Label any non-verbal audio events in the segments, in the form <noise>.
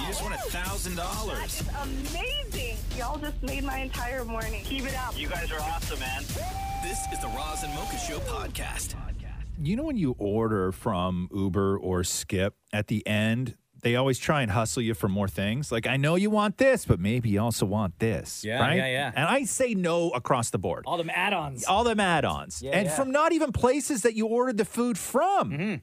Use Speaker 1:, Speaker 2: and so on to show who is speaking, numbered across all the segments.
Speaker 1: You just won a thousand
Speaker 2: It's
Speaker 1: dollars.
Speaker 2: amazing. Y'all just made my entire morning. Keep it up.
Speaker 3: You guys are awesome, man.
Speaker 1: This is the Roz and Mocha Show podcast.
Speaker 4: You know when you order from Uber or Skip at the end, they always try and hustle you for more things. Like I know you want this, but maybe you also want this.
Speaker 3: Yeah,
Speaker 4: right?
Speaker 3: yeah, yeah.
Speaker 4: And I say no across the board.
Speaker 5: All them add-ons.
Speaker 4: All them add-ons. and
Speaker 5: yeah.
Speaker 4: from not even places that you ordered the food from.
Speaker 3: Mm-hmm.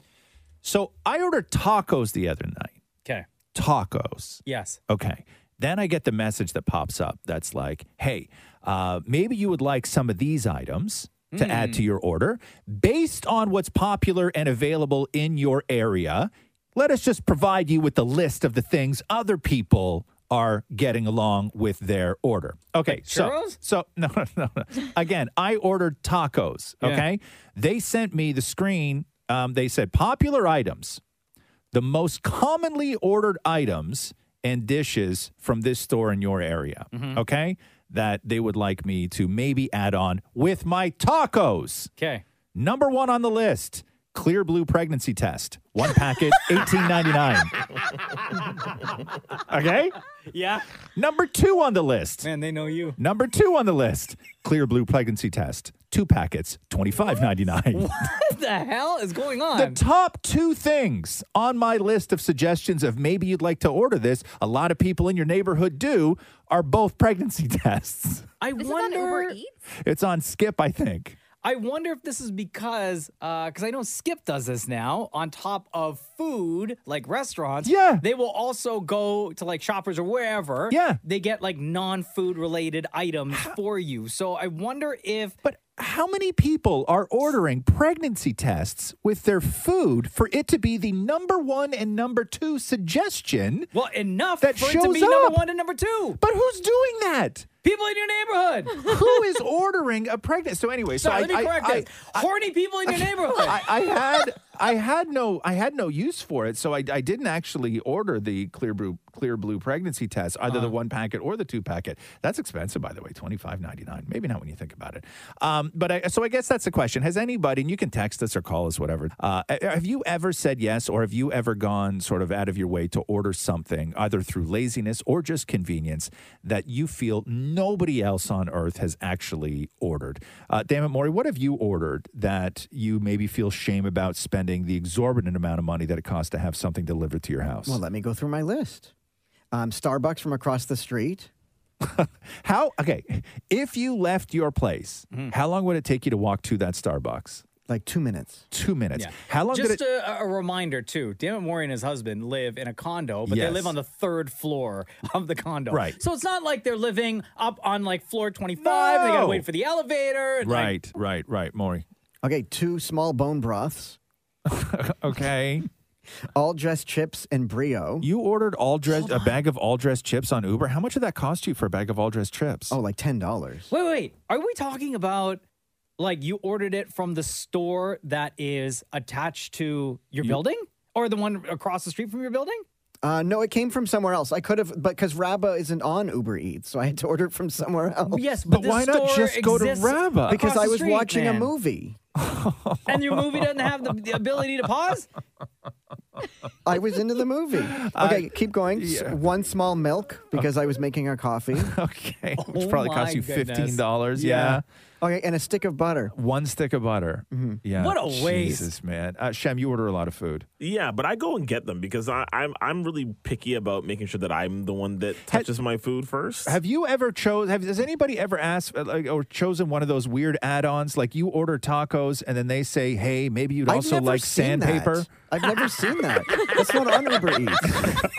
Speaker 4: So I ordered tacos the other night.
Speaker 3: Okay.
Speaker 4: Tacos.
Speaker 3: Yes.
Speaker 4: Okay. Then I get the message that pops up that's like, hey, uh, maybe you would like some of these items to add to your order based on what's popular and available in your area. Let us just provide you with the list of the things other people are getting along with their order. Okay, so
Speaker 3: churros?
Speaker 4: so <laughs> no, no, no. no. Again, I ordered tacos, okay? They sent me the screen. Um, they said popular items the most commonly ordered items and dishes from this store in your area. Okay. That they would like me to maybe add on with my tacos.
Speaker 3: Okay.
Speaker 4: Number one on the list clear blue pregnancy test. One packet, eighteen ninety <laughs> nine.
Speaker 6: <laughs>
Speaker 4: okay.
Speaker 5: <laughs>
Speaker 3: Yeah.
Speaker 4: Number two on the list.
Speaker 3: Man, they know you.
Speaker 4: Number two on the list clear blue pregnancy test. Two packets, twenty five ninety nine.
Speaker 3: What the hell is going on?
Speaker 4: The top <laughs> two things on my list of suggestions of maybe you'd like to order this, a lot of people in your neighborhood do, are both pregnancy <laughs> tests.
Speaker 3: I
Speaker 6: This
Speaker 3: wonder.
Speaker 6: is on Uber Eats.
Speaker 4: It's on Skip, I think.
Speaker 5: I wonder if this is because, because I know Skip does this now. On top of food, like restaurants,
Speaker 4: Yeah.
Speaker 5: they will also go to like Shoppers or wherever.
Speaker 4: Yeah.
Speaker 5: they get like non-food related items for you. So I wonder if
Speaker 4: But how many people are ordering pregnancy tests with their food for it to be the number one and number two suggestion?
Speaker 5: well enough
Speaker 4: That
Speaker 5: for it to
Speaker 4: shows
Speaker 5: be number
Speaker 4: up.
Speaker 5: one and number two.
Speaker 4: But who's doing that?
Speaker 5: People in your neighborhood.
Speaker 4: Who is <laughs> ordering a pregnancy? So anyway, so
Speaker 5: Sorry,
Speaker 4: I,
Speaker 5: let me
Speaker 4: I-
Speaker 5: correct
Speaker 4: I-
Speaker 5: this. Horny people in your neighborhood.
Speaker 4: <laughs> I, I had I had no I had no use for it, so I, I didn't actually order the clear blue clear blue pregnancy test, either
Speaker 5: Uh-huh.
Speaker 4: the one packet or the two packet. That's expensive, by the way, twenty five ninety nine. Maybe not when you think about it. Um, but I, so I guess that's the question. Has anybody? And you can text us or call us, whatever. Uh, have you ever said yes, or have you ever gone sort of out of your way to order something, either through laziness or just convenience, that you feel nobody else on earth has actually ordered? Uh, damn it, Maury, what have you ordered that you maybe feel shame about spending the exorbitant amount of money that it costs to have something delivered to your house?
Speaker 7: Well, let me go through my list. Um, Starbucks from across the street.
Speaker 4: how, okay, if you left your place, how long would it take you to walk to that Starbucks?
Speaker 7: Mm. Like two minutes.
Speaker 4: Two minutes.
Speaker 5: Yeah.
Speaker 4: How long did it?
Speaker 5: Just a, a reminder too. Dammit Maury and his husband live in a condo, but
Speaker 4: Yes.
Speaker 5: they live on the third floor of the condo.
Speaker 4: Right.
Speaker 5: So it's not like they're living up on like floor <laughs> twenty five. They
Speaker 4: No.
Speaker 5: gotta wait for the elevator. and, like,
Speaker 4: right, right, right, Maury.
Speaker 7: Okay, two small bone broths,
Speaker 4: <laughs> Okay.
Speaker 7: all dressed chips and brio.
Speaker 4: You ordered all dress a bag of all dressed chips on Uber. How much did that cost you for a bag of all dressed chips?
Speaker 7: Oh, like ten dollars.
Speaker 5: wait, wait. Are we talking about like you ordered it from the store that is attached to your building, or the one across the street from your building?
Speaker 7: Uh, no, it came from somewhere else. I could have, but because Rabba isn't on Uber Eats, so I had to order it from somewhere else.
Speaker 5: Yes, but,
Speaker 4: but
Speaker 5: this
Speaker 4: why not
Speaker 5: store
Speaker 4: just go to
Speaker 5: exists
Speaker 4: Rabba?
Speaker 7: because
Speaker 5: across
Speaker 7: I
Speaker 5: the
Speaker 7: was
Speaker 5: street,
Speaker 7: watching a
Speaker 5: man.
Speaker 7: movie.
Speaker 5: and your movie doesn't have the, the ability to pause.
Speaker 7: I was into the
Speaker 5: <laughs>
Speaker 7: movie. Okay, keep going. S-
Speaker 4: yeah.
Speaker 7: One small milk because I was making our coffee.
Speaker 4: <laughs>
Speaker 5: <laughs>
Speaker 4: okay. Which
Speaker 5: Oh
Speaker 4: probably
Speaker 5: my
Speaker 4: cost you
Speaker 5: goodness.
Speaker 4: fifteen dollars. Yeah.
Speaker 7: Okay, and a stick of butter.
Speaker 4: One stick of butter.
Speaker 7: Mm-hmm.
Speaker 4: Yeah.
Speaker 5: What a waste.
Speaker 4: Jesus, man. Uh, Shem, you order a lot of food.
Speaker 8: Yeah, but I go and get them because I, I'm I'm really picky about making sure that I'm the one that touches my food first.
Speaker 4: Have you ever chose? Have, has anybody ever asked uh, like, or chosen one of those weird add-ons? Like you order tacos and then they say, "Hey, maybe you'd
Speaker 7: I've
Speaker 4: also
Speaker 7: never
Speaker 4: like
Speaker 7: seen
Speaker 4: sandpaper."
Speaker 7: that. I've never seen that. That's not on Uber Eats.
Speaker 4: <laughs>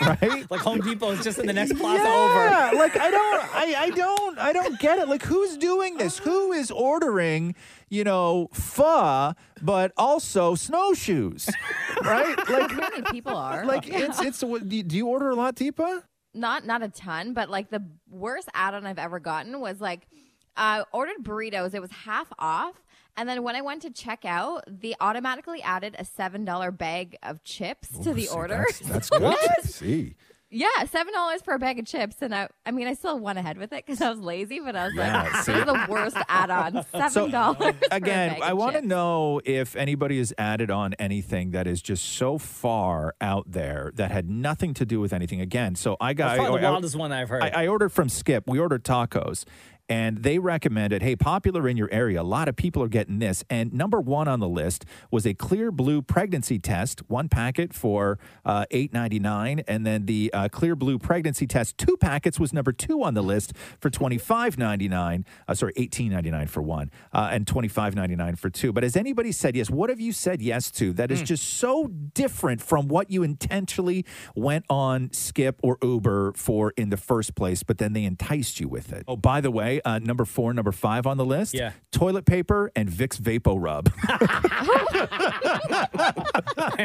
Speaker 4: Right?
Speaker 5: Like Home Depot is just in the next plaza over.
Speaker 4: yeah, like I don't, I, I don't, I don't get it. Like who's doing this? Who is ordering, you know, pho, but also snowshoes, <laughs> right? Like,
Speaker 9: <laughs> Apparently people are.
Speaker 4: like it's it's. Do you order a lot, Deepa?
Speaker 9: not not a ton, but like the worst add-on I've ever gotten was like I ordered burritos. It was half off, and then when I went to check out, they automatically added a seven dollar bag of chips to the
Speaker 4: Oh, See,
Speaker 9: order. <laughs>
Speaker 4: That's, that's good. to See,
Speaker 9: yeah, seven dollars for a bag of chips, and I I mean I still went ahead with it because I was lazy, but I was
Speaker 4: Yeah,
Speaker 9: like,
Speaker 4: see.
Speaker 9: this is the worst
Speaker 4: <laughs>
Speaker 9: add-on. Seven dollars
Speaker 4: again, I want to know if anybody has added on anything that is just so far out there that had nothing to do with anything. Again, so I got
Speaker 5: That's probably the
Speaker 4: I- I-
Speaker 5: wildest one I've heard.
Speaker 4: I, I ordered from Skip. We ordered tacos, and they recommended, "Hey, popular in your area. A lot of people are getting this." And number one on the list was a Clear Blue pregnancy test, one packet for uh, eight ninety nine, and then the uh, Clear Blue pregnancy test, two packets, was number two on the list for twenty five ninety nine. Uh, sorry, eighteen ninety nine for one, uh, and twenty five ninety nine for two. But has anybody said yes? What have you said yes to that is just so different from what you intentionally went on Skip or Uber for in the first place, but then they enticed you with it. Oh, by the way, uh, number four, number five on the list,
Speaker 5: Yeah.
Speaker 4: toilet paper and Vicks Vapo <laughs> Rub.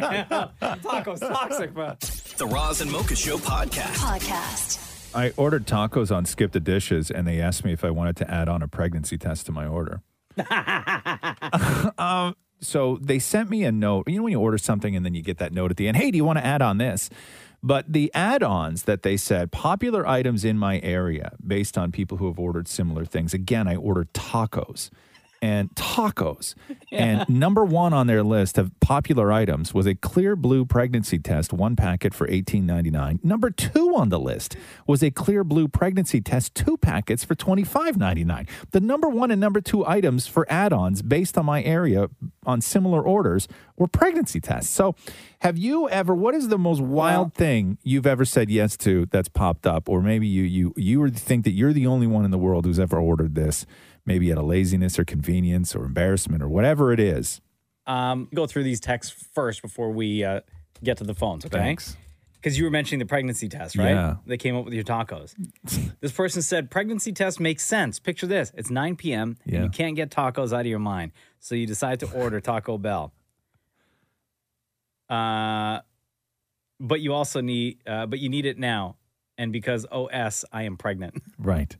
Speaker 5: Tacos toxic, bro.
Speaker 1: The Roz and Mocha Show podcast.
Speaker 6: Podcast.
Speaker 4: I ordered tacos on Skip the Dishes, and they asked me if I wanted to add on a pregnancy test to my order. um, so they sent me a note. You know, when you order something and then you get that note at the end, hey, do you want to add on this? But the add ons that they said, popular items in my area based on people who have ordered similar things. Again, I ordered tacos and tacos. And number one on their list of popular items was a clear blue pregnancy test, one packet for eighteen ninety nine. Number two on the list was a clear blue pregnancy test, two packets for twenty five ninety nine. The number one and number two items for add ons based on my area on similar orders were pregnancy tests. So have you ever what is the most wild thing you've ever said yes to that's popped up? Or maybe you you you would think that you're the only one in the world who's ever ordered this maybe out of laziness or convenience or embarrassment or whatever it is.
Speaker 5: Um, go through these texts first before we uh, get to the phones, okay?
Speaker 4: Thanks.
Speaker 5: Because you were mentioning the pregnancy test, right?
Speaker 4: Yeah.
Speaker 5: They came up with
Speaker 4: <laughs>
Speaker 5: your tacos. this person said, pregnancy test makes sense. Picture this it's 9 p.m.
Speaker 4: Yeah.
Speaker 5: and you can't get tacos out of your mind. So you decide to order Taco Bell. Uh, but you also need, uh, but you need it now. And because OS, I am pregnant. <laughs>
Speaker 4: Right.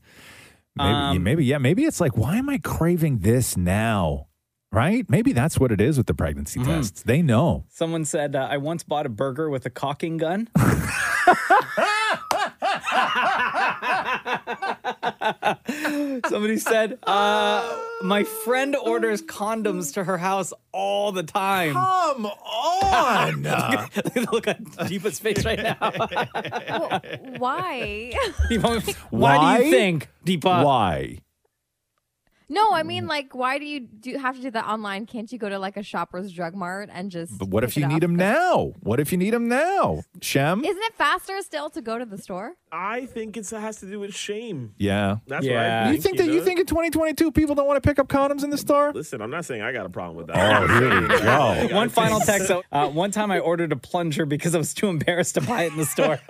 Speaker 4: Maybe,
Speaker 5: Um,
Speaker 4: maybe, yeah. Maybe it's like, why am I craving this now? Right? Maybe that's what it is with the pregnancy
Speaker 5: Mm-hmm.
Speaker 4: tests. They know.
Speaker 5: Someone said, uh, I once bought a burger with a caulking gun. <laughs> Somebody said, uh, My friend orders condoms to her house all the
Speaker 4: <laughs>
Speaker 5: time.
Speaker 4: Come on.
Speaker 5: <laughs> Look at Deepa's face right now.
Speaker 4: <laughs>
Speaker 5: <laughs>
Speaker 9: Why?
Speaker 5: Deepa, <laughs> Why do
Speaker 4: Why?
Speaker 5: you think, Deepa?
Speaker 4: Why?
Speaker 9: No, I
Speaker 4: Mm.
Speaker 9: mean like, why do you do have to do that online? Can't you go to like a Shoppers Drug Mart and just?
Speaker 4: But what if
Speaker 9: pick it
Speaker 4: you need
Speaker 9: up?
Speaker 4: them now? What if you need them now? Shem?
Speaker 9: Isn't it faster still to go to the store?
Speaker 8: I think it's, it has to do with shame.
Speaker 4: yeah.
Speaker 8: That's
Speaker 5: Yeah.
Speaker 8: what I
Speaker 4: You think that you
Speaker 8: know?
Speaker 4: think in 2022 people don't want to pick up condoms in the store?
Speaker 8: Listen, I'm not saying I got a problem with that. <laughs>
Speaker 4: Oh, <laughs> here we go.
Speaker 5: <laughs> One final text. though. Uh, one time I ordered a plunger because I was too embarrassed to buy it in the store.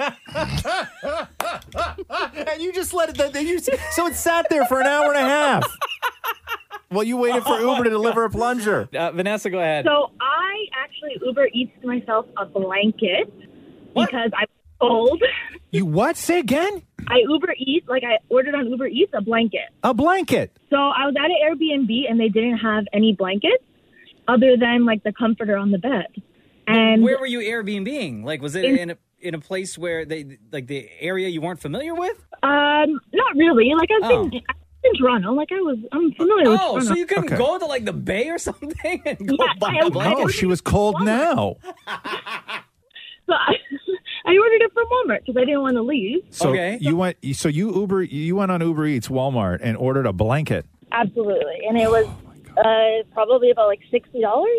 Speaker 4: And you just let it. That you so it <laughs> sat <laughs> there for an hour and a half. Well, you waited
Speaker 5: <laughs>
Speaker 4: for Uber to deliver a plunger.
Speaker 5: Uh, Vanessa, go ahead.
Speaker 10: So I actually Uber Eats myself a blanket because I was cold.
Speaker 4: You what? Say again?
Speaker 10: I Uber Eats, like I ordered on Uber Eats a blanket.
Speaker 4: A blanket.
Speaker 10: So I was at an Airbnb and they didn't have any blankets other than like the comforter on the bed. And
Speaker 5: Where were you Airbnbing? Like, was it in, a in a place where they like the area you weren't familiar with?
Speaker 10: um, not really. Like I've
Speaker 5: Oh.
Speaker 10: been, I've been in Toronto. Like I was, I'm familiar with
Speaker 5: Oh,
Speaker 10: Toronto.
Speaker 5: so you couldn't
Speaker 4: Okay.
Speaker 5: go to like the bay or <laughs> something and go
Speaker 10: Yeah,
Speaker 5: buy
Speaker 10: I
Speaker 5: a
Speaker 10: was-
Speaker 5: blanket?
Speaker 4: No, she was cold now.
Speaker 10: So I, <laughs> I ordered it from Walmart because I didn't want to leave.
Speaker 4: So
Speaker 5: Okay.
Speaker 4: you went. So you Uber. You went on Uber Eats, Walmart, and ordered a blanket.
Speaker 10: Absolutely, and it was uh, probably about like sixty dollars.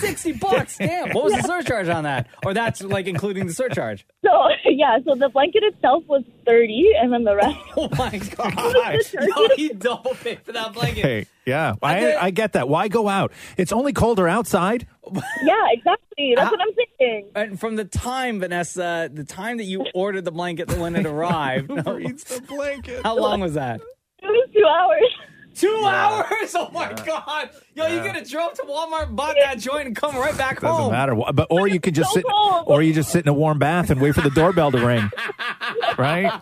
Speaker 5: Sixty bucks. Damn. What was the surcharge on that? Or that's like including the
Speaker 10: <laughs>
Speaker 5: surcharge.
Speaker 10: <laughs> So yeah, so the blanket itself was thirty, and then the rest.
Speaker 5: <laughs> Oh my god. no, you double paid for that blanket.
Speaker 4: <laughs> Hey, yeah, I,
Speaker 5: did-
Speaker 4: I get that. Why go out? It's only colder outside.
Speaker 10: <laughs> yeah, exactly. That's what I'm thinking.
Speaker 5: And from the time, Vanessa, the time that you ordered
Speaker 10: <laughs>
Speaker 5: the blanket when it arrived, no, <laughs>
Speaker 4: Uber Eats the blanket.
Speaker 5: how long was that?
Speaker 10: It was two hours.
Speaker 5: Two hours? <laughs> Oh my god! Yo, you could have drove to Walmart, bought that joint, and come right back
Speaker 4: Doesn't
Speaker 5: home. <laughs>
Speaker 4: matter. Wha- But or you could just sit, or you just sit in a warm bath and wait for the doorbell to
Speaker 5: <laughs>
Speaker 4: ring. right?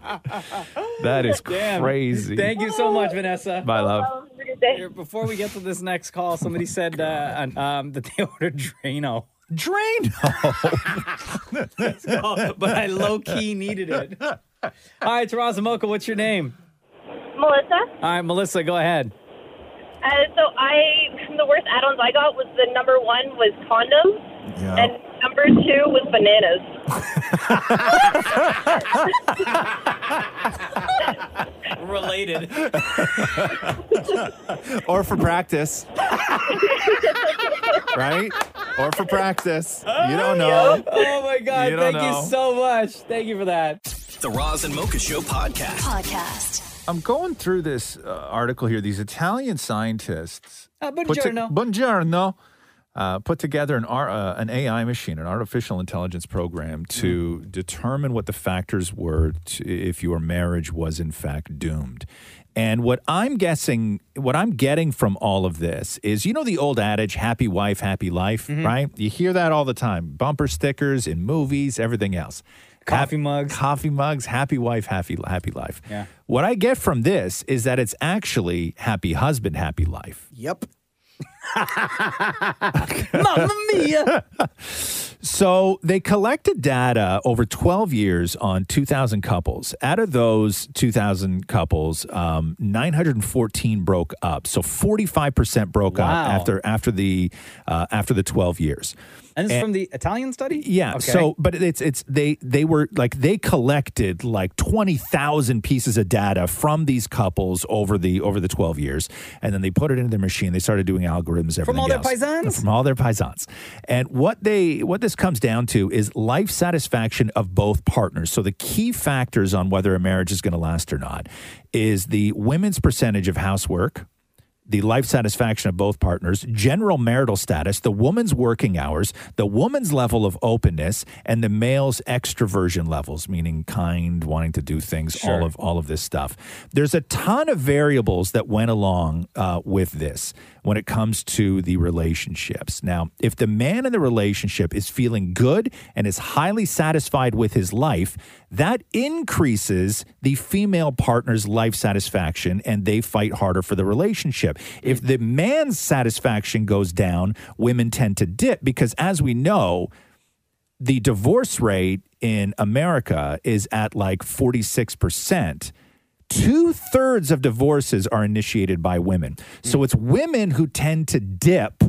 Speaker 4: That is
Speaker 5: Damn.
Speaker 4: crazy.
Speaker 5: Thank you so much, Vanessa.
Speaker 4: My love.
Speaker 5: Here, Before we get to this next call, somebody said uh, um, that they <laughs> ordered Drano. Drano? <laughs> but I low key
Speaker 4: <laughs>
Speaker 5: needed it. All right, Tarazamoka, what's your name?
Speaker 11: Melissa.
Speaker 5: All right, Melissa, go ahead.
Speaker 11: Uh, so I, the worst add-ons I got was the number one was condoms, and number two was bananas.
Speaker 3: <laughs>
Speaker 5: <laughs>
Speaker 3: Related.
Speaker 4: <laughs> or for practice, <laughs> right? Or for practice. You don't know.
Speaker 5: Oh my God.
Speaker 4: You don't
Speaker 5: Thank
Speaker 4: know.
Speaker 5: you so much. Thank you for that.
Speaker 1: The Roz and Mocha Show podcast. Podcast.
Speaker 4: I'm going through this uh, article here. These Italian scientists.
Speaker 5: Uh,
Speaker 4: put to-
Speaker 5: buongiorno.
Speaker 4: buongiorno, uh, put together an, ar- uh, an AI machine, an artificial intelligence program to
Speaker 5: Mm.
Speaker 4: determine what the factors were to, if your marriage was in fact doomed. And what I'm guessing, what I'm getting from all of this is, you know, the old adage, happy wife, happy life,
Speaker 5: Mm-hmm.
Speaker 4: right? You hear that all the time bumper stickers in movies, everything else. Coffee
Speaker 5: mugs.
Speaker 4: Coffee mugs, happy wife, happy, happy life.
Speaker 5: Yeah.
Speaker 4: What I get from this is that it's actually happy husband, happy life.
Speaker 7: Yep.
Speaker 5: Mamma mia.
Speaker 4: So they collected data over 12 years on 2,000 couples. Out of those 2,000 couples, um, 914 broke up. So 45% broke up
Speaker 5: Wow.
Speaker 4: after after the uh, after the 12 years.
Speaker 5: And this is from the Italian study?
Speaker 4: Yeah.
Speaker 5: Okay.
Speaker 4: So, but it's it's they they were like they collected like twenty thousand pieces of data from these couples over the over the twelve years, and then they put it into their machine. They started doing algorithms. Everything
Speaker 5: From all their
Speaker 4: else.
Speaker 5: paisans?
Speaker 4: From all their paisans. And what they what this comes down to is life satisfaction of both partners. So the key factors on whether a marriage is going to last or not is the women's percentage of housework the life satisfaction of both partners, general marital status, the woman's working hours, the woman's level of openness, and the male's extroversion levels, meaning kind, wanting to do things, all of all of this stuff. There's a ton of variables that went along uh, with this when it comes to the relationships. Now, if the man in the relationship is feeling good and is highly satisfied with his life, that increases the female partner's life satisfaction and they fight harder for the relationship. If the man's satisfaction goes down, women tend to dip because, as we know, the divorce rate in America is at like 46%. Two thirds of divorces are initiated by women.
Speaker 5: Mm.
Speaker 4: So it's women who tend to dip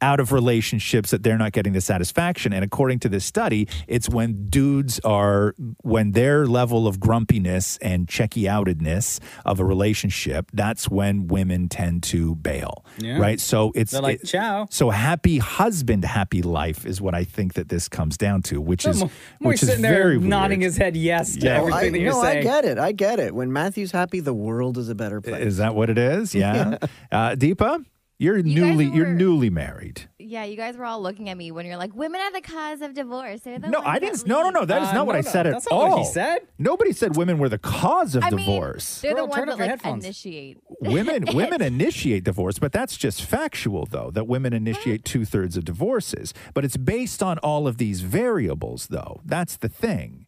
Speaker 4: out of relationships that they're not getting the satisfaction. And according to this study, it's when dudes are, when their level of grumpiness and checky outedness of a relationship, that's when women tend to bail.
Speaker 5: Yeah.
Speaker 4: Right. So it's
Speaker 5: They're like, "Ciao."
Speaker 4: So happy husband, happy life is what I think that this comes down to, which is
Speaker 5: Mo-
Speaker 4: which
Speaker 5: Maury's
Speaker 4: is
Speaker 5: sitting there
Speaker 4: very
Speaker 5: nodding
Speaker 4: weird.
Speaker 5: his head yes to
Speaker 4: Yeah.
Speaker 5: everything
Speaker 7: I,
Speaker 5: that you're
Speaker 7: no,
Speaker 5: saying.
Speaker 7: I get it. I get it. When Matthew's happy, the world is a better place.
Speaker 4: Is that what it
Speaker 5: <laughs>
Speaker 4: is? Yeah. uh, Deepa, you're newly you're newly married.
Speaker 9: Yeah, you guys were all looking at me when you're like, women are the cause of divorce. They're the
Speaker 4: No,
Speaker 9: ones
Speaker 4: I
Speaker 9: that
Speaker 4: didn't. No, no, no. That is
Speaker 5: Uh,
Speaker 4: not what
Speaker 5: no,
Speaker 4: I
Speaker 5: no,
Speaker 4: said at
Speaker 5: that's not
Speaker 4: all.
Speaker 5: what he said.
Speaker 4: Nobody said women were the cause of
Speaker 9: I mean,
Speaker 4: divorce.
Speaker 9: They're
Speaker 5: Girl,
Speaker 9: the
Speaker 5: turn
Speaker 9: ones that
Speaker 5: up your
Speaker 9: like
Speaker 5: headphones.
Speaker 9: initiate.
Speaker 5: <laughs>
Speaker 4: women women initiate divorce, but that's just factual though. That women initiate
Speaker 5: Uh-huh.
Speaker 4: two thirds of divorces, but it's based on all of these variables though. That's the thing.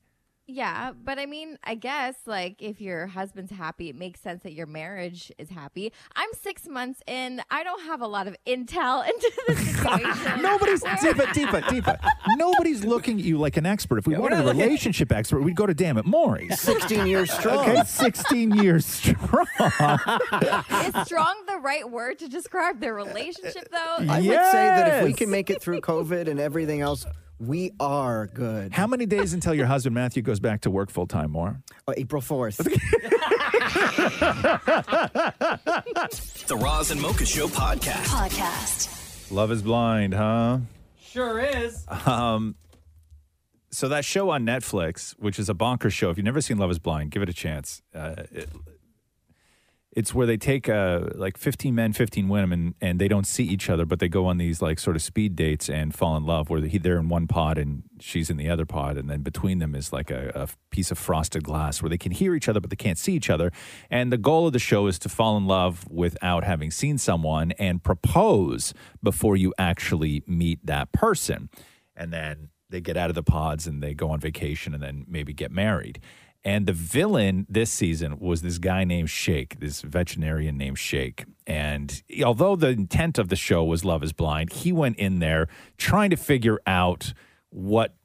Speaker 9: Yeah, but I mean, I guess like if your husband's happy, it makes sense that your marriage is happy. I'm six months in. I don't have a lot of intel <laughs> into
Speaker 4: <laughs>
Speaker 9: the situation.
Speaker 4: Nobody's Deepa, Deepa, Deepa. Nobody's looking at you like an expert. If we
Speaker 9: we're
Speaker 4: wanted a
Speaker 9: not looking-
Speaker 4: relationship expert, we'd go to damn it,
Speaker 5: <laughs>
Speaker 4: Maury's.
Speaker 7: 16
Speaker 12: <laughs>
Speaker 7: years strong.
Speaker 4: Okay, 16 years strong.
Speaker 9: Is strong the right word to describe their relationship, though?
Speaker 7: I would say that if
Speaker 4: <laughs>
Speaker 7: we
Speaker 4: Yes.
Speaker 7: can make it through COVID and everything else, we are good.
Speaker 4: How many days until your husband Matthew goes back to work full time, Maur?
Speaker 7: Oh, April 4th.
Speaker 1: The Roz and Mocha Show podcast.
Speaker 6: Podcast.
Speaker 4: Love is blind, huh?
Speaker 5: Sure is.
Speaker 4: Um, so that show on Netflix, which is a bonkers show. If you've never seen Love Is Blind, give it a chance. Uh, it, It's where they take uh, like 15 men, 15 women, and, and they don't see each other, but they go on these like sort of speed dates and fall in love where he, they're in one pod and she's in the other pod. And then between them is like a, a piece of frosted glass where they can hear each other, but they can't see each other. And the goal of the show is to fall in love without having seen someone and propose before you actually meet that person and then they get out of the pods and they go on vacation and then maybe get married. And the villain this season was this guy named Shake, this veterinarian named Shake. And although the intent of the show was Love is Blind, he went in there trying to figure out what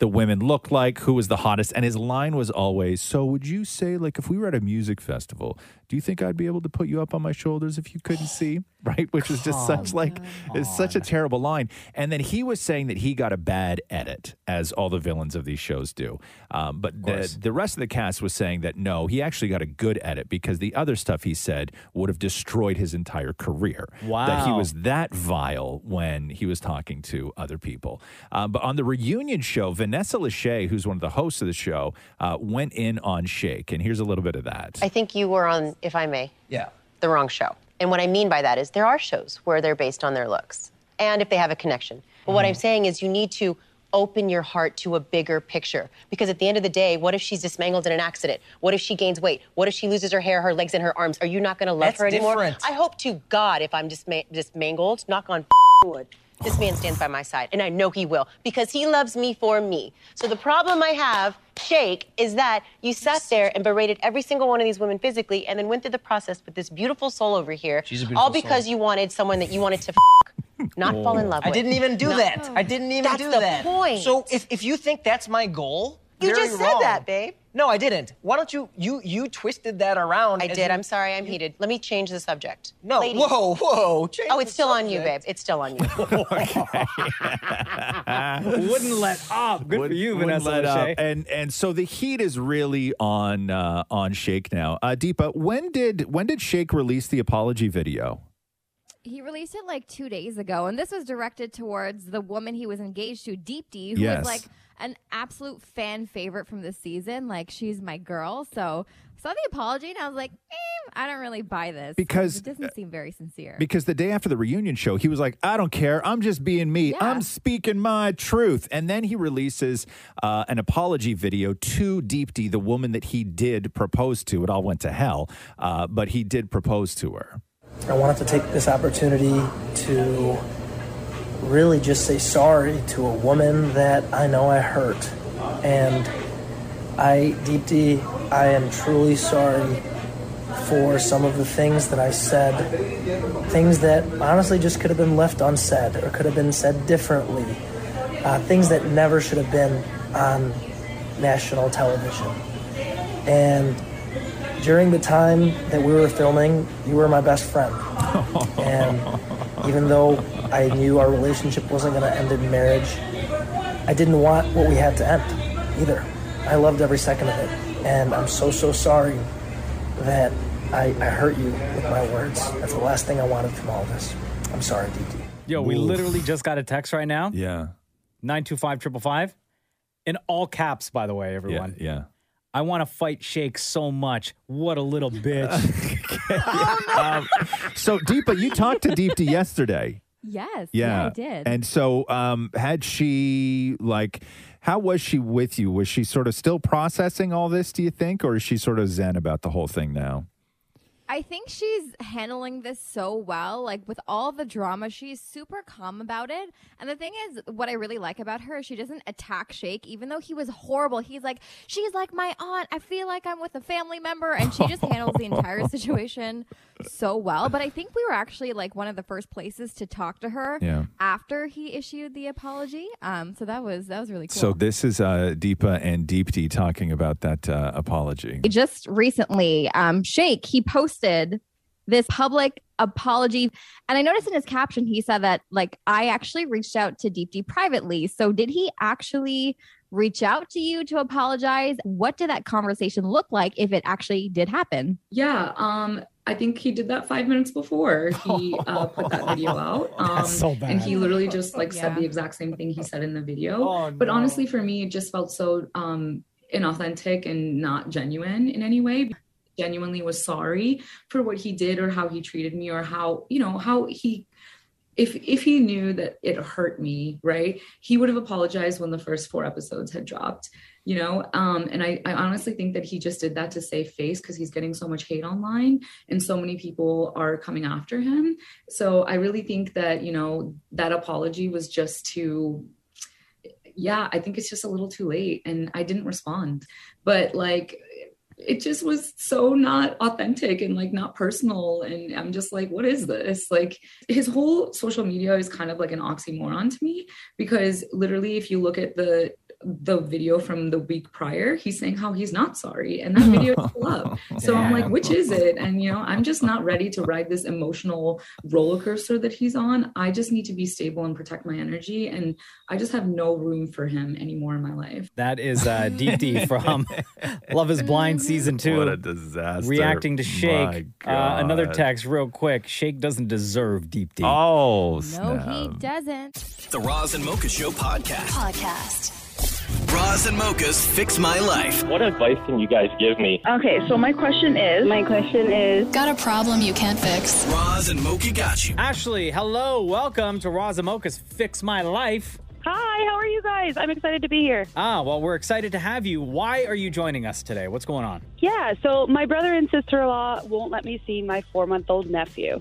Speaker 4: the women looked like, who was the hottest. And his line was always So, would you say, like, if we were at a music festival, do you think I'd be able to put you up on my shoulders if you couldn't see? <laughs> Right? Which is just such, like, it's such a terrible line. And then he was saying that he got a bad edit, as all the villains of these shows do. Um, but the, the rest of the cast was saying that no, he actually got a good edit because the other stuff he said would have destroyed his entire career. That he
Speaker 13: Wow.
Speaker 4: was that vile when he was talking to other people. Uh, but on the reunion show, Vanessa Lachey, who's one of the hosts of the show, uh, went in on Shake. And here's a little bit of that.
Speaker 14: I think you were on, if I may,
Speaker 4: <laughs> Yeah.
Speaker 14: the wrong show. And what I mean by that is there are shows where they're based on their looks and if they have a connection. But what I'm
Speaker 15: Mm.
Speaker 14: saying is you need to open your heart to a bigger picture because at the end of the day, what if she's dismangled in an accident? What if she gains weight? What if she loses her hair, her legs, and her arms? Are you not going to love
Speaker 15: That's
Speaker 14: her anymore?
Speaker 15: different.
Speaker 14: I hope to God if I'm disma- dismangled, knock on wood. This man stands by my side, and I know he will because he loves me for me. So the problem I have, Shake, is that you sat there and berated every single one of these women physically, and then went through the process with this beautiful soul over here,
Speaker 15: She's a beautiful
Speaker 14: all because
Speaker 15: soul. Oh.
Speaker 14: you wanted someone that you wanted to
Speaker 15: <laughs>
Speaker 14: not fall in love
Speaker 15: I
Speaker 14: with.
Speaker 15: didn't even do
Speaker 14: No.
Speaker 15: that. I didn't even
Speaker 14: That's
Speaker 15: do
Speaker 14: the
Speaker 15: that.
Speaker 14: point.
Speaker 15: So if, if you think that's my goal,
Speaker 14: You
Speaker 15: very
Speaker 14: just said
Speaker 15: wrong.
Speaker 14: that, babe.
Speaker 15: No, I didn't. Why don't you you you twisted that around?
Speaker 14: I
Speaker 15: as
Speaker 14: did.
Speaker 15: you-
Speaker 14: I'm sorry. I'm heated. Let me change the subject.
Speaker 15: No,
Speaker 14: Ladies.
Speaker 15: whoa, whoa, change
Speaker 14: oh, it's
Speaker 15: the
Speaker 14: still on you, babe.
Speaker 15: subject.
Speaker 14: It's still on you.
Speaker 15: <laughs>
Speaker 5: Wouldn't let up. Ah, Good for
Speaker 4: <laughs>
Speaker 5: you,
Speaker 4: Wouldn't
Speaker 5: Vanessa
Speaker 4: let up.
Speaker 5: Lachey.
Speaker 4: And and so the heat is really on uh, on Shake now. Uh, Deepa, when did when did Shake release the apology video?
Speaker 9: He released it like two days ago, and this was directed towards the woman he was engaged to, Deep D, who
Speaker 4: Yes.
Speaker 9: was like an absolute fan favorite from the season. Like she's my girl. So I saw the apology, and I was like, eh, I don't really buy this
Speaker 4: Because-
Speaker 9: it doesn't seem very sincere.
Speaker 4: Because the day after the reunion show, he was like, I don't care. I'm just being me. I'm speaking my truth. And then he releases uh, an apology video to Deep D, the woman that he did propose to. It all went to hell, uh, but he did propose to her.
Speaker 16: I wanted to take this opportunity to really just say sorry to a woman that I know I hurt. And I, Deep D, I am truly sorry for some of the things that I said. Things that honestly just could have been left unsaid or could have been said differently. Uh, things that never should have been on national television. And during the time that we were filming, you were my best
Speaker 5: <laughs>
Speaker 16: friend. and even though I knew our relationship wasn't going to end in marriage, I didn't want what we had to end either. I loved every second of it. And I'm so, so sorry that I, I hurt you with my words. That's the last thing I wanted from all this. I'm sorry, DD.
Speaker 5: Yo, we
Speaker 16: Oof.
Speaker 5: literally just got a text right now.
Speaker 4: Yeah.
Speaker 5: 925 555. In all caps, by the way, everyone.
Speaker 4: Yeah.
Speaker 5: I want to fight Shake so much. What a
Speaker 4: <laughs>
Speaker 5: little bitch.
Speaker 4: Um, so, Deepa, you talked
Speaker 9: <laughs>
Speaker 4: to Deep D yesterday.
Speaker 9: yes,
Speaker 4: Yeah.
Speaker 9: I did.
Speaker 4: And so, um, had she, like, how was she with you? Was she sort of still processing all this, do you think? Or is she sort of zen about the whole thing now?
Speaker 9: I think she's handling this so well. Like with all the drama, she's super calm about it. And the thing is, what I really like about her is she doesn't attack Shake, even though he was horrible. He's like, she's like my aunt. I feel like I'm with a family member. And she just handles the
Speaker 4: <laughs>
Speaker 9: entire situation so well. But I think we were actually like one of the first places to talk to her
Speaker 4: Yeah.
Speaker 9: after he issued the apology. Um, so that was that was really cool.
Speaker 4: So this is uh, Deepa and Deep D talking about that uh, apology.
Speaker 9: just recently um shake he posted this public apology and i noticed in his caption he said that like i actually reached out to deep d privately so did he actually reach out to you to apologize what did that conversation look like if it actually did happen
Speaker 17: Yeah, um, I think he did that five minutes before he uh, put
Speaker 5: <laughs>
Speaker 17: that video out. Um,
Speaker 5: That's so
Speaker 17: And
Speaker 5: bad.
Speaker 17: he literally just like said
Speaker 5: Yeah.
Speaker 17: the exact same thing he said in the video.
Speaker 5: Oh,
Speaker 17: But
Speaker 5: no.
Speaker 17: honestly, for me, it just felt so um, inauthentic and not genuine in any way. genuinely was sorry for what he did or how he treated me or how, you know, how he if if he knew that it hurt me, right? He would have apologized when the first four episodes had dropped, you know? Um and I I honestly think that he just did that to save face cuz he's getting so much hate online and so many people are coming after him. So I really think that, you know, that apology was just to yeah, I think it's just a little too late and I didn't respond. But like it just was so not authentic and like not personal and I'm just like what is this? Like his whole social media is kind of like an oxymoron to me because literally if you look at the the video from the week prior, he's saying how he's not sorry and that video is still up. So I'm like which is it? And you know, I'm just not ready to ride this emotional roller coaster that he's on. I just need to be stable and protect my energy and I just have no room for him anymore in my life.
Speaker 5: That is uh, Deep D
Speaker 4: <laughs>
Speaker 5: from Love Is Blind season two.
Speaker 4: What a disaster.
Speaker 5: Reacting to
Speaker 4: My
Speaker 5: Shake. Uh, another
Speaker 4: God.
Speaker 5: text, real quick. Shake doesn't deserve Deep D.
Speaker 4: Oh,
Speaker 9: No, he doesn't.
Speaker 1: The Roz and Mocha Show podcast.
Speaker 6: Podcast.
Speaker 1: Roz and Mocha's Fix My Life.
Speaker 13: What advice can you guys give me?
Speaker 2: Okay, so my question is. My question is.
Speaker 6: Got a problem you can't fix.
Speaker 1: Roz and Mocha got you.
Speaker 5: Ashley, hello. Welcome to Razamoka's Fix My Life.
Speaker 18: Hi, how are you guys? I'm excited to be here.
Speaker 5: Ah, well, we're excited to have you. Why are you joining us today? What's going on?
Speaker 18: Yeah, so my brother and sister in law won't let me see my four month old nephew.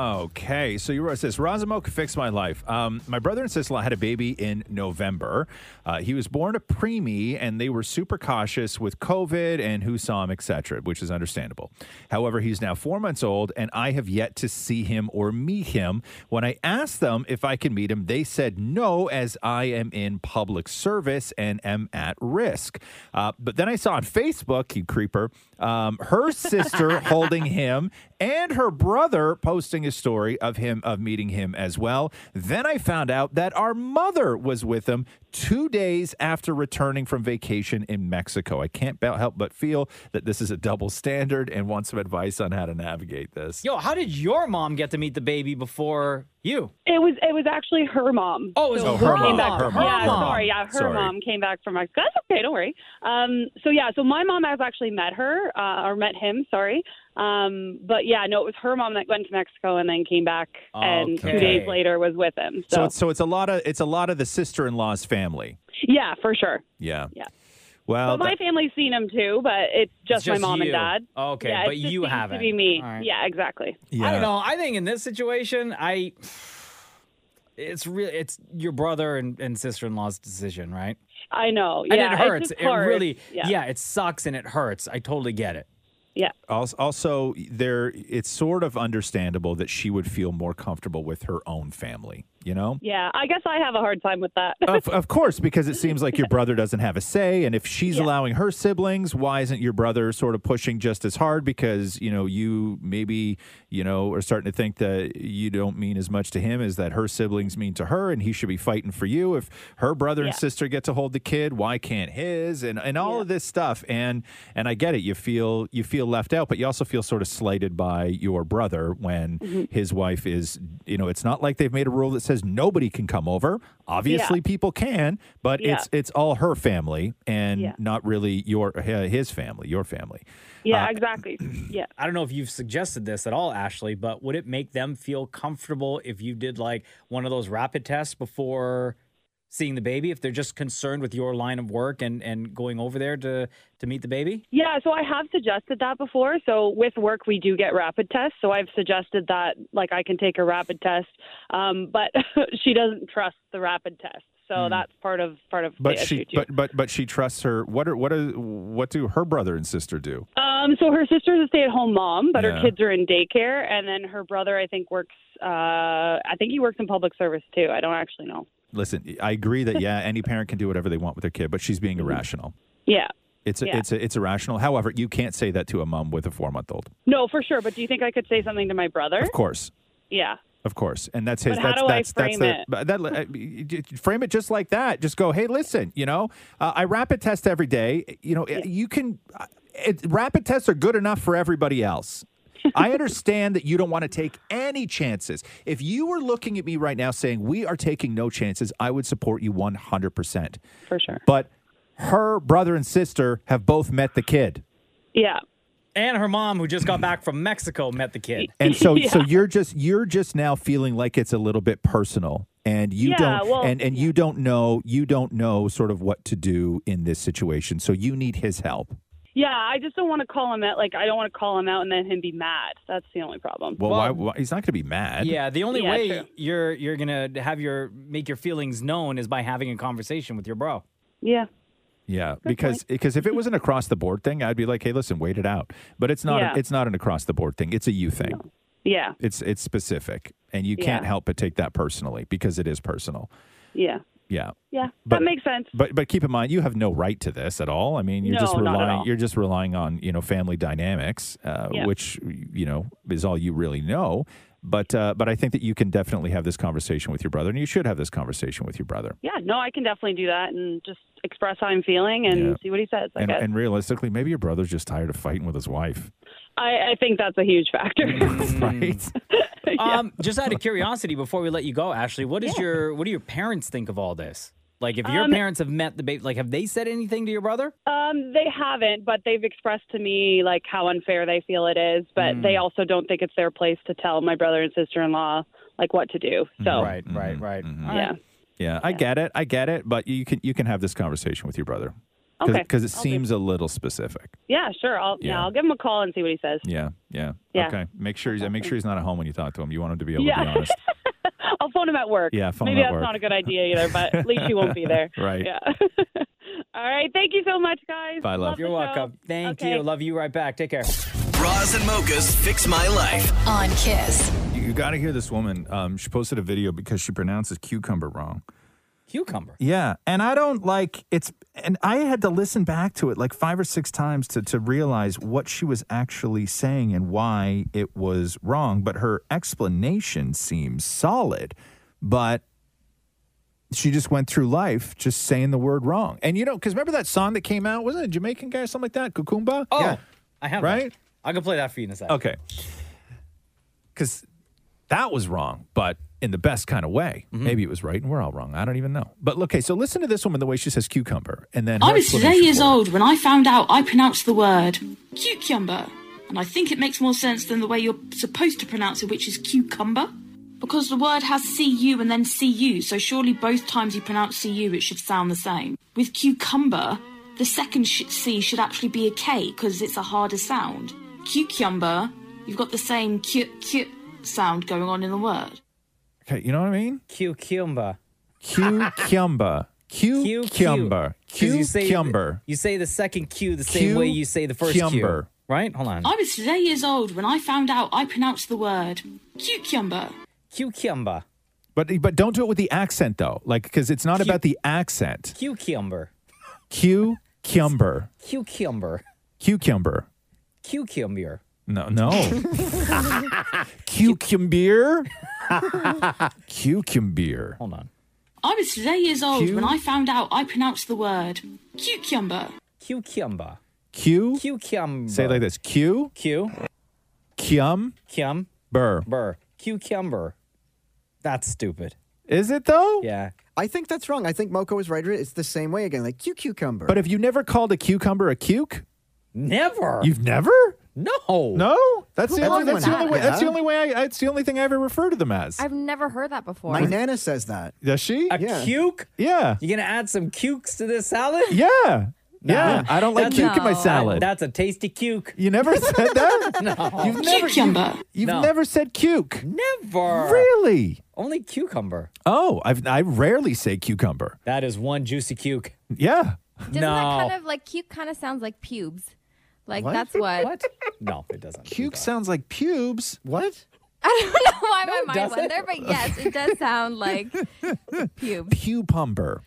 Speaker 4: Okay, so you wrote this. Razamo could fix my life. Um, my brother and sister-in-law had a baby in November. Uh, he was born a preemie, and they were super cautious with COVID and who saw him, etc., which is understandable. However, he's now four months old, and I have yet to see him or meet him. When I asked them if I can meet him, they said no, as I am in public service and am at risk. Uh, but then I saw on Facebook, you creeper, um, her sister holding him and her brother posting a story of him of meeting him as well. Then I found out that our mother was with him two days after returning from vacation in Mexico. I can't be- help but feel that this is a double standard and want some advice on how to navigate this.
Speaker 5: Yo, how did your mom get to meet the baby before you?
Speaker 18: It was it was actually her mom.
Speaker 5: Oh, it was her
Speaker 18: came
Speaker 5: mom,
Speaker 18: back-
Speaker 5: her mom.
Speaker 18: Yeah,
Speaker 5: Her mom.
Speaker 18: sorry. Yeah, her
Speaker 5: Sorry.
Speaker 18: mom came back from Mexico. That's okay. Don't worry. Um, so yeah, so my mom has actually met her uh, or met him. Sorry. Um, but yeah, no, it was her mom that went to Mexico and then came back, and
Speaker 4: Okay.
Speaker 18: two days later was with him.
Speaker 4: So,
Speaker 18: So,
Speaker 4: it's, so it's a lot of it's a lot of the sister-in-law's family.
Speaker 18: yeah, for sure.
Speaker 4: Yeah.
Speaker 18: Yeah.
Speaker 4: Well,
Speaker 18: But my
Speaker 4: that-
Speaker 18: family's seen him too, but it's just,
Speaker 5: It's Oh, just
Speaker 18: my mom
Speaker 5: you.
Speaker 18: and dad.
Speaker 5: Okay,
Speaker 18: yeah, it
Speaker 5: but
Speaker 18: just
Speaker 5: you
Speaker 18: seems
Speaker 5: haven't.
Speaker 18: To be me.
Speaker 5: All right.
Speaker 18: Yeah, exactly.
Speaker 5: I don't know. I think in this situation, I it's real. It's your brother and, and sister in law's decision, right?
Speaker 18: I know.
Speaker 5: and
Speaker 18: Oh, yeah,
Speaker 5: it
Speaker 18: it's
Speaker 5: hurts.
Speaker 18: just
Speaker 5: It
Speaker 18: hard.
Speaker 5: really,
Speaker 18: Yeah.
Speaker 5: yeah, it sucks and it hurts. I totally get it.
Speaker 18: Yeah.
Speaker 4: Als- Also, there it's sort of understandable that she would feel more comfortable with her own family. You know.
Speaker 18: Yeah, I guess I have a hard time with that. <laughs>
Speaker 4: of, of course, because it seems like
Speaker 5: <laughs>
Speaker 4: your brother doesn't have a say, and if she's allowing her siblings, why isn't your brother sort of pushing just as hard? Because you know you maybe you know are starting to think that you don't mean as much to him as that her siblings mean to her, and he should be fighting for you. If her brother and
Speaker 5: Yeah.
Speaker 4: sister get to hold the kid, why can't his? And and all of this stuff, and and I get it. You feel you feel left out, but you also feel sort of slighted by your brother when
Speaker 5: Mhm.
Speaker 4: his wife is. You know, it's not like they've made a rule that says nobody can come over. Obviously obviously
Speaker 5: Yeah.
Speaker 4: people can but
Speaker 18: Yeah.
Speaker 4: it's it's all her family and
Speaker 18: Yeah.
Speaker 4: not really your uh, hi- his family your family
Speaker 18: yeah, exactly. Yeah.
Speaker 5: I don't know if you've suggested this at all, Ashley, but would it make them feel comfortable if you did like one of those rapid tests before seeing the baby? If they're just concerned with your line of work and and going over there to to meet the baby?
Speaker 18: Yeah, so I have suggested that before. So with work, we do get rapid tests. So I've suggested that, like, I can take a rapid test, um, but <laughs> she doesn't trust the rapid test. So
Speaker 4: Hmm.
Speaker 18: that's part of part of
Speaker 4: but
Speaker 18: the
Speaker 4: she
Speaker 18: issue too.
Speaker 4: but but but she trusts her what are what are what do her brother and sister do
Speaker 18: Um, so her sister's a stay-at-home mom, but
Speaker 4: Yeah.
Speaker 18: her kids are in daycare, and then her brother, I think, works. Uh, I think he works in public service too. I don't actually know.
Speaker 4: listen i agree that yeah any parent can do whatever they want with their kid but she's being irrational
Speaker 18: Yeah.
Speaker 4: it's
Speaker 18: Mm-hmm. Yeah.
Speaker 4: it's it's irrational however you can't say that to a mom with a 4 month old
Speaker 18: No, for sure. But do you think I could say something to my brother?
Speaker 4: of course
Speaker 18: Yeah.
Speaker 4: Of course, and that's his.
Speaker 18: But how
Speaker 4: that's
Speaker 18: do I
Speaker 4: that's
Speaker 18: frame
Speaker 4: that's
Speaker 18: it?
Speaker 4: the that I- you- you <laughs> frame it just like that. Just go, hey, listen, you know, uh, I rapid test every day. You know, you can. uh, It, rapid tests are good enough for everybody else.
Speaker 18: <laughs>
Speaker 4: I understand that you don't want to take any chances. If you were looking at me right now saying we are taking no chances, I would support you one hundred percent
Speaker 18: for sure.
Speaker 4: But her brother and sister have both met the kid.
Speaker 18: Yeah.
Speaker 5: And her mom, who just got back from Mexico, met the kid.
Speaker 4: And
Speaker 18: <laughs>
Speaker 4: so so you're just you're just now feeling like it's a little bit personal and you
Speaker 5: Yeah,
Speaker 4: don't
Speaker 5: well-
Speaker 4: and, and you don't know you don't know sort of what to do in this situation. So you need his help.
Speaker 18: Yeah, I just don't want to call him out. Like, I don't want to call him out and then him be mad. That's the only problem.
Speaker 4: Well, why, why he's not going to be mad.
Speaker 5: Yeah, the only
Speaker 18: Yeah,
Speaker 5: way
Speaker 18: true.
Speaker 5: you're you're gonna have your make your feelings known is by having a conversation with your
Speaker 18: <laughs>
Speaker 5: bro.
Speaker 18: Yeah.
Speaker 4: Yeah, because because if it was an across the board thing, I'd be like, "Hey, listen, wait it out." But it's not
Speaker 18: Yeah.
Speaker 4: it's not an across the board thing. It's a you thing.
Speaker 18: Yeah.
Speaker 4: It's it's specific, and you can't
Speaker 18: Yeah.
Speaker 4: help but take that personally because it is personal.
Speaker 18: Yeah.
Speaker 4: Yeah.
Speaker 18: Yeah.
Speaker 4: But-
Speaker 18: that makes sense.
Speaker 4: But but keep in mind, you have no right to this at all. I mean, you're just
Speaker 18: No, not at
Speaker 4: relying
Speaker 18: all.
Speaker 4: you're just relying on you know family dynamics, uh,
Speaker 18: Yeah.
Speaker 4: which you know is all you really know. But uh, but I think that you can definitely have this conversation with your brother, and you should have this conversation with your brother.
Speaker 18: Yeah, no, I can definitely do that and just express how I'm feeling and
Speaker 4: Yeah.
Speaker 18: see what he says. I
Speaker 4: and,
Speaker 18: guess.
Speaker 4: and realistically, maybe your brother's just tired of fighting with his wife,
Speaker 18: I, I think that's a huge factor. <laughs>
Speaker 4: right?
Speaker 5: Um, just out of curiosity, before we let you go, Ashley, what is your what do your parents think of all this? Like, if your
Speaker 18: Um,
Speaker 5: parents have met the baby, like, have they said anything to your brother?
Speaker 18: Um, they haven't, but they've expressed to me like how unfair they feel it is, but
Speaker 5: Mm.
Speaker 18: they also don't think it's their place to tell my brother and sister in law like what to do. So
Speaker 5: right, right, right.
Speaker 18: Yeah.
Speaker 4: Yeah, I get it. I get it. But you can you can have this conversation with your brother.
Speaker 18: Okay.
Speaker 4: Because it seems a little specific.
Speaker 18: Yeah, sure. I'll yeah.
Speaker 4: Yeah.
Speaker 18: I'll give him a call and see what he says.
Speaker 4: Yeah. Yeah.
Speaker 18: Yeah.
Speaker 4: Okay. Make sure he's and make sure he's not at home when you talk to him. You want him to be able to
Speaker 18: Yeah.
Speaker 4: be honest.
Speaker 18: I'll phone him at work.
Speaker 4: Yeah, phone him
Speaker 18: Maybe
Speaker 4: at
Speaker 18: that's
Speaker 4: work.
Speaker 18: not a good idea either, but at least you won't be
Speaker 5: <laughs>
Speaker 18: there.
Speaker 4: <laughs> Right.
Speaker 18: Yeah. All right. Thank you so much, guys.
Speaker 4: Bye, love.
Speaker 5: You're
Speaker 18: the show.
Speaker 5: welcome. Thank
Speaker 18: Okay.
Speaker 5: you. Love you right back. Take care.
Speaker 1: Roz and Mocha's Fix My Life.
Speaker 6: on Kiss.
Speaker 4: You, you got to hear this woman. Um, she posted a video because she pronounces cucumber wrong.
Speaker 5: Cucumber.
Speaker 4: Yeah, and I don't like it's. And I had to listen back to it like five or six times to to realize what she was actually saying and why it was wrong. But her explanation seems solid, but she just went through life just saying the word wrong. And you know, because remember that song that came out? Wasn't it a Jamaican guy or something like that? Kukumba?
Speaker 5: Oh, I have that.
Speaker 4: Right?
Speaker 5: I can play that for you in a second.
Speaker 4: Okay. Because that was wrong, but in the best kind of way. Maybe it was right and we're all wrong. I don't even know. But okay, so listen to this woman the way she says cucumber. And then
Speaker 19: I
Speaker 4: her
Speaker 19: was today
Speaker 4: explanation
Speaker 19: years
Speaker 4: for it.
Speaker 19: old when I found out I pronounced the word cucumber, and I think it makes more sense than the way you're supposed to pronounce it, which is cucumber, because the word has cu and then cu, so surely both times you pronounce cu, it should sound the same. With cucumber, the second sh- c should actually be a k because it's a harder sound. Cucumber, you've got the same q q sound going on in the word.
Speaker 4: Okay, you know what I
Speaker 5: <laughs>
Speaker 4: mean?
Speaker 5: Cucumber.
Speaker 4: Cucumber. Cucumber.
Speaker 5: 'Cause you say-
Speaker 4: Cucumber.
Speaker 5: You say the second Q the same way you say the first
Speaker 4: Cucumber.
Speaker 5: Q. Right? Hold on.
Speaker 19: I was today years old when I found out I pronounced the word cucumber.
Speaker 5: Cucumber.
Speaker 4: But but don't do it with the accent though. Like because it's not about the accent.
Speaker 5: Cucumber.
Speaker 4: Cucumber.
Speaker 5: Cucumber.
Speaker 4: Cucumber.
Speaker 5: Cucumber.
Speaker 4: No, no. Cucumber. Cucumber.
Speaker 5: Hold on.
Speaker 19: I was today years old
Speaker 4: Cu-
Speaker 19: when I found out I pronounced the word cucumber.
Speaker 5: Cucumber.
Speaker 4: Q.
Speaker 5: Cucumber.
Speaker 4: Say it like this. Q.
Speaker 5: Q.
Speaker 4: Cum.
Speaker 5: Cum.
Speaker 4: Burr.
Speaker 5: Burr. Cucumber. That's stupid.
Speaker 4: Is it though?
Speaker 5: Yeah.
Speaker 7: I think that's wrong. I think Mocha was right. It's the same way again, like Q cucumber.
Speaker 4: But have you never called a cucumber a cuke?
Speaker 5: Never.
Speaker 4: You've never?
Speaker 5: No.
Speaker 4: No? That's
Speaker 7: Who
Speaker 4: the only
Speaker 7: would
Speaker 4: that's the
Speaker 7: not?
Speaker 4: only way that's the
Speaker 7: Yeah.
Speaker 4: only way I that's the only thing I ever refer to them as.
Speaker 9: I've never heard that before.
Speaker 7: My nana says that.
Speaker 4: Does she?
Speaker 5: A cuke?
Speaker 4: Yeah.
Speaker 5: You gonna add some cukes to this salad?
Speaker 4: Yeah.
Speaker 5: Nah.
Speaker 4: Yeah. I don't like
Speaker 5: That's-
Speaker 4: cuke in my salad.
Speaker 5: That's a tasty cuke.
Speaker 4: You
Speaker 5: <laughs>
Speaker 4: never said that?
Speaker 5: No.
Speaker 4: You've never,
Speaker 5: Cucumber.
Speaker 4: You've, you've
Speaker 5: No.
Speaker 4: never said cuke.
Speaker 5: Never.
Speaker 4: Really?
Speaker 5: Only cucumber.
Speaker 4: Oh, I've, I rarely say cucumber.
Speaker 5: That is one juicy cuke.
Speaker 4: Yeah.
Speaker 9: Doesn't that kind of like cute? Kind of sounds like pubes. Like
Speaker 4: What?
Speaker 9: that's what.
Speaker 5: what? No, it doesn't.
Speaker 4: Cuke sounds like pubes.
Speaker 9: <laughs>
Speaker 7: What?
Speaker 9: <laughs> I don't know why my mind
Speaker 4: doesn't.
Speaker 9: went there, but yes, it does sound like pubes.
Speaker 5: <laughs>
Speaker 4: Pubumber.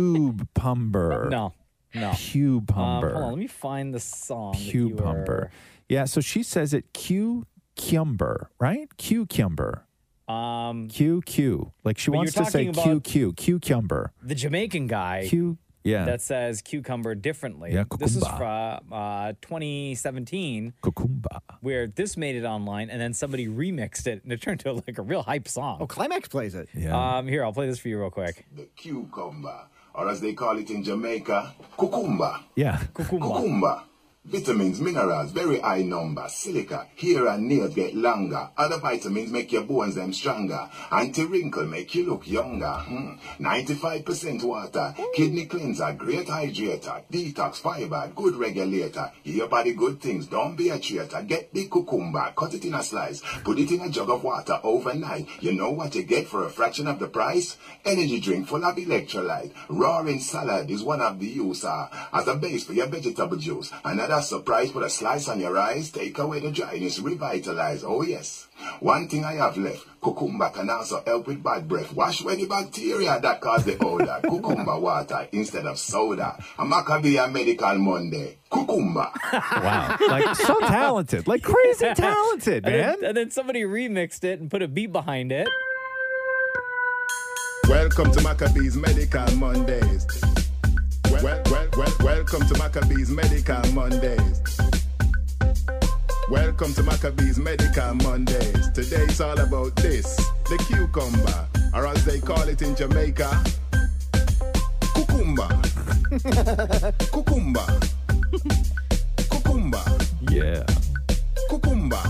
Speaker 4: Pubumber.
Speaker 5: No. No. Um, hold
Speaker 4: Pubumber.
Speaker 5: on, let me find the song. that you were-
Speaker 4: cucumber. Yeah, so she says it cucumber, right? Cucumber.
Speaker 5: Um,
Speaker 4: QQ. Like she
Speaker 5: but you're
Speaker 4: wants to say
Speaker 5: talking about-
Speaker 4: QQ, cucumber.
Speaker 5: the Jamaican guy
Speaker 4: Q. Yeah.
Speaker 5: that says cucumber differently.
Speaker 4: Yeah,
Speaker 5: this is
Speaker 4: cucumba.
Speaker 5: from uh, 2017,
Speaker 4: Cucumba.
Speaker 5: where this made it online, and then somebody remixed it, and it turned into like a real hype song. Oh,
Speaker 7: Climax plays it.
Speaker 5: Yeah. Um, here, I'll play this for you real quick.
Speaker 20: The cucumber, or as they call it in Jamaica, cucumba.
Speaker 4: Yeah.
Speaker 20: Cucumba.
Speaker 21: Vitamins, minerals, very high number. Silica, hair and nails get longer. Other vitamins make your bones them stronger. Anti-wrinkle make you look younger. Hmm. 95% water. Kidney cleanser, great hydrator. Detox, fiber, good regulator. Your body good things. Don't be a traitor. Get the cucumber. Cut it in a slice. Put it in a jug of water overnight. You know what you get for a fraction of the price? Energy drink full of electrolyte. Roaring salad is one of the use uh, as a base for your vegetable juice. Another surprise put a slice on your eyes. Take away the dryness. Revitalize. Oh yes. One thing I have left, cucumber can also help with bad breath. Wash away the bacteria that cause the odor. cucumber water instead of soda. A Maccabea Medical Monday. Cucumber.
Speaker 4: Wow. like so talented, like crazy
Speaker 5: <laughs>
Speaker 4: talented,
Speaker 5: And
Speaker 4: man.
Speaker 5: then, and then somebody remixed it and put a beat behind it.
Speaker 21: Welcome to Maccabees Medical Mondays. Well, well, well, well, welcome to Maccabees Medical Mondays. Welcome to Maccabees Medical Mondays. Today it's all about this the cucumber, or as they call it in Jamaica, cucumber. cucumber. cucumber.
Speaker 4: Yeah.
Speaker 21: Cucumber.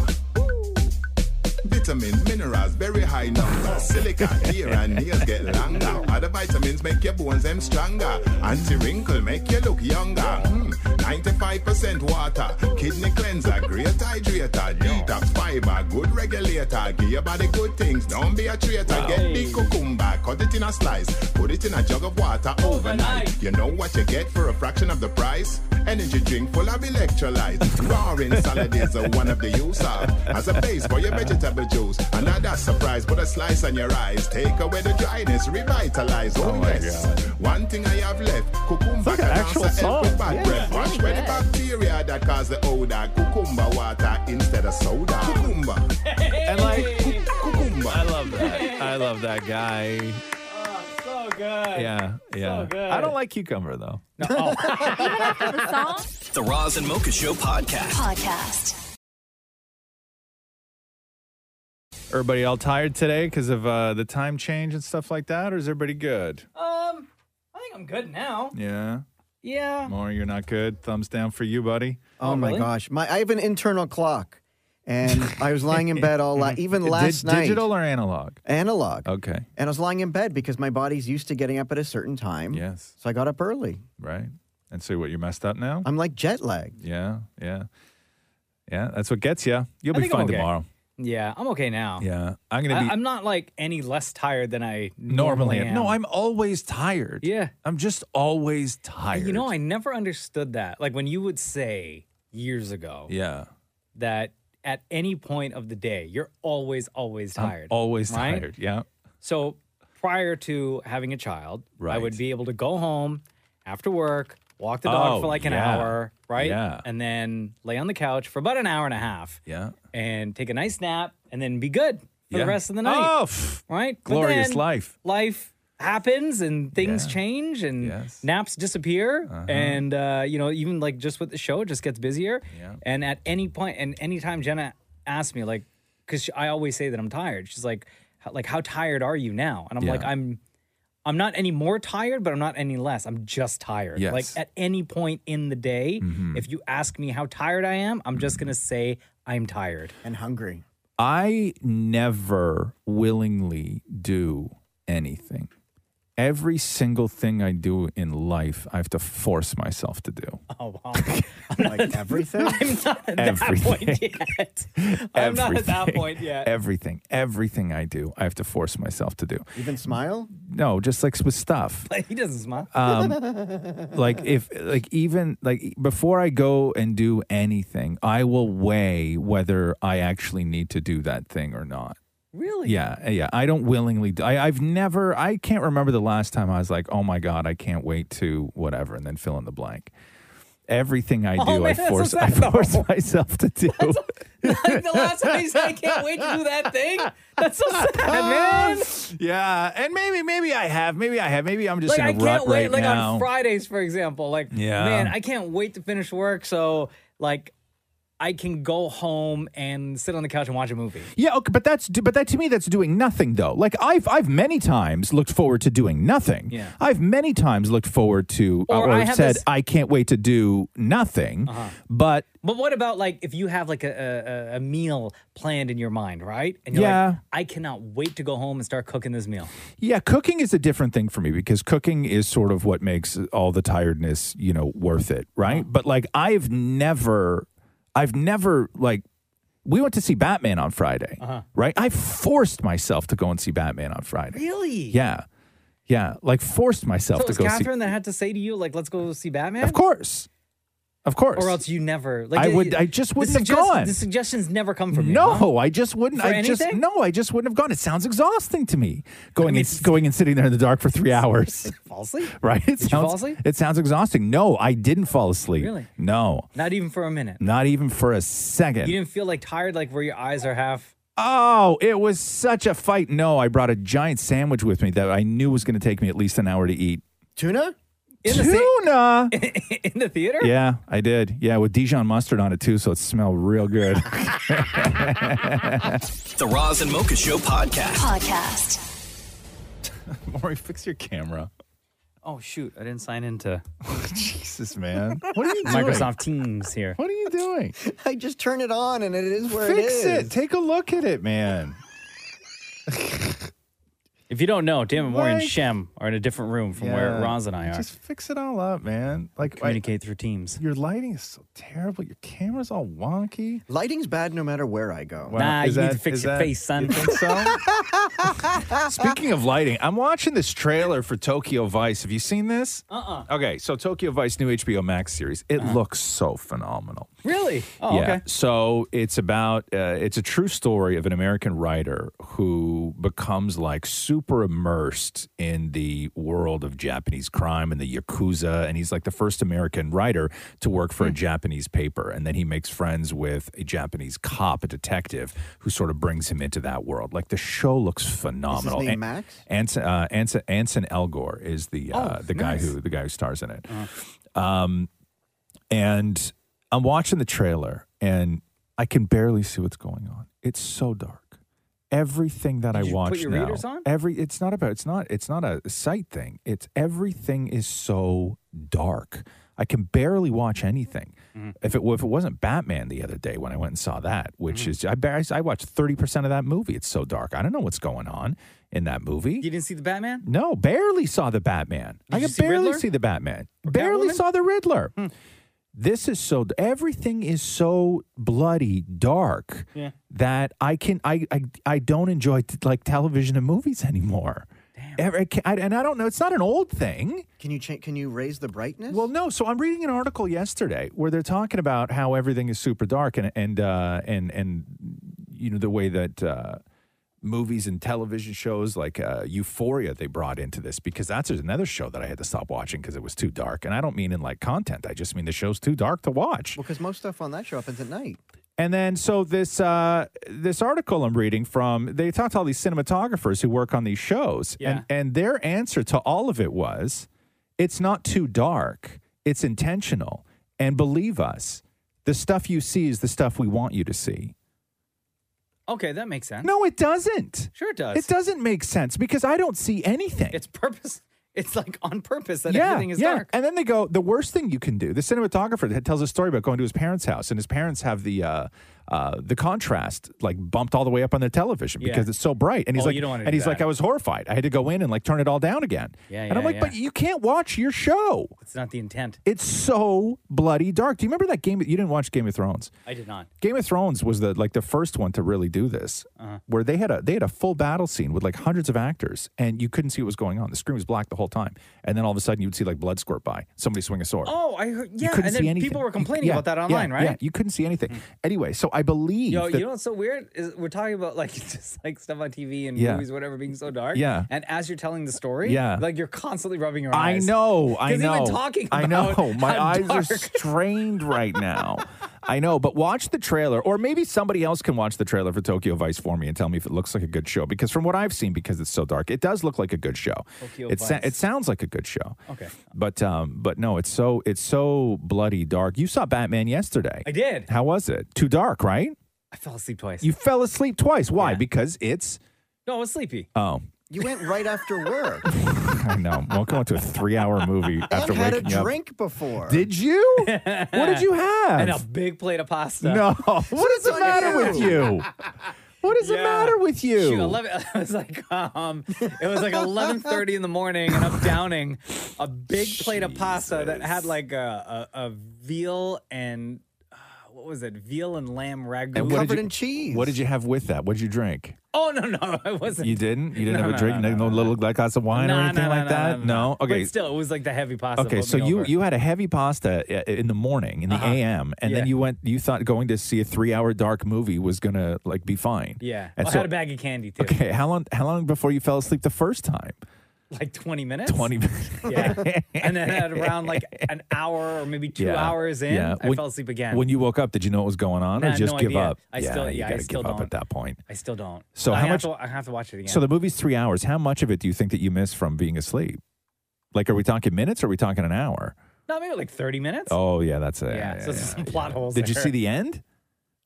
Speaker 21: Vitamins, minerals, very high number. Silica, hair and nails get longer. Other vitamins make your bones them stronger. Anti-wrinkle make you look younger. Mm, 95% water. Kidney cleanser, great hydrator. Detox fiber, good regulator. Give your body good things. Don't be a traitor. Get the cucumber, cut it in a slice. Put it in a jug of water overnight. You know what you get for a fraction of the price? Energy drink full of electrolytes. Roaring salad is a one of the use of as a base for your vegetable juice. Another surprise, put a slice on your eyes. Take away the dryness, revitalize. Oh, yes. One thing I have left, cucumber can also help with bad breath. Wash away the bacteria that cause the odor. Cucumber water instead of soda. Cucumber.
Speaker 4: And like
Speaker 21: cucumber.
Speaker 4: I love that. I love that guy.
Speaker 5: So good.
Speaker 4: Yeah. Yeah. I don't like cucumber though. <laughs>
Speaker 5: Oh.
Speaker 6: The Roz and Mocha Show podcast.
Speaker 22: Podcast.
Speaker 4: Everybody all tired today because of uh, the time change and stuff like that, or is everybody good?
Speaker 5: Um, I think I'm good now.
Speaker 4: Yeah.
Speaker 5: Yeah.
Speaker 4: More, you're not good. Thumbs down for you, buddy.
Speaker 7: Oh, my gosh, my I have an internal clock, and I was lying in bed
Speaker 4: <laughs>
Speaker 7: all la- even
Speaker 4: Dig-
Speaker 7: last night.
Speaker 4: Digital or analog?
Speaker 7: Analog.
Speaker 4: Okay.
Speaker 7: And I was lying in bed because my body's used to getting up at a certain time.
Speaker 4: Yes.
Speaker 7: So I got up early.
Speaker 4: Right. And so what, you're messed up now?
Speaker 7: I'm like jet lagged.
Speaker 4: Yeah. Yeah. Yeah. That's what gets you. You'll
Speaker 5: I
Speaker 4: be
Speaker 5: think I'm
Speaker 4: fine
Speaker 5: okay.
Speaker 4: tomorrow.
Speaker 5: Yeah, I'm okay now.
Speaker 4: Yeah. I'm going to
Speaker 5: I,
Speaker 4: be
Speaker 5: I'm not like any less tired than I normally,
Speaker 4: normally.
Speaker 5: am.
Speaker 4: No, I'm always tired. Yeah. I'm just always tired.
Speaker 5: You know, I never understood that. Like when you would say years ago
Speaker 4: yeah.
Speaker 5: that at any point of the day, you're always, always
Speaker 4: I'm
Speaker 5: tired.
Speaker 4: always
Speaker 5: right?
Speaker 4: tired. Yeah.
Speaker 5: So prior to having a child, I
Speaker 4: Right.
Speaker 5: would be able to go home after work, walk the dog
Speaker 4: Oh,
Speaker 5: for like an
Speaker 4: yeah.
Speaker 5: hour, right?
Speaker 4: Yeah.
Speaker 5: And then lay on the couch for about an hour and a half.
Speaker 4: Yeah.
Speaker 5: And take a nice nap and then be good for
Speaker 4: Yeah.
Speaker 5: the rest of the night.
Speaker 4: Oh, pff,
Speaker 5: right? But
Speaker 4: glorious
Speaker 5: then
Speaker 4: life.
Speaker 5: Life happens and things change and naps disappear
Speaker 4: Uh-huh.
Speaker 5: and uh, you know even like just with the show it just gets busier
Speaker 4: Yeah.
Speaker 5: and at any point and anytime jenna asks me like because i always say that i'm tired she's like "How- like how tired are you now and i'm like
Speaker 4: Yeah.
Speaker 5: i'm i'm not any more tired but i'm not any less i'm just tired like
Speaker 4: Yes. Mm-hmm.
Speaker 5: at any point in the day if you ask me how tired i am i'm just gonna say i'm tired
Speaker 7: and hungry
Speaker 4: I never willingly do anything. Every single thing I do in life, I have to force myself to do.
Speaker 5: oh wow
Speaker 7: like everything
Speaker 5: <laughs> i'm <laughs> not at that point
Speaker 4: Everything. <laughs>
Speaker 5: yet i'm not at that point yet
Speaker 4: Everything, everything I do, I have to force myself to do.
Speaker 7: Even smile?
Speaker 4: No, just like with stuff.
Speaker 5: Like, <laughs> he doesn't smile.
Speaker 4: Um,
Speaker 7: <laughs>
Speaker 4: like if like even like before I go and do anything, I will weigh whether I actually need to do that thing or not.
Speaker 5: Really?
Speaker 4: Yeah, eh, yeah. I don't willingly. Do, I, I've never. I can't remember the last time I was like, "Oh my god, I can't wait to whatever," and then fill in the blank. Everything I do,
Speaker 5: <laughs> Oh,
Speaker 4: I
Speaker 5: man, that's so
Speaker 4: force. I
Speaker 5: sad, though.
Speaker 4: force <laughs> myself to do.
Speaker 5: like the last time he said, I can't wait to do that thing. That's
Speaker 4: <laughs>
Speaker 5: so sad, man.
Speaker 4: <laughs> yeah, and maybe maybe I have. Maybe I have. Maybe I'm just
Speaker 5: like, I
Speaker 4: in a
Speaker 5: can't
Speaker 4: rut
Speaker 5: wait,
Speaker 4: right
Speaker 5: like
Speaker 4: now.
Speaker 5: on Fridays, for example. Like,
Speaker 4: Yeah.
Speaker 5: man, I can't wait to finish work. So, like, I can go home and sit on the couch and watch a movie.
Speaker 4: Yeah, okay, but that's but that to me that's doing nothing though. Like I've I've many times looked forward to doing nothing.
Speaker 5: Yeah.
Speaker 4: I've many times looked forward to uh,
Speaker 5: Or
Speaker 4: or,
Speaker 5: I have
Speaker 4: said
Speaker 5: this-
Speaker 4: I can't wait to do nothing.
Speaker 5: Uh-huh.
Speaker 4: But
Speaker 5: But what about like if you have like a, a, a meal planned in your mind, right? And you're
Speaker 4: Yeah.
Speaker 5: like, I cannot wait to go home and start cooking this meal.
Speaker 4: yeah, cooking is a different thing for me because cooking is sort of what makes all the tiredness, you know, worth it, right? But like I've never I've never like we went to see Batman on Friday,
Speaker 5: Uh-huh.
Speaker 4: right? I forced myself to go and see Batman on Friday.
Speaker 5: Really?
Speaker 4: Yeah. Yeah, like forced myself
Speaker 5: So it
Speaker 4: to
Speaker 5: was
Speaker 4: go see
Speaker 5: Catherine that had to say to you, like, let's go see Batman?
Speaker 4: Of course. Of course.
Speaker 5: Or else you never. Like,
Speaker 4: I
Speaker 5: the-
Speaker 4: would- I just
Speaker 5: the
Speaker 4: wouldn't have gone.
Speaker 5: The suggestions never come from you.
Speaker 4: no,
Speaker 5: huh?
Speaker 4: I just wouldn't.
Speaker 5: For
Speaker 4: I just
Speaker 5: anything?
Speaker 4: no, I just wouldn't have gone. It sounds exhausting to me going and going and sitting there in the dark for
Speaker 5: <laughs>
Speaker 4: three hours.
Speaker 5: Fall asleep?
Speaker 4: <laughs> right? It
Speaker 5: Did you
Speaker 4: sounds,
Speaker 5: fall asleep?
Speaker 4: It sounds exhausting. No, I didn't fall asleep.
Speaker 5: Really?
Speaker 4: No,
Speaker 5: Not even for a minute.
Speaker 4: not even for a
Speaker 5: You
Speaker 4: second.
Speaker 5: didn't feel like tired, like where your eyes are half.
Speaker 4: Oh, it was such a fight. No, I brought a giant sandwich with me that I knew was going to take me at least an hour to eat.
Speaker 7: Tuna?
Speaker 5: In
Speaker 4: Tuna.
Speaker 5: <laughs> in the theater?
Speaker 4: Yeah, I did. Yeah, with Dijon mustard on it too, so it smelled real <laughs> good.
Speaker 5: Uh-huh.
Speaker 1: The Roz and Mocha Show podcast.
Speaker 4: <laughs>
Speaker 6: Podcast.
Speaker 4: Maury, fix your camera.
Speaker 5: Oh, shoot. I didn't sign into
Speaker 4: <laughs> Jesus, man. What are you doing?
Speaker 5: Microsoft Teams here.
Speaker 4: What are you doing?
Speaker 7: <laughs> I just turn it on and it is where it
Speaker 4: Fix
Speaker 7: is.
Speaker 4: it. Take a look at it, man.
Speaker 5: <laughs> If you don't know, Dan and Warren and
Speaker 4: Like-
Speaker 5: Shem are in a different room from where
Speaker 4: Yeah.
Speaker 5: Roz and I are.
Speaker 4: Just fix it all up, man. Like
Speaker 5: communicate through Teams.
Speaker 4: Your lighting is so terrible. Your camera's all wonky.
Speaker 7: Lighting's bad no matter where I go.
Speaker 5: nah, you
Speaker 4: is
Speaker 5: need to
Speaker 4: that- <laughs>
Speaker 5: fix
Speaker 4: is
Speaker 5: your
Speaker 4: that-
Speaker 5: face, son.
Speaker 4: <laughs> Speaking of lighting, I'm watching this trailer for Tokyo Vice. Have you seen this?
Speaker 5: Uh-uh. Uh-huh.
Speaker 4: Okay, so Tokyo Vice new HBO Max series. It looks so phenomenal.
Speaker 5: Really? Oh,
Speaker 4: yeah.
Speaker 5: okay.
Speaker 4: So it's about uh, it's a true story of an American writer who becomes like super immersed in the world of Japanese crime and the yakuza, and he's like the first American writer to work
Speaker 7: Hmm.
Speaker 4: for a Japanese paper, and then he makes friends with a Japanese cop, a detective, who sort of brings him into that world. Like the show looks phenomenal.
Speaker 7: name
Speaker 4: An-
Speaker 7: Max?
Speaker 4: Anson, uh, Anson, Anson Elgor is the uh,
Speaker 7: Oh,
Speaker 4: the guy
Speaker 7: nice. Uh-huh.
Speaker 4: who the guy who stars in it. Um, and I'm watching the trailer and I can barely see what's going on. It's so dark. Everything that I
Speaker 5: you put
Speaker 4: watch
Speaker 5: your
Speaker 4: now,
Speaker 5: readers on?
Speaker 4: every it's not about it's not it's not a sight thing. It's everything is so dark. I can barely watch anything. If it if it wasn't Batman the other day when I went and saw that, which
Speaker 5: Hmm.
Speaker 4: is I bar- I watched thirty percent of that movie. It's so dark. I don't know what's going on in that movie.
Speaker 5: You didn't see the Batman?
Speaker 4: No, barely saw the Batman. I
Speaker 5: you
Speaker 4: could
Speaker 5: see
Speaker 4: barely
Speaker 5: Riddler?
Speaker 4: see the Batman. barely
Speaker 5: Catwoman? Hmm.
Speaker 4: saw the Riddler. This is so everything is so bloody dark
Speaker 5: Yeah.
Speaker 4: that I can I I, I don't enjoy t- like television and movies anymore. Ever- I can't- I- and I don't know. It's not an old thing.
Speaker 7: Can you change? Can you raise the brightness?
Speaker 4: Well, no. So I'm reading an article yesterday where they're talking about how everything is super dark and and uh, and and you know the way that uh, movies and television shows like uh, Euphoria they brought into this because that's another show that I had to stop watching because it was too dark. And I don't mean in like content. I just mean the show's too dark to watch.
Speaker 7: Because most stuff on that show happens at night.
Speaker 4: And then so this uh, this article I'm reading from they talked to all these cinematographers who work on these shows, and and their answer to all of it was, it's not too dark, it's intentional, and believe us, the stuff you see is the stuff we want you to see.
Speaker 5: Okay, that makes sense.
Speaker 4: No, it doesn't.
Speaker 5: Sure it does.
Speaker 4: It doesn't make sense because I don't see anything.
Speaker 5: It's purpose. <laughs> It's like on purpose that everything is dark.
Speaker 4: And then they go, the worst thing you can do. The cinematographer that tells a story about going to his parents' house, and his parents have the uh, uh, the contrast like bumped all the way up on their television
Speaker 5: Yeah.
Speaker 4: because it's so bright. And he's
Speaker 5: Oh,
Speaker 4: like,
Speaker 5: you don't wanna
Speaker 4: and
Speaker 5: do
Speaker 4: he's like,
Speaker 5: that.
Speaker 4: I was horrified. I had to go in and like turn it all down again.
Speaker 5: Yeah,
Speaker 4: and I'm
Speaker 5: yeah,
Speaker 4: like,
Speaker 5: yeah.
Speaker 4: but you can't watch your show.
Speaker 5: It's not the intent.
Speaker 4: It's so bloody dark. Do you remember that game? You didn't watch Game of Thrones.
Speaker 5: I did not.
Speaker 4: Game of Thrones was the like the first one to really do this,
Speaker 5: Uh-huh.
Speaker 4: where they had a they had a full battle scene with like hundreds of actors, and you couldn't see what was going on. The screen was black the whole time, and then all of a sudden you'd see like blood squirt by somebody swing a sword.
Speaker 5: Oh, I heard.
Speaker 4: you
Speaker 5: Yeah,
Speaker 4: couldn't
Speaker 5: and then
Speaker 4: see anything.
Speaker 5: people were
Speaker 4: You-
Speaker 5: complaining
Speaker 4: yeah,
Speaker 5: about that
Speaker 4: yeah,
Speaker 5: online, right? Hmm.
Speaker 4: Yeah, you couldn't see anything. Anyway, so I believe
Speaker 5: Yo,
Speaker 4: that,
Speaker 5: you know what's so weird is we're talking about like <laughs> just like stuff on TV and
Speaker 4: Yeah.
Speaker 5: movies, whatever, being so dark.
Speaker 4: Yeah.
Speaker 5: And as you're telling the story,
Speaker 4: Yeah.
Speaker 5: like you're constantly rubbing your
Speaker 4: I
Speaker 5: eyes.
Speaker 4: know, I
Speaker 5: 'Cause even
Speaker 4: know.
Speaker 5: talking
Speaker 4: I know.
Speaker 5: about
Speaker 4: My
Speaker 5: how
Speaker 4: eyes are
Speaker 5: dark- <laughs>
Speaker 4: strained right now. I know, but watch the trailer, or maybe somebody else can watch the trailer for Tokyo Vice for me and tell me if it looks like a good show. Because from what I've seen, because it's so dark, it does look like a good show.
Speaker 5: Tokyo
Speaker 4: it,
Speaker 5: Vice.
Speaker 4: it sounds like a good show,
Speaker 5: Okay.
Speaker 4: but um, but no, it's so it's so bloody dark. You saw Batman yesterday.
Speaker 5: I did.
Speaker 4: How was it? Too dark, right?
Speaker 5: <laughs> I fell asleep twice.
Speaker 4: You fell asleep twice. Why? Because it's
Speaker 5: No, I was sleepy.
Speaker 4: oh,
Speaker 7: You went right after work.
Speaker 4: I know. Welcome out to a three-hour movie after
Speaker 7: and had a
Speaker 4: waking up.
Speaker 7: drink before.
Speaker 4: Did you? <laughs> what did you have?
Speaker 5: <laughs> And a big plate of pasta.
Speaker 4: No. <laughs> What is the matter with you? What is the matter with you?
Speaker 5: Shoot, <laughs> 11, it was like um, it was like eleven thirty in the morning, and I'm downing a big plate of pasta that had like a a, a veal and uh, what was it? Veal and lamb ragu,
Speaker 4: And what did you- What did you have with that? What did you drink?
Speaker 5: Oh no, no, <laughs> I wasn't.
Speaker 4: You didn't? You didn't
Speaker 5: No,
Speaker 4: have a
Speaker 5: no,
Speaker 4: drink? No, no, little glass of wine or
Speaker 5: No, no,
Speaker 4: anything
Speaker 5: no,
Speaker 4: like
Speaker 5: no,
Speaker 4: that?
Speaker 5: no, no, no. But
Speaker 4: Okay.
Speaker 5: still, it was like the heavy pasta.
Speaker 4: Okay,
Speaker 5: put
Speaker 4: so
Speaker 5: me
Speaker 4: you
Speaker 5: over. Uh-huh.
Speaker 4: you had a heavy pasta i- in the morning in the a.m. and then
Speaker 5: Yeah.
Speaker 4: you went you thought going to see a 3-hour dark movie was going to like be fine.
Speaker 5: yeah.
Speaker 4: And
Speaker 5: Well, I
Speaker 4: so-
Speaker 5: had a bag of candy too.
Speaker 4: Okay, how long how long before you fell asleep the first time?
Speaker 5: Like twenty minutes.
Speaker 4: 20 minutes.
Speaker 5: Yeah. and then
Speaker 4: <laughs>
Speaker 5: at around like an hour or maybe two
Speaker 4: Yeah,
Speaker 5: hours in,
Speaker 4: yeah.
Speaker 5: I
Speaker 4: When-
Speaker 5: fell asleep again.
Speaker 4: When you woke up, did you know what was going on
Speaker 5: Nah,
Speaker 4: or just
Speaker 5: no
Speaker 4: give
Speaker 5: idea.
Speaker 4: up?
Speaker 5: I still,
Speaker 4: you
Speaker 5: yeah, I
Speaker 4: gotta
Speaker 5: still
Speaker 4: give up
Speaker 5: don't.
Speaker 4: at that point.
Speaker 5: I still don't.
Speaker 4: So how
Speaker 5: I have
Speaker 4: much-
Speaker 5: To, I have to watch it again.
Speaker 4: So the movie's three hours. How much of it do you think that you miss from being asleep? Like, are we talking minutes or are we talking an hour?
Speaker 5: no, maybe like thirty minutes.
Speaker 4: Oh yeah, that's it.
Speaker 5: yeah, So there's some plot holes.
Speaker 4: Did you
Speaker 5: there.
Speaker 4: see the end?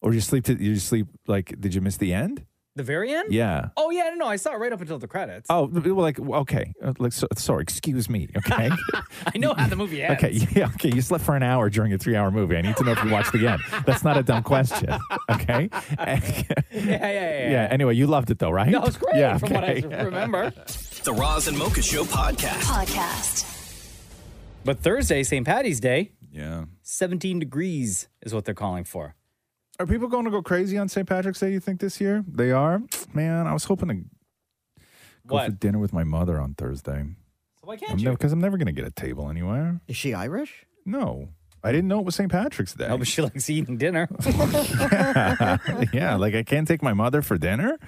Speaker 4: Or you sleep? To, you sleep like? Did you miss the end?
Speaker 5: the very end?
Speaker 4: Yeah.
Speaker 5: Oh yeah, no, no, I saw it right up until the credits.
Speaker 4: Oh, well, like okay, Uh, like so, sorry, excuse me. Okay,
Speaker 5: <laughs> <laughs> I know how the movie ends.
Speaker 4: <laughs> okay, yeah, okay. You slept for an hour during a three-hour movie. I need to know if you watched the end. That's not a dumb question. <laughs>
Speaker 5: <laughs>
Speaker 4: Okay.
Speaker 5: Yeah, yeah, yeah.
Speaker 4: yeah. Anyway, you loved it though, right?
Speaker 5: No, it was great
Speaker 4: Yeah.
Speaker 5: from what I
Speaker 4: okay.
Speaker 5: remember.
Speaker 1: The Roz and Mocha Show podcast.
Speaker 6: Podcast.
Speaker 5: But Thursday, St. Patty's Day.
Speaker 4: Yeah.
Speaker 5: 17 degrees is what they're calling for.
Speaker 4: Are people going to go crazy on St. Patrick's Day? You think this year they are? Man, I was hoping to go for
Speaker 5: What?
Speaker 4: dinner with my mother on Thursday.
Speaker 5: So why
Speaker 4: I'm
Speaker 5: can't you?
Speaker 4: Because I'm never going to get a table anywhere.
Speaker 7: Is she Irish?
Speaker 4: No, I didn't know it was St. Patrick's Day.
Speaker 5: No, Oh, but she likes eating dinner.
Speaker 4: <laughs> yeah, like I can't take my mother for dinner,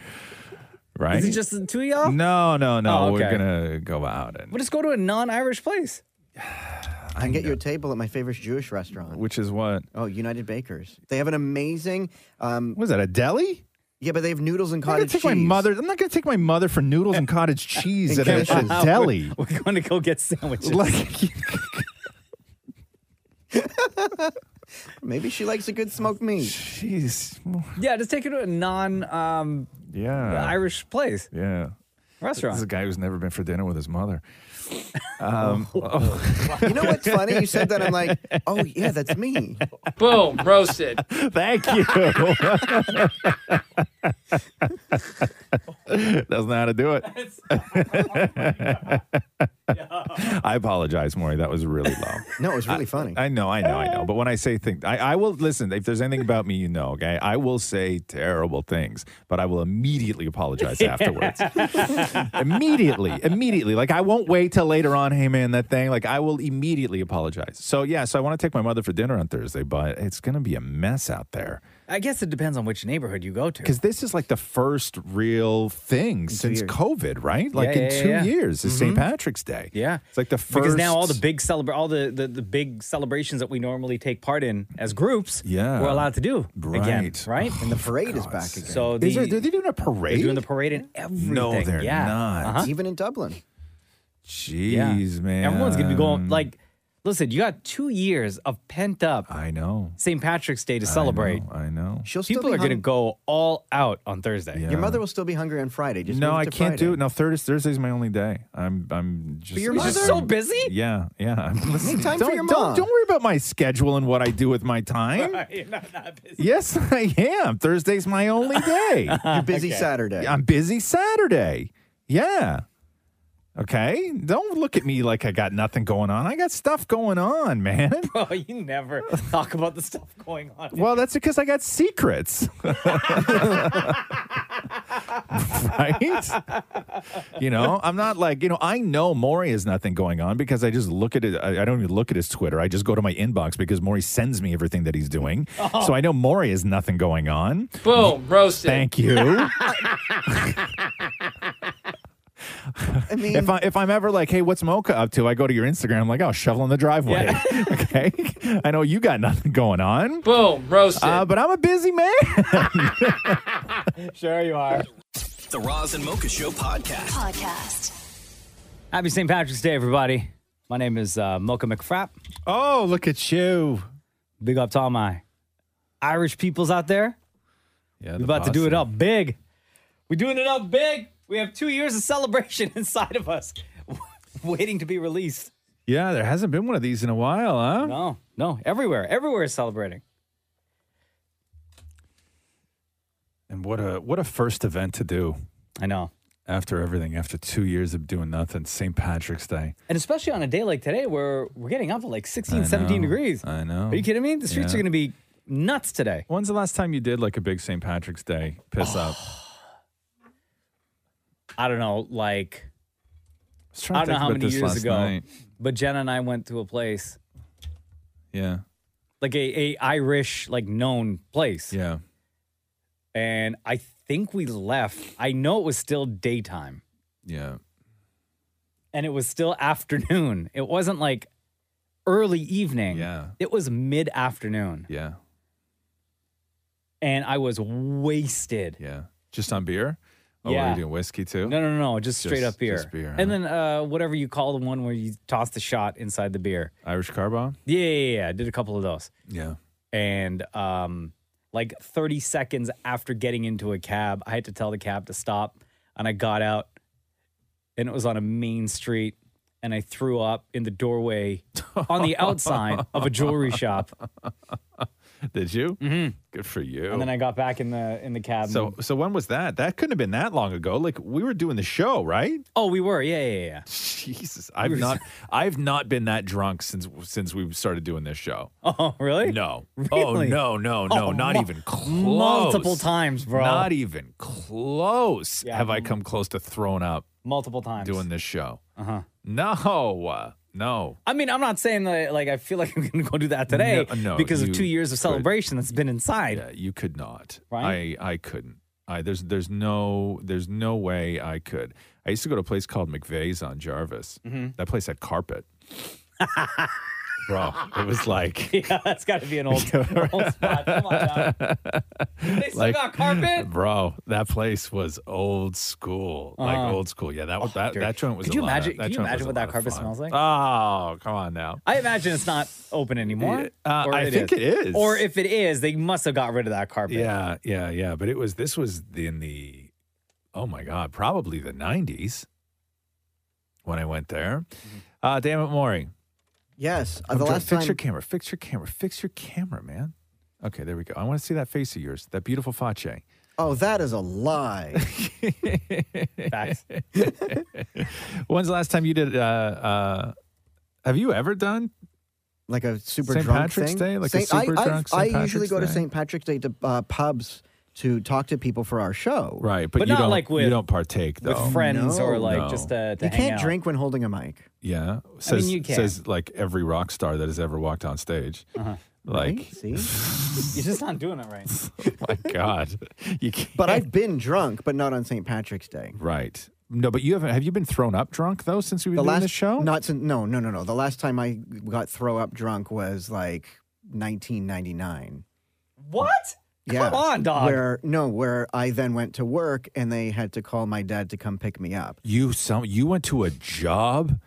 Speaker 4: right?
Speaker 5: Is it just the two of y'all?
Speaker 4: no, no, no.
Speaker 5: Oh,
Speaker 4: We're
Speaker 5: okay.
Speaker 4: gonna go out and
Speaker 5: We'll just go to a non-Irish place.
Speaker 7: I can get you a table at my favorite Jewish restaurant.
Speaker 4: which is what?
Speaker 7: Oh, United Bakers. They have an amazing. Um,
Speaker 4: Was that a deli?
Speaker 7: yeah, but they have noodles and
Speaker 4: I'm not gonna
Speaker 7: cottage
Speaker 4: take
Speaker 7: cheese.
Speaker 4: my mother. I'm not gonna take my mother for noodles and <laughs> cottage cheese at
Speaker 7: And
Speaker 4: a, at a
Speaker 7: cashews.
Speaker 4: deli.
Speaker 5: "Oh, We're going to go get sandwiches.
Speaker 4: Like- <laughs>
Speaker 7: Maybe she likes a good smoked meat.
Speaker 4: Jeez.
Speaker 5: yeah, just take it to a non um,
Speaker 4: Yeah.
Speaker 5: Irish place.
Speaker 4: Yeah.
Speaker 5: Restaurant.
Speaker 4: This is a guy who's never been for dinner with his
Speaker 7: <laughs>
Speaker 4: mother. Um,
Speaker 7: Oh, You know what's funny? You said that. I'm
Speaker 5: <laughs>
Speaker 7: like, oh yeah, that's me.
Speaker 12: Boom, roasted.
Speaker 4: <laughs> Thank you. <laughs> Doesn't know how to do it. <laughs> I apologize, Maury. That was really low.
Speaker 7: <laughs> No, it was really funny.
Speaker 4: I know, I know, I know. But when I say things, I, I will listen. If there's anything about me, you know, okay? I will say terrible things, but I will immediately
Speaker 7: <laughs>
Speaker 4: apologize afterwards. immediately, immediately. Like I won't wait till later on. Hey man, that thing. Like I will immediately apologize. So yeah, so I want to take my mother for dinner on Thursday, but it's gonna be a mess out there
Speaker 5: I guess it depends on which neighborhood you go to.
Speaker 4: because this is like the first real thing since
Speaker 5: years.
Speaker 4: COVID, right?
Speaker 5: Yeah,
Speaker 4: Like in
Speaker 5: yeah,
Speaker 4: two
Speaker 5: yeah.
Speaker 4: years is St.
Speaker 5: Mhm.
Speaker 4: Patrick's Day.
Speaker 5: Yeah.
Speaker 4: it's like the first.
Speaker 5: Because now all the big celebra- all the, the, the big celebrations that we normally take part in as groups,
Speaker 4: Yeah.
Speaker 5: we're allowed to do again,
Speaker 4: Right. Oh,
Speaker 5: right?
Speaker 7: And the parade is back again.
Speaker 5: So the,
Speaker 4: Is there, are they doing a parade?
Speaker 5: They're doing the parade and everything.
Speaker 4: No, they're
Speaker 5: yeah.
Speaker 4: not.
Speaker 5: Uh-huh.
Speaker 7: Even in Dublin.
Speaker 5: Yeah.
Speaker 4: Jeez, man.
Speaker 5: Everyone's gonna be going like, listen, you got two years of pent up.
Speaker 4: I know.
Speaker 5: St. Patrick's Day to celebrate.
Speaker 4: I know.
Speaker 7: She'll still
Speaker 5: People
Speaker 7: be
Speaker 5: are gonna
Speaker 7: hung-
Speaker 5: go all out on Thursday.
Speaker 7: Your mother will still be hungry on Friday. Just
Speaker 4: no,
Speaker 7: move it
Speaker 4: I
Speaker 7: to
Speaker 4: can't
Speaker 7: Friday.
Speaker 4: do it. No, Thursday, Thursday's my only day. I'm, I'm just.
Speaker 7: your
Speaker 4: I'm-
Speaker 7: mother's
Speaker 5: so busy?
Speaker 4: Yeah, yeah. I'm listening.
Speaker 7: time for
Speaker 4: don't,
Speaker 7: your
Speaker 4: don't,
Speaker 7: mom.
Speaker 4: don't worry about my schedule and what I do with my time.
Speaker 5: <laughs>
Speaker 4: Yes, <laughs> I am. Thursday's my only day.
Speaker 7: <laughs> You're busy Saturday.
Speaker 4: I'm busy Saturday. Yeah. Okay. Don't look at me like I got nothing going on. I got stuff going on, man.
Speaker 5: <laughs> Bro, you never talk about the stuff going on.
Speaker 4: Well, that's because I got secrets. <laughs> right? You know, I'm not like, you know, I know Maury has nothing going on because I just look at it. I, I don't even look at his Twitter. I just go to my inbox because Maury sends me everything that he's doing. So I know Maury has nothing going on.
Speaker 12: Boom, roasted.
Speaker 4: Thank you.
Speaker 7: I mean,
Speaker 4: if I if I'm ever like, hey, what's Mocha up to? I go to your Instagram. I'm like, oh, shoveling the driveway. <laughs> okay, I know you got nothing going on.
Speaker 5: Boom, roasted.
Speaker 4: Uh, but I'm a busy man.
Speaker 5: <laughs> sure you are.
Speaker 1: The Roz and Mocha Show podcast.
Speaker 6: Podcast.
Speaker 5: Happy St. Patrick's Day, everybody. My name is uh, Mocha McFrap.
Speaker 4: Oh, look at you.
Speaker 5: Big up to all my Irish peoples out there.
Speaker 4: Yeah,
Speaker 5: We're about to do it up big. We're doing it up big. We have two years of celebration <laughs> inside of us, waiting to be released.
Speaker 4: Yeah, there hasn't been one of these in a while, huh?
Speaker 5: No, no, everywhere. Everywhere is celebrating.
Speaker 4: And what a what a first event to do.
Speaker 5: I know.
Speaker 4: After everything, after two years of doing nothing, St. Patrick's Day.
Speaker 5: And especially on a day like today where we're getting up at like 16,
Speaker 4: I
Speaker 5: 17
Speaker 4: know.
Speaker 5: degrees.
Speaker 4: I know.
Speaker 5: Are you kidding me? The streets
Speaker 4: Yeah.
Speaker 5: are going to be nuts today.
Speaker 4: When's the last time you did like a big St. Patrick's Day piss
Speaker 5: <sighs>
Speaker 4: up?
Speaker 5: I don't know, like
Speaker 4: was
Speaker 5: I,
Speaker 4: trying to
Speaker 5: don't know
Speaker 4: think
Speaker 5: how
Speaker 4: about
Speaker 5: many
Speaker 4: this
Speaker 5: years
Speaker 4: last
Speaker 5: ago,
Speaker 4: night.
Speaker 5: but Jenna and I went to a place
Speaker 12: <laughs>
Speaker 4: Yeah.
Speaker 5: like a, a Irish like known place.
Speaker 4: Yeah.
Speaker 5: And I think we left. I know it was still daytime.
Speaker 4: Yeah.
Speaker 5: And it was still afternoon. It wasn't like early evening.
Speaker 4: Yeah.
Speaker 5: It was mid afternoon.
Speaker 4: Yeah.
Speaker 5: And I was wasted.
Speaker 4: Yeah. Just on beer? Oh, were
Speaker 5: Yeah.
Speaker 4: you doing whiskey too?
Speaker 5: No, no, no, no. Just straight up beer.
Speaker 4: Just beer.
Speaker 5: And then uh, whatever you call the one where you toss the shot inside the beer.
Speaker 4: Irish car bomb?
Speaker 5: Yeah, yeah, yeah. I did a couple of those.
Speaker 4: Yeah.
Speaker 5: And um, like 30 seconds after getting into a cab, I had to tell the cab to stop. And I got out and it was on a main street. And I threw up in the doorway on the outside of
Speaker 4: <laughs>
Speaker 5: a jewelry shop.
Speaker 4: Did you? Mm-hmm. Good for you.
Speaker 5: And then I got back in the in the cab.
Speaker 4: so so when was that? That couldn't have been that long ago. Like we were doing the show, right?
Speaker 5: Oh, we were. Yeah, yeah, yeah.
Speaker 4: Jesus, I've
Speaker 5: <laughs>
Speaker 4: not I've not been that drunk since since we started doing this show.
Speaker 5: Oh, really?
Speaker 4: No. Oh
Speaker 5: Really?
Speaker 4: no, no, no,
Speaker 5: Oh,
Speaker 4: not
Speaker 5: mul-
Speaker 4: even close.
Speaker 5: multiple times, bro.
Speaker 4: Not even close. have I come close to throwing up
Speaker 5: multiple times
Speaker 4: doing this show?
Speaker 5: Uh huh.
Speaker 4: No, uh, no.
Speaker 5: I mean, I'm not saying that. Like, I feel like I'm going to go do that today
Speaker 4: No, no,
Speaker 5: because
Speaker 4: you
Speaker 5: of two years of
Speaker 4: could.
Speaker 5: celebration that's been inside.
Speaker 4: Yeah, you could not.
Speaker 5: Right?
Speaker 4: I I couldn't. I there's there's no there's no way I could. I used to go to a place called McVeigh's on Jarvis.
Speaker 5: Mhm.
Speaker 4: That place had carpet. Bro, it was like
Speaker 5: <laughs> Yeah, that's got to
Speaker 4: <laughs>
Speaker 5: be an old, old spot. Come on, now. They still got carpet?
Speaker 4: Bro, that place was old school. Like
Speaker 5: Uh-huh.
Speaker 4: old school. Yeah, that was that, that joint was
Speaker 5: Could
Speaker 4: a
Speaker 5: you
Speaker 4: lot of-
Speaker 5: imagine?
Speaker 4: that
Speaker 5: Could you
Speaker 4: joint was
Speaker 5: imagine
Speaker 4: a
Speaker 5: what
Speaker 4: lot
Speaker 5: that
Speaker 4: of
Speaker 5: carpet
Speaker 4: fun.
Speaker 5: smells like?
Speaker 4: Oh, come on now.
Speaker 5: I imagine it's not open anymore.
Speaker 4: Uh, I think it is.
Speaker 5: Or if it is, they must have got rid of that carpet.
Speaker 4: Yeah, Uh, yeah, yeah. But it was this was in the oh my god, probably the nineties when I went there. Uh damn it, Maury.
Speaker 7: Mm-hmm. yes. Uh,
Speaker 4: I'm
Speaker 7: the
Speaker 4: dr-
Speaker 7: last
Speaker 4: fix
Speaker 7: time,
Speaker 4: your <laughs> camera, fix your camera, fix your camera, man. Okay, there we go. I want to see that face of yours, that beautiful face.
Speaker 7: oh, that is
Speaker 4: <laughs>
Speaker 7: a lie.
Speaker 5: Facts.
Speaker 4: When's the last time you did? Uh, uh, have you ever done
Speaker 7: like a super
Speaker 4: St.
Speaker 7: drunk
Speaker 4: Patrick's
Speaker 7: thing?
Speaker 4: Day, like a
Speaker 7: Saint-
Speaker 4: super
Speaker 7: I, I've-
Speaker 4: drunk Saint
Speaker 7: I usually
Speaker 4: Patrick's
Speaker 7: go to
Speaker 4: Day?
Speaker 7: St. Patrick's Day to uh, pubs to talk to people for our show.
Speaker 4: right? But,
Speaker 7: But
Speaker 4: you
Speaker 7: not
Speaker 4: don't
Speaker 7: like with-
Speaker 4: you don't partake though.
Speaker 7: with friends or, like,
Speaker 5: just, uh, to
Speaker 7: Oh, you
Speaker 5: hang
Speaker 7: can't
Speaker 5: out.
Speaker 7: drink when holding a mic.
Speaker 4: Yeah, says
Speaker 7: you can. Uh-huh.
Speaker 4: says like every rock star that has ever walked on stage. Like,
Speaker 5: You're just not doing it right.
Speaker 4: <laughs> Oh, my God, you can't.
Speaker 7: But I've been drunk, but not on St. Patrick's Day.
Speaker 4: <laughs> right? No, but you haven't. Have you been thrown up drunk though since we've been
Speaker 7: the
Speaker 4: doing
Speaker 7: last
Speaker 4: this show?
Speaker 7: Not since. No, no, no, no. The last time I got throw up drunk was like 1999.
Speaker 5: What?
Speaker 7: Yeah.
Speaker 5: Come on, dog.
Speaker 7: Where no, where I then went to work and they had to call my dad to come pick me up.
Speaker 4: You sound you went to a
Speaker 7: <laughs>
Speaker 4: job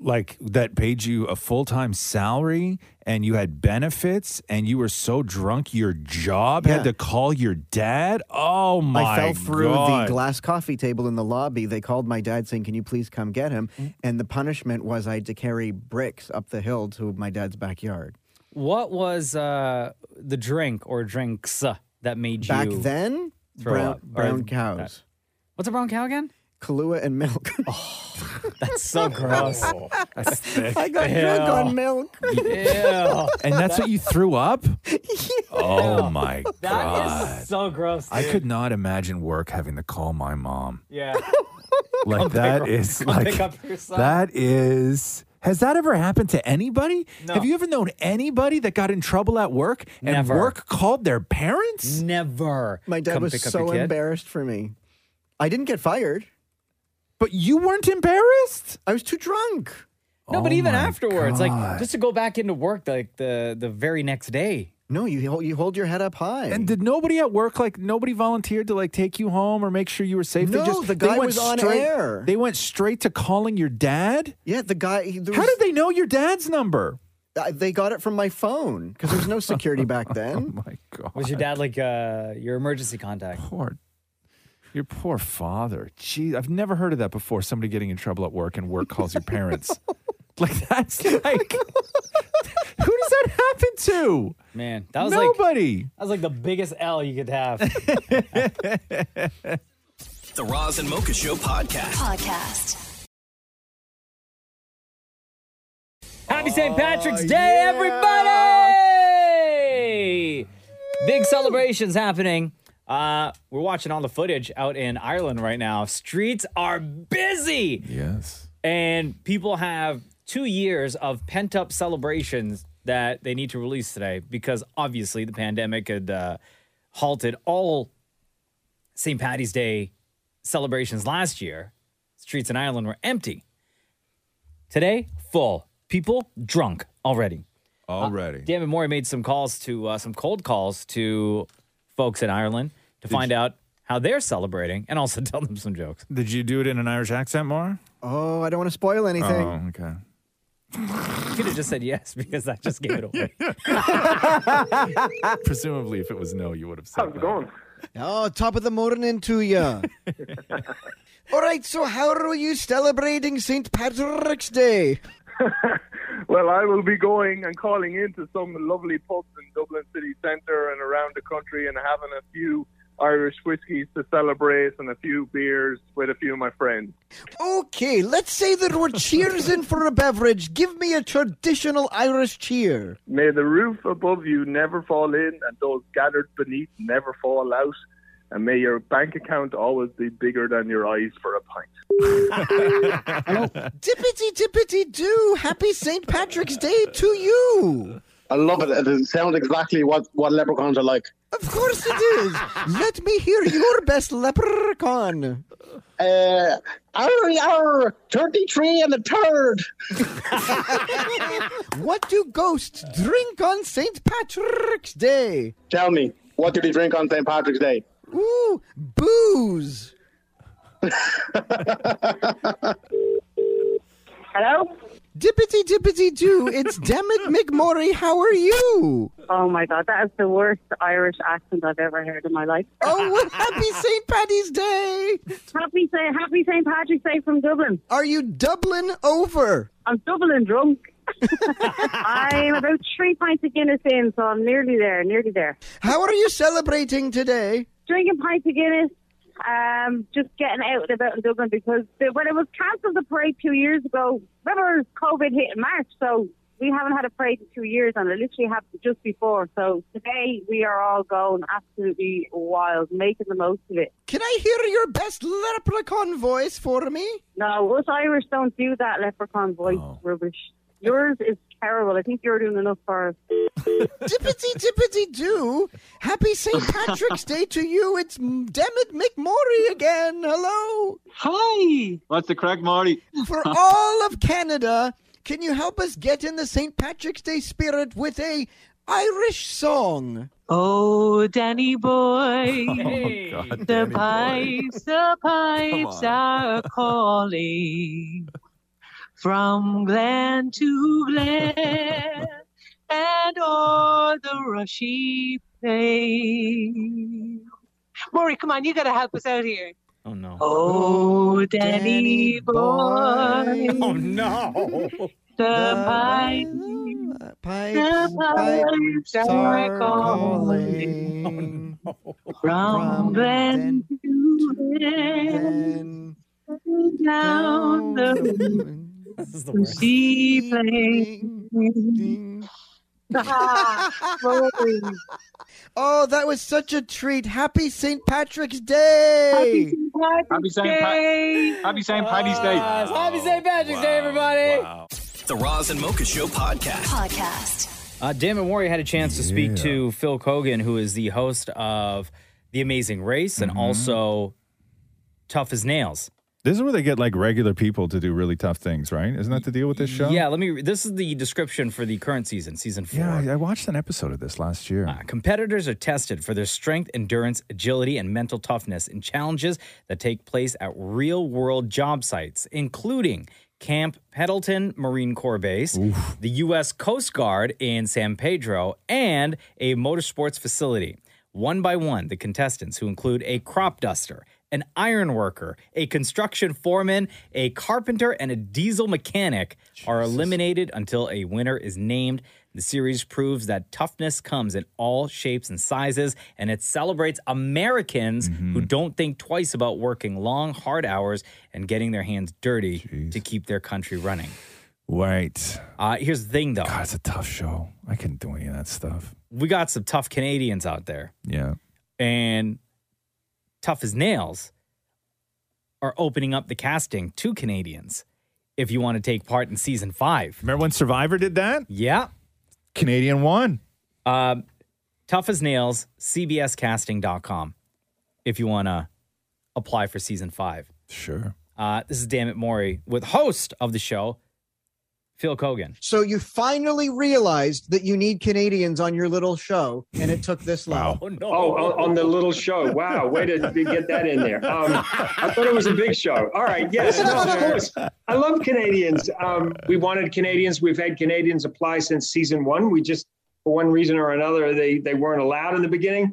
Speaker 4: like that paid you a full time salary and you had benefits and you were so drunk your job had to call your dad. Oh my!
Speaker 7: I fell through
Speaker 4: God.
Speaker 7: the glass coffee table in the lobby. They called my dad saying, "Can you please come get him?"
Speaker 5: Mm.
Speaker 7: And the punishment was I had to carry bricks up the hill to my dad's backyard.
Speaker 5: What was uh, the drink or drinks uh, that made
Speaker 7: Back
Speaker 5: you
Speaker 7: then,
Speaker 5: throw
Speaker 7: brown,
Speaker 5: up? Or
Speaker 7: brown
Speaker 5: that-
Speaker 7: cows.
Speaker 5: What's a brown cow again? Oh,
Speaker 7: Kahlua and
Speaker 5: <laughs>
Speaker 7: milk. <laughs>
Speaker 5: That's so gross.
Speaker 4: Oh, That's thick.
Speaker 7: I got drunk on milk. <laughs>
Speaker 4: and that's what you threw up? Oh my God.
Speaker 5: That is so gross.
Speaker 4: I
Speaker 5: dude.
Speaker 4: could not imagine work having to call my
Speaker 5: <laughs>
Speaker 4: mom.
Speaker 5: Yeah.
Speaker 4: Like
Speaker 5: Come
Speaker 4: that
Speaker 5: pick- <laughs>
Speaker 4: is
Speaker 5: come
Speaker 4: like
Speaker 5: pick up your son.
Speaker 4: that is has that ever happened to anybody?
Speaker 5: No.
Speaker 4: Have you ever known anybody that got in trouble at work and
Speaker 5: Never.
Speaker 4: work called their parents?
Speaker 5: Never.
Speaker 7: My dad
Speaker 5: Come
Speaker 7: was
Speaker 5: pick up
Speaker 7: so
Speaker 5: your kid.
Speaker 7: embarrassed for me. I didn't get fired.
Speaker 4: But you weren't embarrassed?
Speaker 13: I was too drunk.
Speaker 5: No, but
Speaker 13: Oh
Speaker 5: even
Speaker 13: my
Speaker 5: afterwards, like
Speaker 13: God.
Speaker 5: just to go back into work like the the very next day.
Speaker 13: No, you hold, you hold your head up high.
Speaker 4: And did nobody at work like nobody volunteered to like take you home or make sure you were safe?
Speaker 13: No, the guy was on
Speaker 4: straight,
Speaker 13: air.
Speaker 4: They went straight to calling your dad.
Speaker 13: Yeah, the guy. How
Speaker 4: did they know your dad's number?
Speaker 13: I, they got it from my phone because there's no
Speaker 4: <laughs>
Speaker 13: security back then.
Speaker 4: oh my god!
Speaker 5: Was your dad like uh, your emergency contact?
Speaker 4: Poor, your poor father. Gee, I've never heard of that before. Somebody getting in trouble at work and work calls your parents. like that's like who does that happen to?
Speaker 5: <laughs> Man, that was like
Speaker 4: nobody.
Speaker 5: that was like the biggest L you could
Speaker 1: <laughs>
Speaker 5: have.
Speaker 1: The Roz and Mocha Show podcast.
Speaker 6: Podcast.
Speaker 5: Happy St. Patrick's Day, everybody! Big celebrations happening. Uh, we're watching all the footage out in Ireland right now. Streets are busy.
Speaker 4: Yes.
Speaker 5: And people have two years of pent up celebrations that they need to release today because obviously the pandemic had uh, halted all St. Patty's Day celebrations last year. Streets in Ireland were empty. Today, full. People drunk already. Uh,
Speaker 4: Already.
Speaker 5: David Morey made some calls to uh, some cold calls to folks in Ireland to find out how they're celebrating and also <laughs> tell them some jokes.
Speaker 4: Did you do it in an Irish accent, more?
Speaker 13: Oh, I don't want to spoil anything.
Speaker 4: Oh, okay.
Speaker 5: You could have just said yes because I just gave it
Speaker 4: <laughs>
Speaker 5: away.
Speaker 4: Oh.
Speaker 13: <laughs>
Speaker 4: Presumably, if it was no, you would have said. How's it going?
Speaker 13: Oh, top of the morning
Speaker 4: <laughs>
Speaker 13: to you. All right, so how are you celebrating St. Patrick's Day?
Speaker 12: <laughs> Well, I will be going and calling into some lovely pubs in Dublin city centre and around the country and having a few Irish whiskies to celebrate and a few beers with a few of my friends.
Speaker 13: Okay, let's say that we're cheersing for a beverage. Give me a traditional Irish cheer.
Speaker 12: May the roof above you never fall in and those gathered beneath never fall out. And may your bank account always be bigger than your eyes for a pint.
Speaker 13: Dippity dippity do. Happy St. Patrick's Day to you.
Speaker 23: I love it. It sounds exactly what, what leprechauns are like.
Speaker 13: Of course it is. Let me hear your best leprechaun.
Speaker 23: Uh, our, our 33 and a third.
Speaker 13: <laughs> What do ghosts drink on St. Patrick's Day?
Speaker 23: Tell me, what did you drink on St. Patrick's Day?
Speaker 13: Ooh, booze.
Speaker 24: Hello?
Speaker 13: Dippity dippity do. It's Demet McMorey. How are you?
Speaker 24: Oh my god, that is the worst Irish accent I've ever heard in my life.
Speaker 13: Oh, well,
Speaker 24: <laughs>
Speaker 13: happy St. Patty's Day!
Speaker 24: Happy St. Happy St. Patrick's Day from Dublin.
Speaker 13: Are you Dublin over?
Speaker 24: I'm
Speaker 13: <laughs>
Speaker 24: Dublin drunk. I'm about three pints of Guinness in, so I'm nearly there, nearly there.
Speaker 13: How are you celebrating today?
Speaker 24: Drinking pints of Guinness, um, just getting out and about in Dublin because the, when it was cancelled the parade two years ago, remember COVID hit in March, so we haven't had a parade in two years and it literally happened just before. So today we are all going absolutely wild, making the most of it.
Speaker 13: Can I hear your best leprechaun voice for me? Oh.
Speaker 24: No, us Irish don't do that leprechaun voice rubbish. Yours is terrible. I think you're doing enough for us.
Speaker 13: <laughs> Dippity dippity do. Happy St. Patrick's Day to you. It's Demet McMorey again. Hello.
Speaker 23: Hi. What's the crack, Marty?
Speaker 13: <laughs> For all of Canada, can you help us get in the St. Patrick's Day spirit with a Irish song?
Speaker 24: Oh,
Speaker 13: <laughs>
Speaker 24: Danny boy,
Speaker 13: God,
Speaker 24: the
Speaker 13: Danny boy.
Speaker 24: pipes, the pipes
Speaker 13: Come
Speaker 24: are calling from glen to glen and o'er the rushy plain. Maury, come on, you gotta help us out here.
Speaker 5: Oh no.
Speaker 24: <laughs> Oh, Danny, boy.
Speaker 5: Oh no.
Speaker 24: The, pipes, the pipes, are calling from glen to glen down <laughs> the sea plain.
Speaker 13: Oh, that was such a treat. Happy St. Patrick's Day.
Speaker 23: Happy St. Pa- Happy St. Patty's Day.
Speaker 5: Happy St. Patrick's Day, everybody.
Speaker 1: The Roz and Mocha Show podcast.
Speaker 6: Podcast.
Speaker 5: <laughs> Uh, Damon Warrior had a chance to speak to Phil Kogan, who is the
Speaker 4: Mm-hmm.
Speaker 5: host of The Amazing Race and also Tough as Nails.
Speaker 4: This is where they get like regular people to do really tough things, right? Isn't that the deal with this show?
Speaker 5: Yeah, let me. This is the description for the current season, season four. Uh,
Speaker 4: Yeah, I- I watched an episode of this last year.
Speaker 5: Competitors are tested for their strength, endurance, agility, and mental toughness in challenges that take place at real world job sites, including Camp Pendleton Marine Corps Base, the U.S. Coast Guard in San Pedro, and a motorsports facility. One by one, the contestants, who include a crop duster, an iron worker, a construction foreman, a carpenter, and a diesel mechanic, are eliminated until a winner is named. The series proves that toughness comes in all shapes and sizes, and it celebrates Americans
Speaker 4: Mm-hmm.
Speaker 5: who don't think twice about working long, hard hours and getting their hands dirty to keep their country running.
Speaker 4: Right.
Speaker 5: Uh, here's the thing, though. God,
Speaker 4: it's a tough show. I couldn't do any of that stuff.
Speaker 5: We got some tough Canadians out there,
Speaker 4: Yeah.
Speaker 5: and tough as nails are opening up the casting to Canadians if you want to take part in season five.
Speaker 4: Remember when Survivor did that?
Speaker 5: Yeah.
Speaker 4: Canadian won.
Speaker 5: Um, tough as nails, cbscasting.com if you want to apply for season five.
Speaker 4: Sure.
Speaker 5: Uh, this is Damn It Maury with host of the show, Phil Kogan.
Speaker 25: So you finally realized that you need Canadians on your little show, and it took this long.
Speaker 8: Oh, on, on the little show. Wow, way to to get that in there. Um, I thought it was a big show. All right, yes, no, of course. I love Canadians. Um, we wanted Canadians. We've had Canadians apply since season one. We just, for one reason or another, they they weren't allowed in the beginning.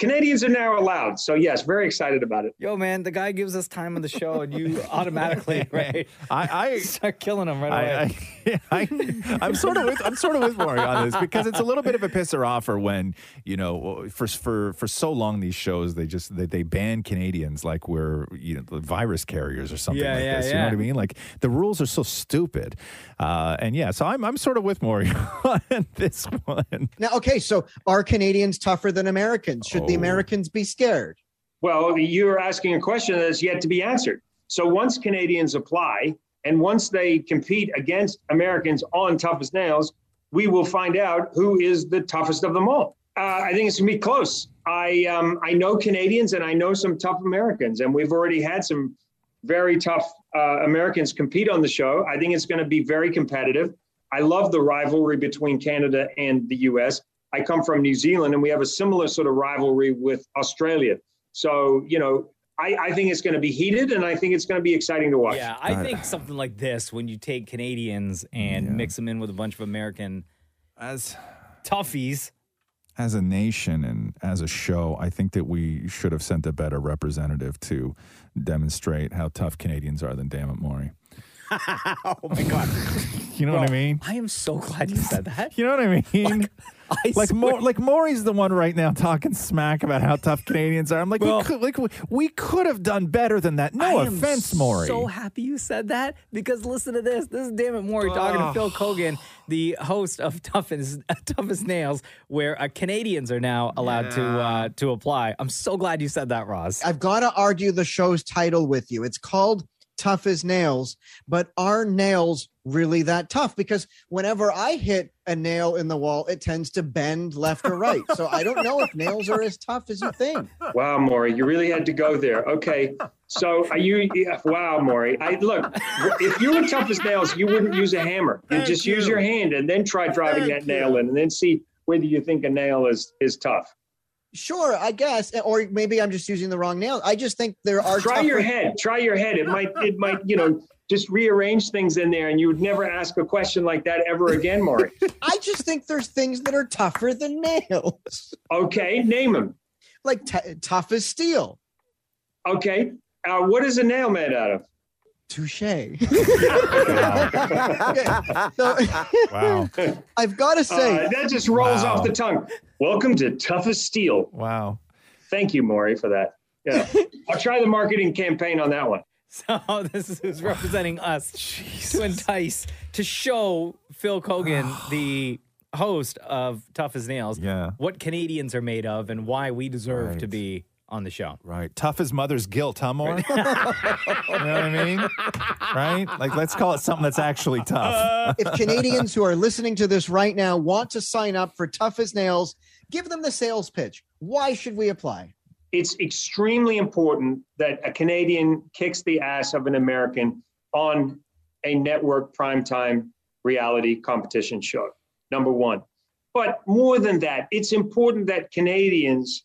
Speaker 8: Canadians are now allowed. So yes, very excited about it.
Speaker 5: Yo, man, the guy gives us time on the show, and you <laughs> automatically, right?
Speaker 4: I, I
Speaker 5: start killing him right away.
Speaker 4: I, I, <laughs> I, am sort of with I'm sort of with Maury on this because it's a little bit of a pisser offer when you know for for for so long these shows they just they, they ban Canadians like we're you know the virus carriers or something
Speaker 5: Yeah,
Speaker 4: like
Speaker 5: yeah,
Speaker 4: this. You know
Speaker 5: yeah.
Speaker 4: what I mean? Like the rules are so stupid, uh, and yeah. So I'm I'm sort of with Maury <laughs> on this one.
Speaker 25: Now, okay, so are Canadians tougher than Americans? Should
Speaker 4: Oh.
Speaker 25: the Americans be scared?
Speaker 8: Well, you're asking a question that's yet to be answered. So once Canadians apply and once they compete against Americans on toughest nails, we will find out who is the toughest of them all. Uh, I think it's gonna be close. I um, I know Canadians and I know some tough Americans, and we've already had some very tough uh, Americans compete on the show. I think it's going to be very competitive. I love the rivalry between Canada and the US. I come from New Zealand and we have a similar sort of rivalry with Australia. So, you know, I, I think it's going to be heated and I think it's going to be exciting to watch.
Speaker 5: Yeah, I think something like this when you take Canadians and mix them in with a bunch of American
Speaker 4: as
Speaker 5: toughies.
Speaker 4: as a nation and as a show, I think that we should have sent a better representative to demonstrate how tough Canadians are than damn it, Maury.
Speaker 5: <laughs> oh my god!
Speaker 4: You know what I mean?
Speaker 5: I am so glad you said that.
Speaker 4: You know what
Speaker 5: <laughs>
Speaker 4: I mean?
Speaker 5: I
Speaker 4: like,
Speaker 5: swear-
Speaker 4: Mo- like Maury's the one right now talking smack about how tough Canadians are. I'm like,
Speaker 5: Well-
Speaker 4: we could, like, we- we could have done better than that. No
Speaker 5: I am
Speaker 4: offense, Maury.
Speaker 5: So happy you said that because listen to this. This is damn it, Maury talking to
Speaker 4: Ugh.
Speaker 5: Phil Kogan, the host of Tough <laughs> as, Tough as Nails, where uh, Canadians are now allowed to uh, to apply. I'm so glad you said that, Roz.
Speaker 25: I've got to argue the show's title with you. It's called Tough as Nails, but are nails really that tough? Because whenever I hit a nail in the wall, it tends to bend left or right. So I don't know if nails are as tough as you think.
Speaker 8: Wow, Maury, you really had to go there. Okay. So are you yeah, wow, Maury. I look, if you were tough as nails, you wouldn't use a hammer. You just use your hand and then try driving that nail in and then see whether you think a nail is is tough.
Speaker 25: Sure, I guess. Or maybe I'm just using the wrong nail. I just think there are.
Speaker 8: try your
Speaker 25: tougher-
Speaker 8: head try your head it might it might you know just rearrange things in there and you would never ask a question like that ever again Maury.
Speaker 25: <laughs> I just think there's things that are tougher than nails.
Speaker 8: Uh, okay name them
Speaker 25: <laughs> like t- tough as steel
Speaker 8: okay uh, what is a nail made out of
Speaker 25: touche <laughs> <laughs> wow. I've got to say,
Speaker 8: Uh, that just rolls
Speaker 25: Wow.
Speaker 8: off the tongue welcome to toughest steel
Speaker 4: wow
Speaker 8: thank you Maury, for that
Speaker 25: <laughs>
Speaker 8: yeah i'll try the marketing campaign on that one
Speaker 5: So <laughs> this is who's representing
Speaker 4: <sighs>
Speaker 5: us to entice to show Phil
Speaker 4: <sighs>
Speaker 5: Kogan, the host of Tough as Nails,
Speaker 4: Yeah.
Speaker 5: what Canadians are made of and why we deserve to
Speaker 4: Right.
Speaker 5: be on the show.
Speaker 4: Right. Tough as mother's guilt, huh, <laughs> Maury? you know what I mean? Right? Like, let's call it something that's actually tough.
Speaker 25: if
Speaker 4: <laughs>
Speaker 25: Canadians who are listening to this right now want to sign up for Tough as Nails, give them the sales pitch. Why should we apply?
Speaker 8: it's extremely important that a Canadian kicks the ass of an American on a network primetime reality competition show, number one. But more than that, it's important that Canadians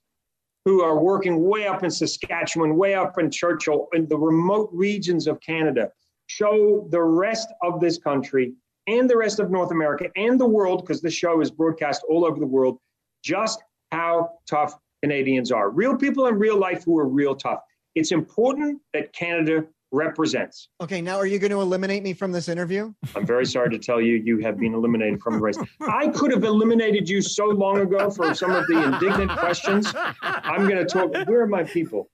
Speaker 8: who are working way up in Saskatchewan, way up in Churchill, in the remote regions of Canada, show the rest of this country and the rest of North America and the world, because the show is broadcast all over the world, just how tough Canadians are. Real people in real life who are real tough. It's important that Canada represents.
Speaker 25: Okay, now are you going to eliminate me from this interview?
Speaker 8: I'm very sorry to tell you, you have been eliminated from the race. I could have eliminated you so long ago for some of the indignant questions. I'm going to talk. Where are my people?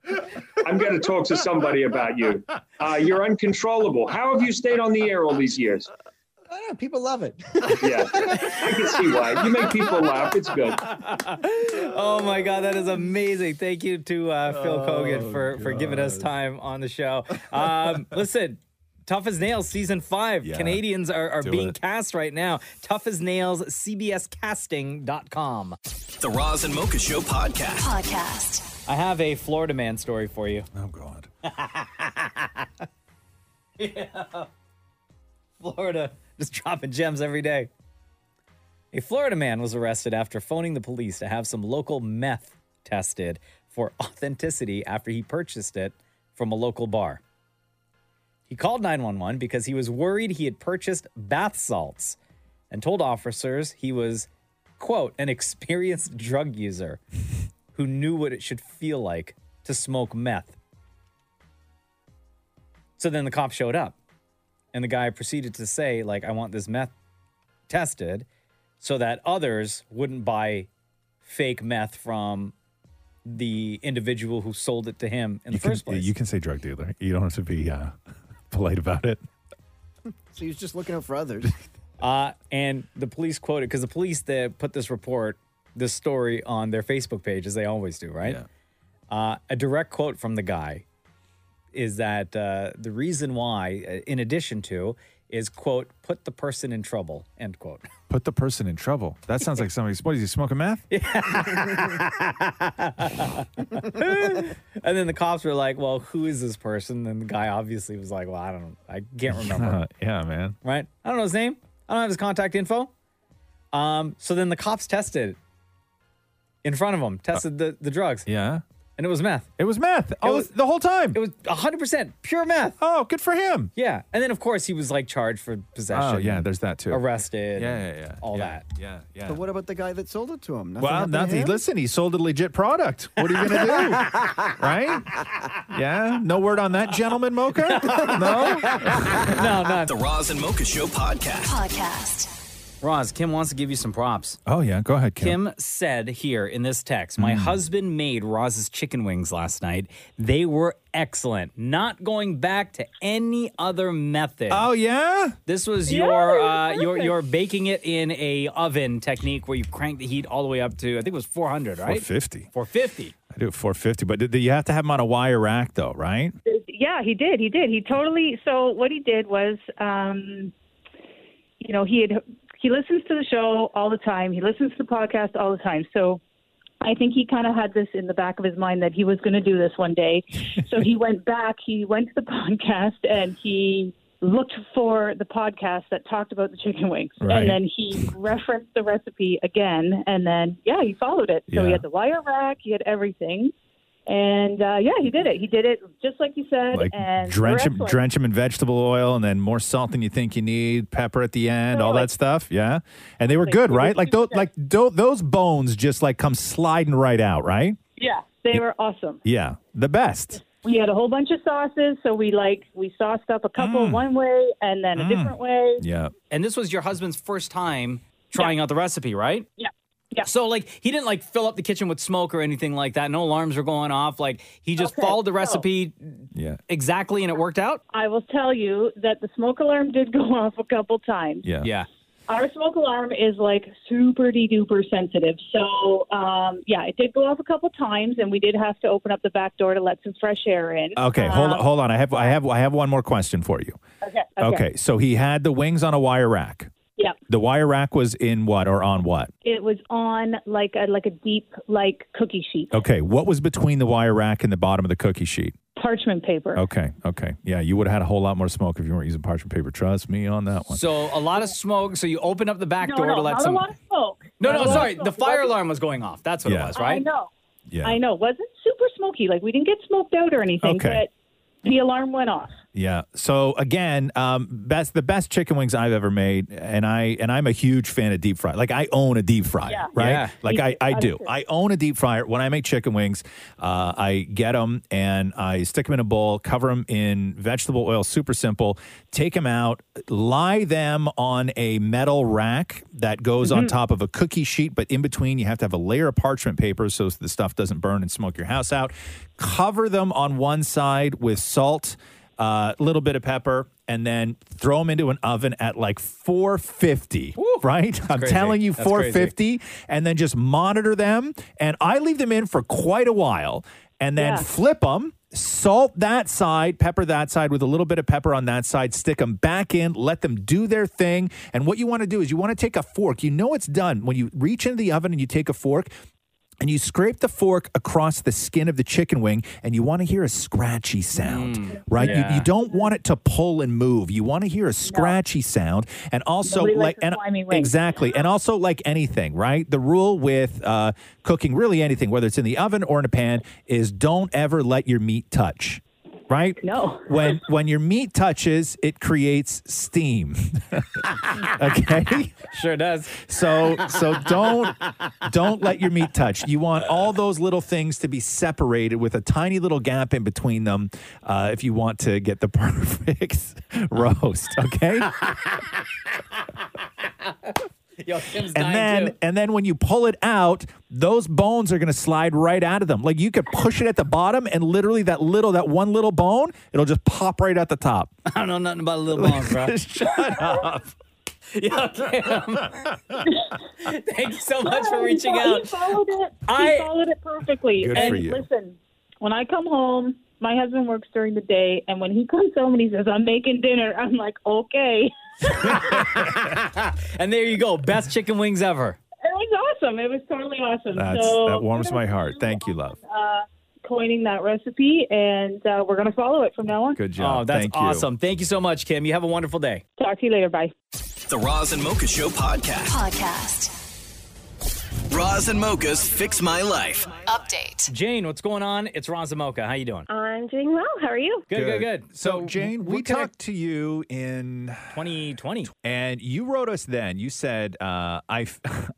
Speaker 8: I'm going to talk to somebody about you. Uh, you're uncontrollable. How have you stayed on the air all these years?
Speaker 25: I don't know, people love it.
Speaker 8: Yeah, <laughs> I can see why. You make people laugh. It's good.
Speaker 5: oh my god, that is amazing! Thank you to uh, Phil
Speaker 4: Oh,
Speaker 5: Kogan for for giving us time on the show.
Speaker 4: <laughs>
Speaker 5: Um, listen. Tough as Nails season five.
Speaker 3: Yeah.
Speaker 5: Canadians are, are
Speaker 3: Do
Speaker 5: being
Speaker 3: it.
Speaker 5: cast right now. Tough as Nails, CBScasting.com.
Speaker 1: The Roz and Mocha Show podcast. Podcast.
Speaker 5: I have a Florida man story for you.
Speaker 4: Oh, God.
Speaker 5: yeah. <laughs> Florida, just dropping gems every day. A Florida man was arrested after phoning the police to have some local meth tested for authenticity after he purchased it from a local bar. He called 911 because he was worried he had purchased bath salts and told officers he was, quote, an experienced <laughs> drug user who knew what it should feel like to smoke meth. So then the cop showed up and the guy proceeded to say, like, I want this meth tested so that others wouldn't buy fake meth from the individual who sold it to him in the
Speaker 4: you can,
Speaker 5: first place.
Speaker 4: You can say drug dealer. You don't have to be uh, <laughs> polite about it.
Speaker 7: So he was just looking out for others.
Speaker 5: <laughs> Uh, and the police quoted because the police that put this report, this story on their Facebook page, as they always do, right? Uh, a direct quote from the guy is that uh, the reason why, uh, in addition to, is quote put the person in trouble end quote. <laughs>
Speaker 4: Put the person in trouble. That sounds like somebody's. What is he smoking meth?
Speaker 5: and then the cops were like, "Well, who is this person?" And the guy obviously was like, "Well, I don't, I can't remember."
Speaker 4: Uh, yeah, man.
Speaker 5: right? I don't know his name. I don't have his contact info. Um, so then the cops tested in front of him, tested the, the drugs.
Speaker 4: Yeah.
Speaker 5: And it was meth.
Speaker 4: It was meth.
Speaker 5: Oh,
Speaker 4: the whole time.
Speaker 5: It was 100% pure meth.
Speaker 4: Oh, good for him.
Speaker 5: Yeah. And then, of course, he was like charged for possession.
Speaker 4: Oh, yeah, there's that, too.
Speaker 5: Arrested.
Speaker 4: Yeah,
Speaker 5: and
Speaker 4: yeah, yeah.
Speaker 5: All
Speaker 4: Yeah,
Speaker 5: that.
Speaker 4: Yeah, yeah.
Speaker 7: <laughs> But what about the guy that sold it to him? Nothing
Speaker 4: well,
Speaker 7: happened to
Speaker 4: nothing.
Speaker 7: him?
Speaker 4: Listen, he sold a legit product. What are you going to
Speaker 7: <laughs>
Speaker 4: do? right? Yeah. No word on that gentleman,
Speaker 7: <laughs>
Speaker 4: Mocha? No?
Speaker 5: <laughs> no, no.
Speaker 1: The Roz and Mocha Show podcast.
Speaker 6: Podcast.
Speaker 5: Roz, Kim wants to give you some props.
Speaker 4: Oh, yeah. Go ahead, Kim.
Speaker 5: Kim said here in this text,
Speaker 4: Hmm.
Speaker 5: my husband made Roz's chicken wings last night. They were excellent. Not going back to any other method.
Speaker 4: Oh, yeah?
Speaker 5: This was
Speaker 4: Yeah,
Speaker 5: your
Speaker 4: it
Speaker 5: uh,
Speaker 4: was
Speaker 5: your
Speaker 4: perfect.
Speaker 5: your baking it in a oven technique where you crank the heat all the way up to I think it was 400, right?
Speaker 4: 450.
Speaker 5: 450.
Speaker 4: I do it 450, but did- you have to have him on a wire rack, though, right?
Speaker 10: Yeah, he did. He did. He totally. So what he did was, um, you know, he had he listens to the show all the time. He listens to the podcast all the time. So I think he kind of had this in the back of his mind that he was going to do this
Speaker 11: <laughs>
Speaker 10: one day. so he went back. He went to the <laughs> podcast and he looked for the podcast that talked about the chicken wings,
Speaker 11: Right.
Speaker 10: and then he referenced the recipe again. And then yeah, he followed it. So
Speaker 11: Yeah.
Speaker 10: he had the wire rack. He had everything. And uh, yeah, he did it. He did it just like you said.
Speaker 4: Like
Speaker 10: and
Speaker 4: drench
Speaker 10: we're
Speaker 4: him,
Speaker 10: excellent.
Speaker 4: drench him in vegetable oil, and then more salt than you think you need, pepper at the end, all that stuff. Yeah, and they were good, right? Like those, like tho- those bones just like come sliding right out, right?
Speaker 10: Yeah, they were awesome.
Speaker 4: Yeah, the best.
Speaker 10: We had a whole bunch of sauces, so we like we sauced up a
Speaker 4: Mm.
Speaker 10: couple one way and then a different way.
Speaker 4: Yeah.
Speaker 5: And this was your husband's first time trying out the recipe, right?
Speaker 10: Yeah.
Speaker 5: Yeah. So like he didn't like fill up the kitchen with smoke or anything like that. No alarms were going off. Like he just followed the recipe
Speaker 4: yeah.
Speaker 5: exactly and it worked out.
Speaker 10: I will tell you that the smoke alarm did go <laughs> off a couple times.
Speaker 4: Yeah.
Speaker 5: Yeah.
Speaker 10: Our smoke alarm is like super duper sensitive, so um, yeah, it did go off a couple times, and we did have to open up the back door to let some fresh air in.
Speaker 4: Okay, hold
Speaker 11: Uh,
Speaker 4: on,
Speaker 10: Um,
Speaker 4: hold on. I have I have I have one more question for you.
Speaker 10: Okay.
Speaker 4: Okay, so he had the wings on a wire rack.
Speaker 11: Yeah.
Speaker 4: The wire rack was in what or on what?
Speaker 11: It was on like a like a deep like cookie sheet,
Speaker 4: Okay. What was between the wire rack and the bottom of the cookie sheet?
Speaker 11: parchment paper.
Speaker 4: Okay. Okay. Yeah. You would have had a whole lot more smoke if you weren't using parchment paper. Trust me on that one.
Speaker 5: So a lot of smoke. So you open up the back door to let
Speaker 11: not
Speaker 5: some.
Speaker 11: a lot of smoke.
Speaker 5: no,
Speaker 11: Not a
Speaker 5: no,
Speaker 11: lot of
Speaker 5: sorry.
Speaker 11: smoke.
Speaker 5: The fire alarm was going off. That's what
Speaker 4: Yeah.
Speaker 5: it was, right?
Speaker 11: I know.
Speaker 4: Yeah.
Speaker 11: I know. It wasn't super smoky. Like we didn't get smoked out or anything,
Speaker 4: Okay.
Speaker 11: but the alarm went off.
Speaker 4: Yeah. So again, um, best the best chicken wings I've ever made, and I and I'm a huge fan of deep fry. Like I own a deep fryer,
Speaker 11: Yeah.
Speaker 4: right?
Speaker 11: Yeah.
Speaker 4: Like I, I do.
Speaker 11: Understood.
Speaker 4: I own a deep fryer. When I make chicken wings, uh, I get them and I stick them in a bowl, cover them in vegetable oil. Super simple. Take them out, lie them on a metal rack that goes on
Speaker 15: Mhm.
Speaker 4: top of a cookie sheet, but in between you have to have a layer of parchment paper so the stuff doesn't burn and smoke your house out. Cover them on one side with salt a little bit of pepper and then throw them into an oven at like 450 right i'm
Speaker 15: crazy.
Speaker 4: telling you
Speaker 15: That's crazy.
Speaker 4: 450 and then just monitor them and i leave them in for quite a while and then
Speaker 15: Yeah.
Speaker 4: flip them salt that side pepper that side with a little bit of pepper on that side stick them back in let them do their thing and what you want to do is you want to take a fork you know it's done when you reach into the oven and you take a fork and you scrape the fork across the skin of the chicken wing and you want to hear a scratchy sound right You- you,
Speaker 15: Mm, Yeah.
Speaker 4: don't want it to pull and move you want to hear a scratchy sound and also
Speaker 15: Nobody
Speaker 4: like
Speaker 15: likes a
Speaker 4: and,
Speaker 15: slimy wing.
Speaker 4: exactly and also like anything right the rule with uh, cooking really anything whether it's in the oven or in a pan is don't ever let your meat touch right
Speaker 11: no
Speaker 4: when when your meat touches it creates steam <laughs> okay
Speaker 5: Sure does.
Speaker 4: so so don't don't let your meat touch. You want all those little things to be separated with a tiny little gap in between them uh, if you want to get the <laughs> perfect roast.
Speaker 5: <laughs>
Speaker 4: Okay.
Speaker 5: Yo, Kim's
Speaker 4: and
Speaker 5: dying
Speaker 4: then
Speaker 5: too.
Speaker 4: and then when you pull it out, those bones are going to slide right out of them. Like you could push it at the bottom, and literally that little that one little bone, it'll just pop right out the top.
Speaker 5: <laughs> I don't know nothing about little bones,
Speaker 4: <laughs>
Speaker 5: bro.
Speaker 4: Shut
Speaker 5: <laughs>
Speaker 4: up.
Speaker 5: Yo, Kim. <laughs> Thank you so much
Speaker 11: <laughs>
Speaker 5: for
Speaker 11: Oh, he
Speaker 5: reaching
Speaker 11: fo-
Speaker 5: out.
Speaker 11: He followed it.
Speaker 5: I-
Speaker 11: he followed it perfectly.
Speaker 5: Good for
Speaker 11: and
Speaker 5: you.
Speaker 11: listen, when I come home, my husband works during the day, and when he comes home and he says, "I'm making dinner," I'm like, "Okay." <laughs>
Speaker 5: and there you go. Best chicken wings ever.
Speaker 11: It was awesome. It was totally awesome.
Speaker 4: That's,
Speaker 11: so
Speaker 4: that warms my heart. Thank you, love.
Speaker 11: uh, coining that recipe, and uh, we're gonna follow it from now on.
Speaker 4: Good job.
Speaker 5: Oh, that's
Speaker 4: Thank you.
Speaker 5: awesome. Thank you so much, Kim. You have a wonderful day.
Speaker 11: Talk to you later. Bye.
Speaker 1: The Roz and Mocha Show podcast.
Speaker 6: Podcast.
Speaker 1: Roz and Mocha's Fix My Life.
Speaker 5: Update. Jane, what's going on? It's Ron Zamoka. How you doing?
Speaker 26: I'm doing well. How are you?
Speaker 5: Good, good, good.
Speaker 4: So, Jane, we
Speaker 5: what kind of-
Speaker 4: talked to you in
Speaker 5: 2020,
Speaker 4: and you wrote us then. You said, uh, "I, f- <laughs>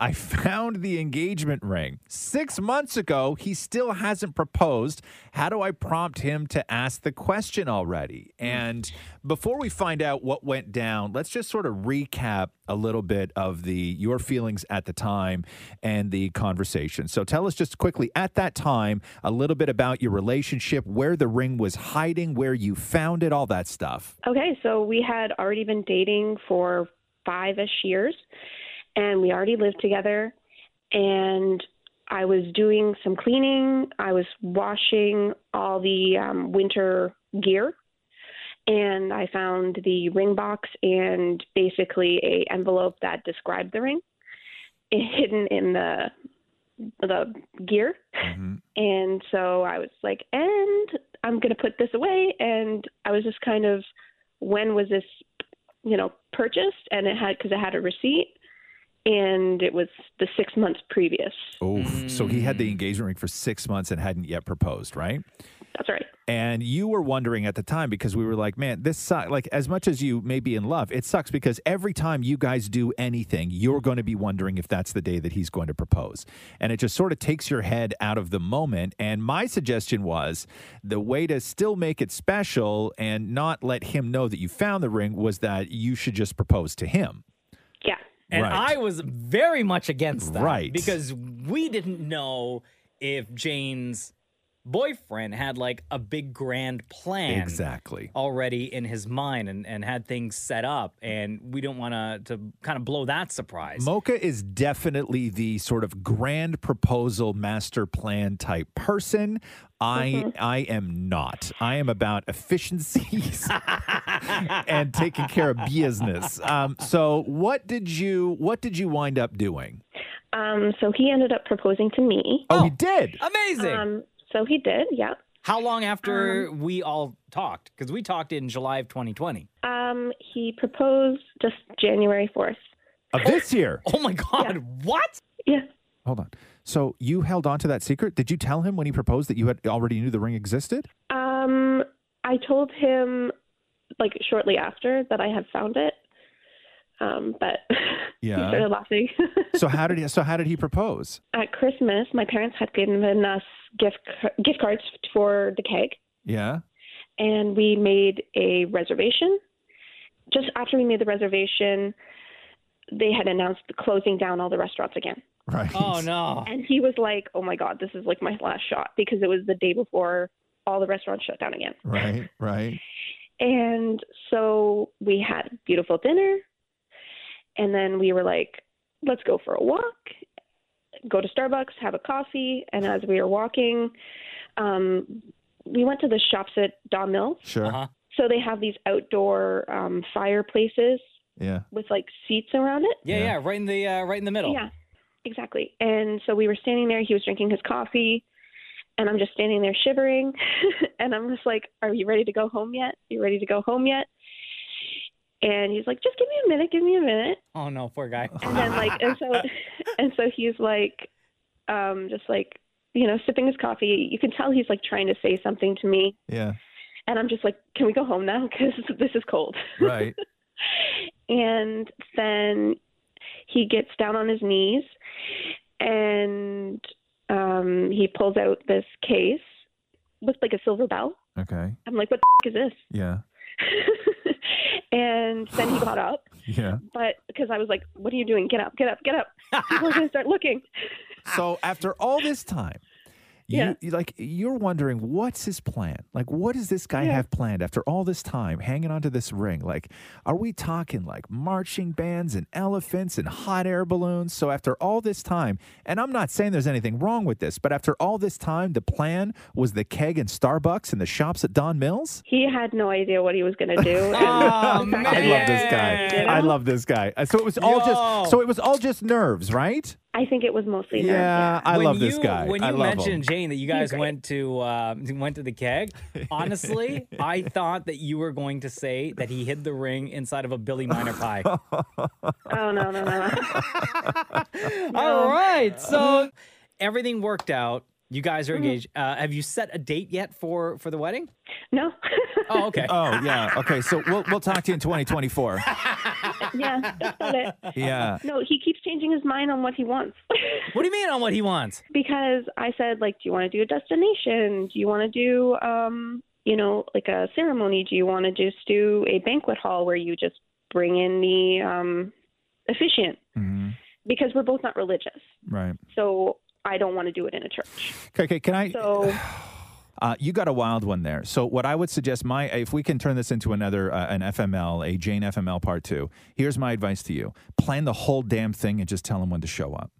Speaker 4: I found the engagement ring six months ago. He still hasn't proposed. How do I prompt him to ask the question already?" And before we find out what went down, let's just sort of recap a little bit of the your feelings at the time and the conversation. So tell us just quickly at that time a little bit about your relationship, where the ring was hiding, where you found it, all that stuff.
Speaker 26: Okay, so we had already been dating for five ish years, and we already lived together. And I was doing some cleaning, I was washing all the um, winter gear, and I found the ring box and basically a envelope that described the ring eh, hidden in the the gear. And so I was like, and I'm going to put this away. And I was just kind of, when was this, you know, purchased? And it had, because I had a receipt and it was the six months previous.
Speaker 4: Oh, so he had
Speaker 26: Mm.
Speaker 4: the engagement ring for six months and hadn't yet proposed, right?
Speaker 26: That's right.
Speaker 4: And you were wondering at the time because we were like, man, this sucks. Like, as much as you may be in love, it sucks because every time you guys do anything, you're going to be wondering if that's the day that he's going to propose. And it just sort of takes your head out of the moment. And my suggestion was the way to still make it special and not let him know that you found the ring was that you should just propose to him.
Speaker 26: Yeah.
Speaker 5: and
Speaker 4: Right.
Speaker 5: I was very much against that,
Speaker 4: Right.
Speaker 5: Because we didn't know if Jane's boyfriend had like a big grand plan
Speaker 4: Exactly.
Speaker 5: already in his mind and, and had things set up and we don't want to to kind of blow that surprise
Speaker 4: Mocha is definitely the sort of grand proposal master plan type person. I I am not. I am about efficiencies <laughs> and taking care of business. Um, so what did you what did you wind up doing?
Speaker 26: Um, so he ended up proposing to me.
Speaker 4: Oh, he did.
Speaker 5: Amazing.
Speaker 26: Um, so he did, yeah.
Speaker 5: how long after we all talked because we talked in july of 2020
Speaker 26: Um, he proposed just January 4th.
Speaker 4: Of this year.
Speaker 5: oh my god what
Speaker 26: yeah
Speaker 4: Hold on. So you held on to that secret? Did you tell him when he proposed that you had already knew the ring existed?
Speaker 26: Um, I told him like shortly after that I had found it. Um, but <laughs> he
Speaker 4: Yeah.
Speaker 26: started laughing. <laughs>
Speaker 4: so how did he so how did he propose?
Speaker 26: At Christmas, my parents had given us gift gift cards for the keg,
Speaker 4: Yeah.
Speaker 26: and we made a reservation. Just after we made the reservation, they had announced closing down all the restaurants again.
Speaker 4: Right.
Speaker 5: Oh
Speaker 10: Ah.
Speaker 5: no.
Speaker 26: And he was like, "Oh my god, this is like my last shot because it was the day before all the restaurants shut down again."
Speaker 4: Right, <laughs> right.
Speaker 26: And so we had beautiful dinner. And then we were like, let's go for a walk, go to Starbucks, have a coffee. And as we were walking, um, we went to the shops at Daw Mills.
Speaker 4: Sure.
Speaker 5: Uh-huh.
Speaker 26: So they have these outdoor um, fireplaces
Speaker 4: Yeah.
Speaker 26: with like seats around it.
Speaker 5: yeah yeah, right in the uh, right in the middle
Speaker 26: Yeah, exactly. And so we were standing there. He was drinking his coffee, and I'm just standing there shivering. <laughs> and I'm just like, "Are you ready to go home yet? You ready to go home yet?" And he's like, "Just give me a minute. Give me a minute."
Speaker 5: oh no poor guy
Speaker 26: And then like, and so, and so he's like, um, just like, you know, sipping his coffee. You can tell he's like trying to say something to me,
Speaker 4: Yeah.
Speaker 26: and I'm just like, "Can we go home now? Because <laughs> this is cold."
Speaker 4: Right.
Speaker 26: and then he gets down on his knees and um, he pulls out this case with like a silver bell.
Speaker 4: Okay.
Speaker 26: I'm like, what the f- is this?
Speaker 4: Yeah.
Speaker 26: And then he got up,
Speaker 4: Yeah.
Speaker 26: but because I was like, what are you doing? Get up, get up, get up. People are going to start looking.
Speaker 4: So after all this time, you,
Speaker 26: Yeah.
Speaker 4: you- like you're wondering what's his plan? Like what does this guy have planned after all this time hanging onto this ring? Like are we talking like marching bands and elephants and hot air balloons? So after all this time, and I'm not saying there's anything wrong with this, but after all this time the plan was the keg and Starbucks and the shops at Don Mills?
Speaker 26: He had no idea what he was going to do. And the fact
Speaker 4: I
Speaker 26: that-
Speaker 4: love this guy. I love this guy. Uh, So it was all just so it was all just nerves, right?
Speaker 26: I think it was mostly nerves,
Speaker 4: Yeah, I
Speaker 5: When
Speaker 4: love this
Speaker 5: you-
Speaker 4: guy.
Speaker 5: When you
Speaker 4: I love him.
Speaker 5: mentioned Jane that you
Speaker 26: He's
Speaker 5: guys
Speaker 26: great.
Speaker 5: went to um, <laughs> went to the keg,
Speaker 4: <laughs>
Speaker 5: honestly, I thought that you were going to say that he hid the ring inside of a Billy
Speaker 4: <laughs>
Speaker 5: Minor pie.
Speaker 26: Oh, no, no, no.
Speaker 5: <laughs>
Speaker 26: Uh-huh.
Speaker 5: All right, so everything worked out. You guys are
Speaker 26: Mm-hmm.
Speaker 5: engaged. Uh, have you set a date yet for for the wedding?
Speaker 26: No.
Speaker 5: Oh, okay.
Speaker 4: Oh yeah. Okay. So we'll we'll talk to you in 2024.
Speaker 26: yeah, that's about it.
Speaker 4: Yeah.
Speaker 26: No, he keeps changing his mind on what he wants.
Speaker 5: What do you mean on what he wants?
Speaker 26: because I said like, do you want to do a destination? Do you want to do um, you know, like a ceremony? Do you want to just do a banquet hall where you just bring in the um officiant? Because we're both not religious,
Speaker 4: Right.
Speaker 26: so I don't want to do it in a church.
Speaker 4: Okay. okay can I?
Speaker 26: So
Speaker 4: Uh, you got a wild one there. So what I would suggest, my if we can turn this into another uh, an FML, a Jane FML part two. Here's my advice to you: plan the whole damn thing and just tell him when to show up.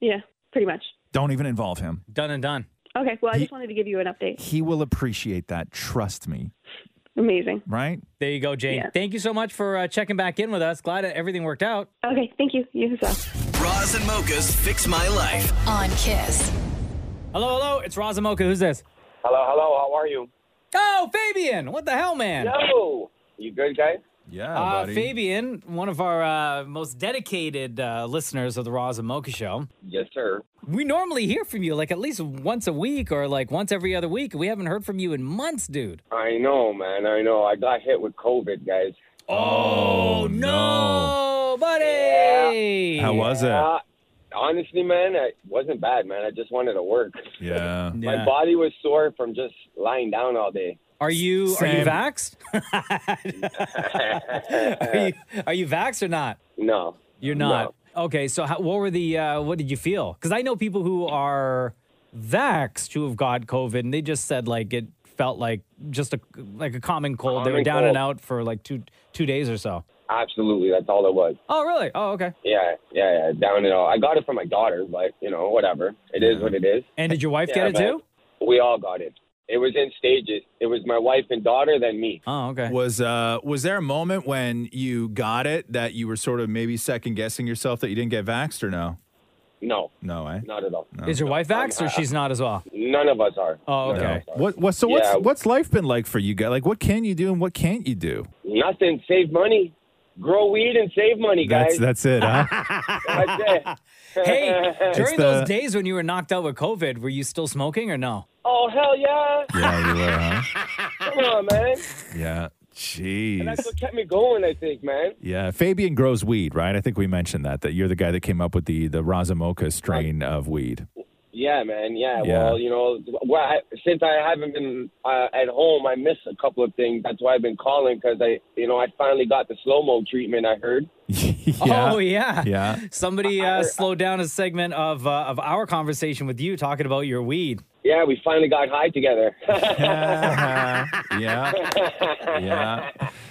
Speaker 26: yeah, pretty much.
Speaker 4: Don't even involve him.
Speaker 5: Done and done.
Speaker 26: Okay, well, I
Speaker 4: He-
Speaker 26: just wanted to give you an update.
Speaker 4: He will appreciate that. Trust me.
Speaker 26: Amazing.
Speaker 4: Right.
Speaker 5: There you go, Jane.
Speaker 26: Yeah.
Speaker 5: Thank you so much for uh, checking back in with us. Glad that everything worked out.
Speaker 26: Okay, thank you. You as well.
Speaker 1: Roz and Mocha's Fix My Life.
Speaker 6: on Kiss.
Speaker 5: Hello, hello. It's Razamoka. Who's this?
Speaker 14: Hello, hello. How are you?
Speaker 5: Oh, Fabian. What the hell, man?
Speaker 14: Yo, you good, guys?
Speaker 4: Yeah,
Speaker 5: Uh, Fabian, one of our uh, most dedicated uh, listeners of the Roz and Mocha Show.
Speaker 14: Yes, sir.
Speaker 5: We normally hear from you like at least once a week or like once every other week. We haven't heard from you in months, dude.
Speaker 14: I know, man. I know. I got hit with COVID, guys.
Speaker 5: Oh, no, buddy.
Speaker 14: Yeah. Uh, honestly, man, it wasn't bad, man. I just wanted to work.
Speaker 27: <laughs>
Speaker 4: Yeah.
Speaker 14: My body was sore from just lying down all day.
Speaker 5: Are you are you
Speaker 14: Same.
Speaker 5: vaxxed? <laughs> are, you, are you vaxxed or not?
Speaker 14: No.
Speaker 5: You're not. Okay, so how, what were the uh, what did you feel? Because I know people who are vaxxed who have got COVID, and they just said like it felt like just a like a common cold. they were
Speaker 27: Common
Speaker 5: down and
Speaker 27: cold.
Speaker 5: out for like two two days or so.
Speaker 27: Absolutely, that's all it was.
Speaker 5: Oh, really? Oh, okay.
Speaker 27: Yeah, yeah, yeah. Down and all. I got it from my daughter, but you know, whatever. It is what it is.
Speaker 5: And did your wife
Speaker 27: Yeah,
Speaker 5: get it
Speaker 27: but
Speaker 5: too?
Speaker 27: We all got it. It was in stages. It was my wife and daughter, then me.
Speaker 5: Oh, okay.
Speaker 4: Was uh was there a moment when you got it that you were sort of maybe second guessing yourself that you didn't get vaxxed or no?
Speaker 27: No,
Speaker 4: No, eh?
Speaker 27: not at all. uh,
Speaker 5: Is your wife vaxxed or she's not as well?
Speaker 27: None of us are.
Speaker 5: Oh, okay.
Speaker 4: No. What what so what's
Speaker 27: Yeah.
Speaker 4: what's life been like for you guys? Like what can you do and what can't you do?
Speaker 27: Nothing. Save money. Grow weed and save money,
Speaker 4: That's
Speaker 27: guys.
Speaker 4: that's it, huh?
Speaker 27: <laughs> That's it.
Speaker 5: <laughs> Hey, during
Speaker 4: the-
Speaker 5: those days when you were knocked out with COVID, were you still smoking or no?
Speaker 27: oh hell yeah!
Speaker 4: yeah, you were, huh?
Speaker 27: <laughs> Come on, man.
Speaker 4: Yeah.
Speaker 27: And
Speaker 4: Jeez.
Speaker 27: that's what kept me going. I think, man.
Speaker 4: Yeah, Fabian grows weed, right? I think we mentioned that that you're the guy that came up with the the Razamoka strain of weed.
Speaker 27: Yeah, man. Yeah.
Speaker 4: Yeah.
Speaker 27: Well, you know, well, I, since I haven't been uh, at home, I missed a couple of things. That's why I've been calling because I, you know, I finally got the slow mo treatment. I heard.
Speaker 5: Oh yeah,
Speaker 4: yeah.
Speaker 5: Somebody uh, slowed down a segment of uh, of our conversation with you talking about your weed.
Speaker 27: Yeah, we finally got high together.
Speaker 4: <laughs>
Speaker 27: <laughs>
Speaker 4: yeah. Yeah.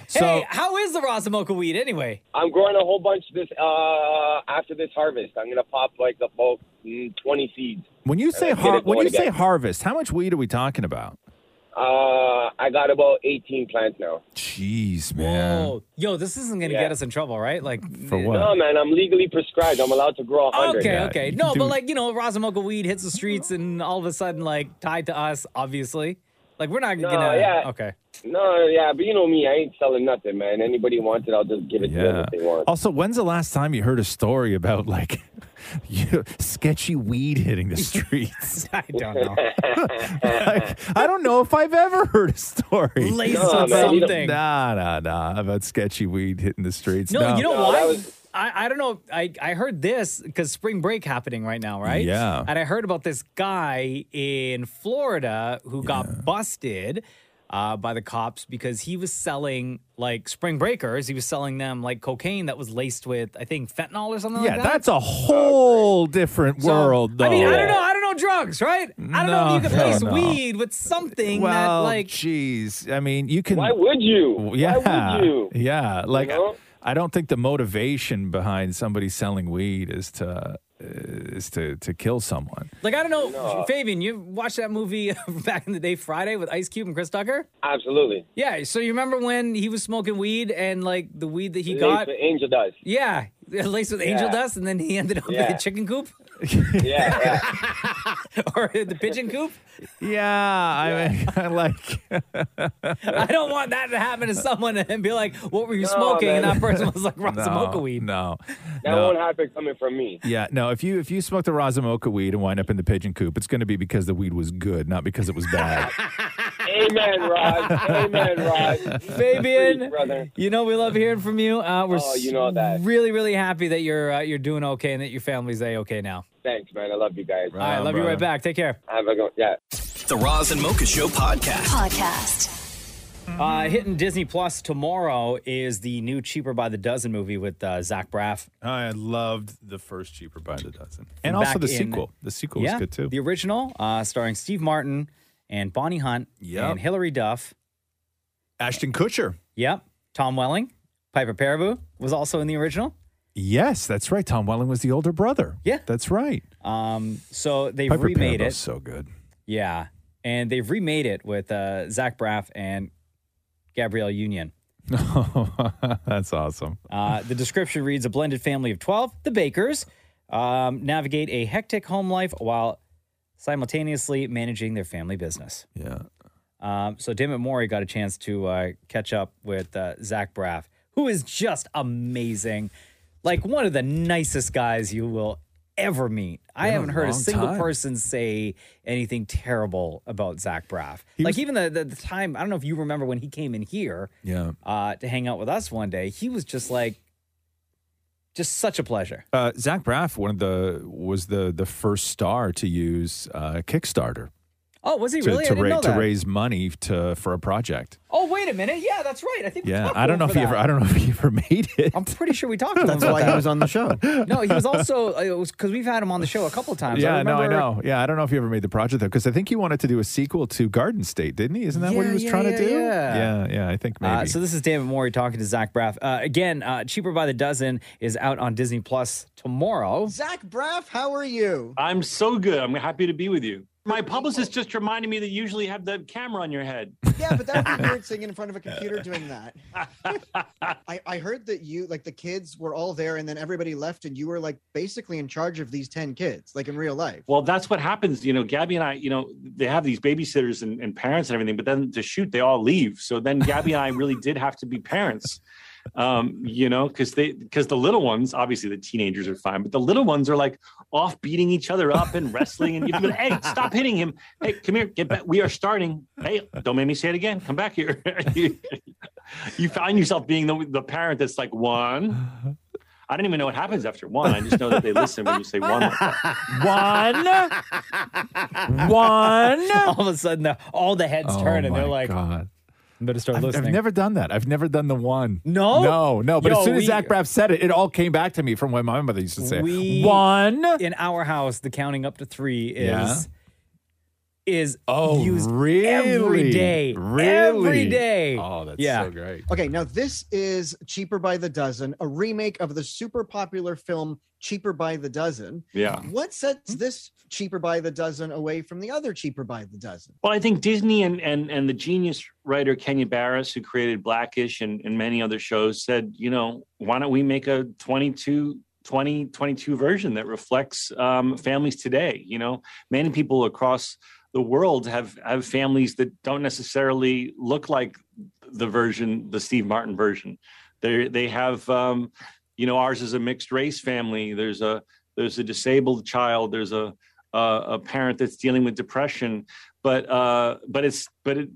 Speaker 5: hey, how is the Razamoka weed anyway?
Speaker 27: I'm growing a whole bunch this uh, after this harvest. I'm gonna pop like the bulk mm, 20 seeds.
Speaker 4: When you
Speaker 27: And
Speaker 4: say
Speaker 27: let's get
Speaker 4: har-
Speaker 27: it
Speaker 4: when
Speaker 27: going
Speaker 4: you say
Speaker 27: again.
Speaker 4: harvest, how much weed are we talking about?
Speaker 27: uh, I got about 18 plants now.
Speaker 4: Jeez, man.
Speaker 5: Oh, yo, this isn't gonna get us in trouble, right? Like
Speaker 4: For what?
Speaker 27: No, man, I'm legally prescribed. I'm allowed to grow 100.
Speaker 5: Okay, okay. No, but like, you know, Razamoka weed hits the streets and all of a sudden, like, tied to us, obviously. Like, we're not
Speaker 27: No,
Speaker 5: gonna.
Speaker 27: yeah.
Speaker 5: Okay.
Speaker 27: No, yeah, but you know me, I ain't selling nothing, man. Anybody wants it, I'll just give it to them
Speaker 4: Yeah.
Speaker 27: if they want.
Speaker 4: Also, when's the last time you heard a story about like <laughs> you, sketchy weed hitting the
Speaker 5: <laughs>
Speaker 4: streets?
Speaker 5: I don't
Speaker 4: <laughs>
Speaker 5: know.
Speaker 4: like, I don't know if I've ever heard a story.
Speaker 5: Lace No, up man, you don't- something.
Speaker 4: Nah, nah, nah. About sketchy weed hitting the streets.
Speaker 5: No, you know
Speaker 4: what?
Speaker 5: why? I, I don't know. I, I heard this because spring break happening right now, right?
Speaker 4: Yeah.
Speaker 5: And I heard about this guy in Florida who got busted uh, by the cops because he was selling like spring breakers. He was selling them like cocaine that was laced with, I think, fentanyl or something
Speaker 4: Yeah,
Speaker 5: like that.
Speaker 4: that's a whole different
Speaker 5: So,
Speaker 4: world, though.
Speaker 5: I mean, I don't know. I don't know drugs, right? I don't know if
Speaker 4: No,
Speaker 5: you can place
Speaker 4: no, no.
Speaker 5: weed with something
Speaker 4: Well,
Speaker 5: that, like,
Speaker 4: jeez. I mean, you can.
Speaker 5: Why would you?
Speaker 4: W-
Speaker 5: Why
Speaker 4: Yeah.
Speaker 5: would you?
Speaker 4: Yeah. Like,
Speaker 5: know?
Speaker 4: I don't think the motivation behind somebody selling weed is to uh, is to to kill someone.
Speaker 5: like I don't know,
Speaker 4: No.
Speaker 5: Fabian. You watched that movie <laughs> back in the day, Friday, with Ice Cube and Chris Tucker.
Speaker 27: Absolutely.
Speaker 5: Yeah. So you remember when he was smoking weed and like the weed that he
Speaker 27: Laced
Speaker 5: got?
Speaker 27: with angel dust.
Speaker 5: Yeah, <laughs> laced with angel
Speaker 27: Yeah.
Speaker 5: dust, and then he ended up with
Speaker 27: Yeah.
Speaker 5: a chicken coop
Speaker 27: <laughs> Yeah. yeah.
Speaker 5: <laughs> or the pigeon coop.
Speaker 4: Yeah, I <laughs> mean,
Speaker 5: <laughs>
Speaker 4: I like.
Speaker 5: I don't want that to happen to someone and be like, "What were you
Speaker 27: No,
Speaker 5: smoking?" And
Speaker 27: man.
Speaker 5: that person was like,
Speaker 4: <laughs>
Speaker 5: "Razamoka
Speaker 4: no,
Speaker 5: weed."
Speaker 4: No.
Speaker 27: That
Speaker 4: no.
Speaker 27: won't happen coming from me.
Speaker 4: Yeah, no. If you if you smoke the Razamoka weed and wind up in the pigeon coop, it's going to be because the weed was good, not because it was
Speaker 5: <laughs>
Speaker 4: bad.
Speaker 27: Amen, Rod. Amen, Rod.
Speaker 5: Fabian,
Speaker 27: Preach, brother.
Speaker 5: You know we love hearing from you. Uh, we're
Speaker 27: Oh, you know that.
Speaker 5: really, really happy that you're uh, you're doing okay and that your family's a okay now.
Speaker 27: Thanks, man. I love you guys.
Speaker 5: All right, love you right back. Take care.
Speaker 27: Have a go. Yeah.
Speaker 1: The Roz and Mocha Show podcast.
Speaker 28: Podcast.
Speaker 5: Uh, hitting Disney Plus tomorrow is the new Cheaper by the Dozen movie with uh, Zach Braff.
Speaker 4: I loved the first Cheaper by the Dozen,
Speaker 5: From
Speaker 4: and also
Speaker 5: back
Speaker 4: the
Speaker 5: in-
Speaker 4: sequel. The sequel
Speaker 5: yeah,
Speaker 4: was good too.
Speaker 5: The original, uh, starring Steve Martin and Bonnie Hunt
Speaker 4: Yep.
Speaker 5: and Hilary Duff.
Speaker 4: Ashton Kutcher.
Speaker 5: Yep. Tom Welling, Piper Perabo was also in the original.
Speaker 4: Yes, that's right. Tom Welling was the older brother.
Speaker 5: Yeah,
Speaker 4: that's right.
Speaker 5: Um, so they've
Speaker 4: Piper
Speaker 5: remade
Speaker 4: Perabo
Speaker 5: it.
Speaker 4: is so good. <laughs>
Speaker 5: Yeah, and they've remade it with uh, Zach Braff and Gabrielle Union.
Speaker 4: that's awesome. <laughs>
Speaker 5: Uh, the description reads: A blended family of twelve, the Bakers, um, navigate a hectic home life while simultaneously managing their family business.
Speaker 4: Yeah.
Speaker 5: Um, so Dammit Mori got a chance to uh, catch up with uh, Zach Braff, who is just amazing, like one of the nicest guys you will ever meet. I
Speaker 4: Been a
Speaker 5: haven't heard a
Speaker 4: long
Speaker 5: single
Speaker 4: time.
Speaker 5: person say anything terrible about Zach Braff. like even the, the the time I don't know if you remember when he came in here
Speaker 4: Yeah.
Speaker 5: uh, to hang out with us one day, he was just like, just such a pleasure.
Speaker 4: Uh, Zach Braff, one of the was the the first star to use uh, Kickstarter.
Speaker 5: Oh, was he
Speaker 4: to,
Speaker 5: really?
Speaker 4: to,
Speaker 5: I didn't
Speaker 4: ra-
Speaker 5: know
Speaker 4: to
Speaker 5: that.
Speaker 4: raise money to for a project.
Speaker 5: Oh, wait a minute. Yeah, that's right. I think we
Speaker 4: Yeah,
Speaker 5: talked
Speaker 4: I
Speaker 5: to
Speaker 4: don't
Speaker 5: him
Speaker 4: know
Speaker 5: for
Speaker 4: if he
Speaker 5: that.
Speaker 4: ever. I don't know <laughs> if he ever made it.
Speaker 5: I'm pretty sure we
Speaker 4: <laughs>
Speaker 5: talked to him.
Speaker 4: That's
Speaker 5: about
Speaker 4: why he
Speaker 5: that.
Speaker 4: was on the show.
Speaker 5: <laughs> No, he
Speaker 4: <laughs>
Speaker 5: was also uh, it was because we've had him on the show a couple of times.
Speaker 4: yeah,
Speaker 5: I
Speaker 4: no, I
Speaker 5: remember-
Speaker 4: know. Yeah, I don't know if he ever made the project though, because I think he wanted to do a sequel to Garden State, didn't he? Isn't that what
Speaker 5: Yeah,
Speaker 4: he was
Speaker 5: yeah,
Speaker 4: trying
Speaker 5: yeah,
Speaker 4: to do?
Speaker 5: yeah.
Speaker 4: yeah, I think maybe.
Speaker 5: Uh, so this is David Morey talking to Zach Braff uh, again. Uh, Cheaper by the Dozen is out on Disney Plus tomorrow.
Speaker 7: Zach Braff, how are you?
Speaker 15: I'm so good. I'm happy to be with you. My publicist just reminded me that you usually have the camera on your head.
Speaker 7: Yeah, but that would be
Speaker 5: <laughs>
Speaker 7: weird sitting in front of a computer doing that. <laughs> I, I heard that you, like, the kids were all there and then everybody left, and you were, like, basically in charge of these 10 kids, like in real life.
Speaker 15: Well, that's what happens. You know, Gabby and I, you know, they have these babysitters and, and parents and everything, but then to shoot, they all leave. So then Gabby and I really did have to be parents, um, you know, because they, because the little ones, obviously the teenagers are fine, but the little ones are like off beating each other up and wrestling. And you'd be like, hey, stop hitting him. Hey, come here, get back. We are starting. Hey, don't make me say it again. Come back here. <laughs> you, you find yourself being the, the parent that's like, one. I don't even know what happens after one. I just know that they listen when you say one. like that.
Speaker 5: <laughs> One, one. All of a sudden, the, all the heads
Speaker 4: Oh
Speaker 5: turn, and
Speaker 4: my
Speaker 5: they're like,
Speaker 4: God.
Speaker 5: "Better start
Speaker 4: I've, I've
Speaker 5: listening."
Speaker 4: never done that. I've never done the one.
Speaker 5: No?
Speaker 4: no, no. But
Speaker 5: Yo,
Speaker 4: as soon as
Speaker 5: we-
Speaker 4: Zach Braff said it, it all came back to me from when my mother used to say it.
Speaker 5: we one in our house. The counting up to three is
Speaker 4: Yeah.
Speaker 5: is
Speaker 4: Oh,
Speaker 5: used
Speaker 4: really?
Speaker 5: every day, every
Speaker 4: Really?
Speaker 5: day.
Speaker 4: Oh, that's
Speaker 5: yeah.
Speaker 4: so great.
Speaker 7: Okay, now this is Cheaper by the Dozen, a remake of the super popular film Cheaper by the Dozen.
Speaker 15: Yeah.
Speaker 7: What sets this Cheaper by the Dozen away from the other Cheaper by the Dozen?
Speaker 15: Well, I think Disney and and and the genius writer Kenya Barris, who created Blackish and, and many other shows, said, you know, why don't we make a 22, 20, 22 version that reflects um, families today? You know, many people across the world have have families that don't necessarily look like the version, the Steve Martin version. They they have, um, you know, ours is a mixed race family. There's a there's a disabled child. There's a a, a parent that's dealing with depression but uh, but it's but it,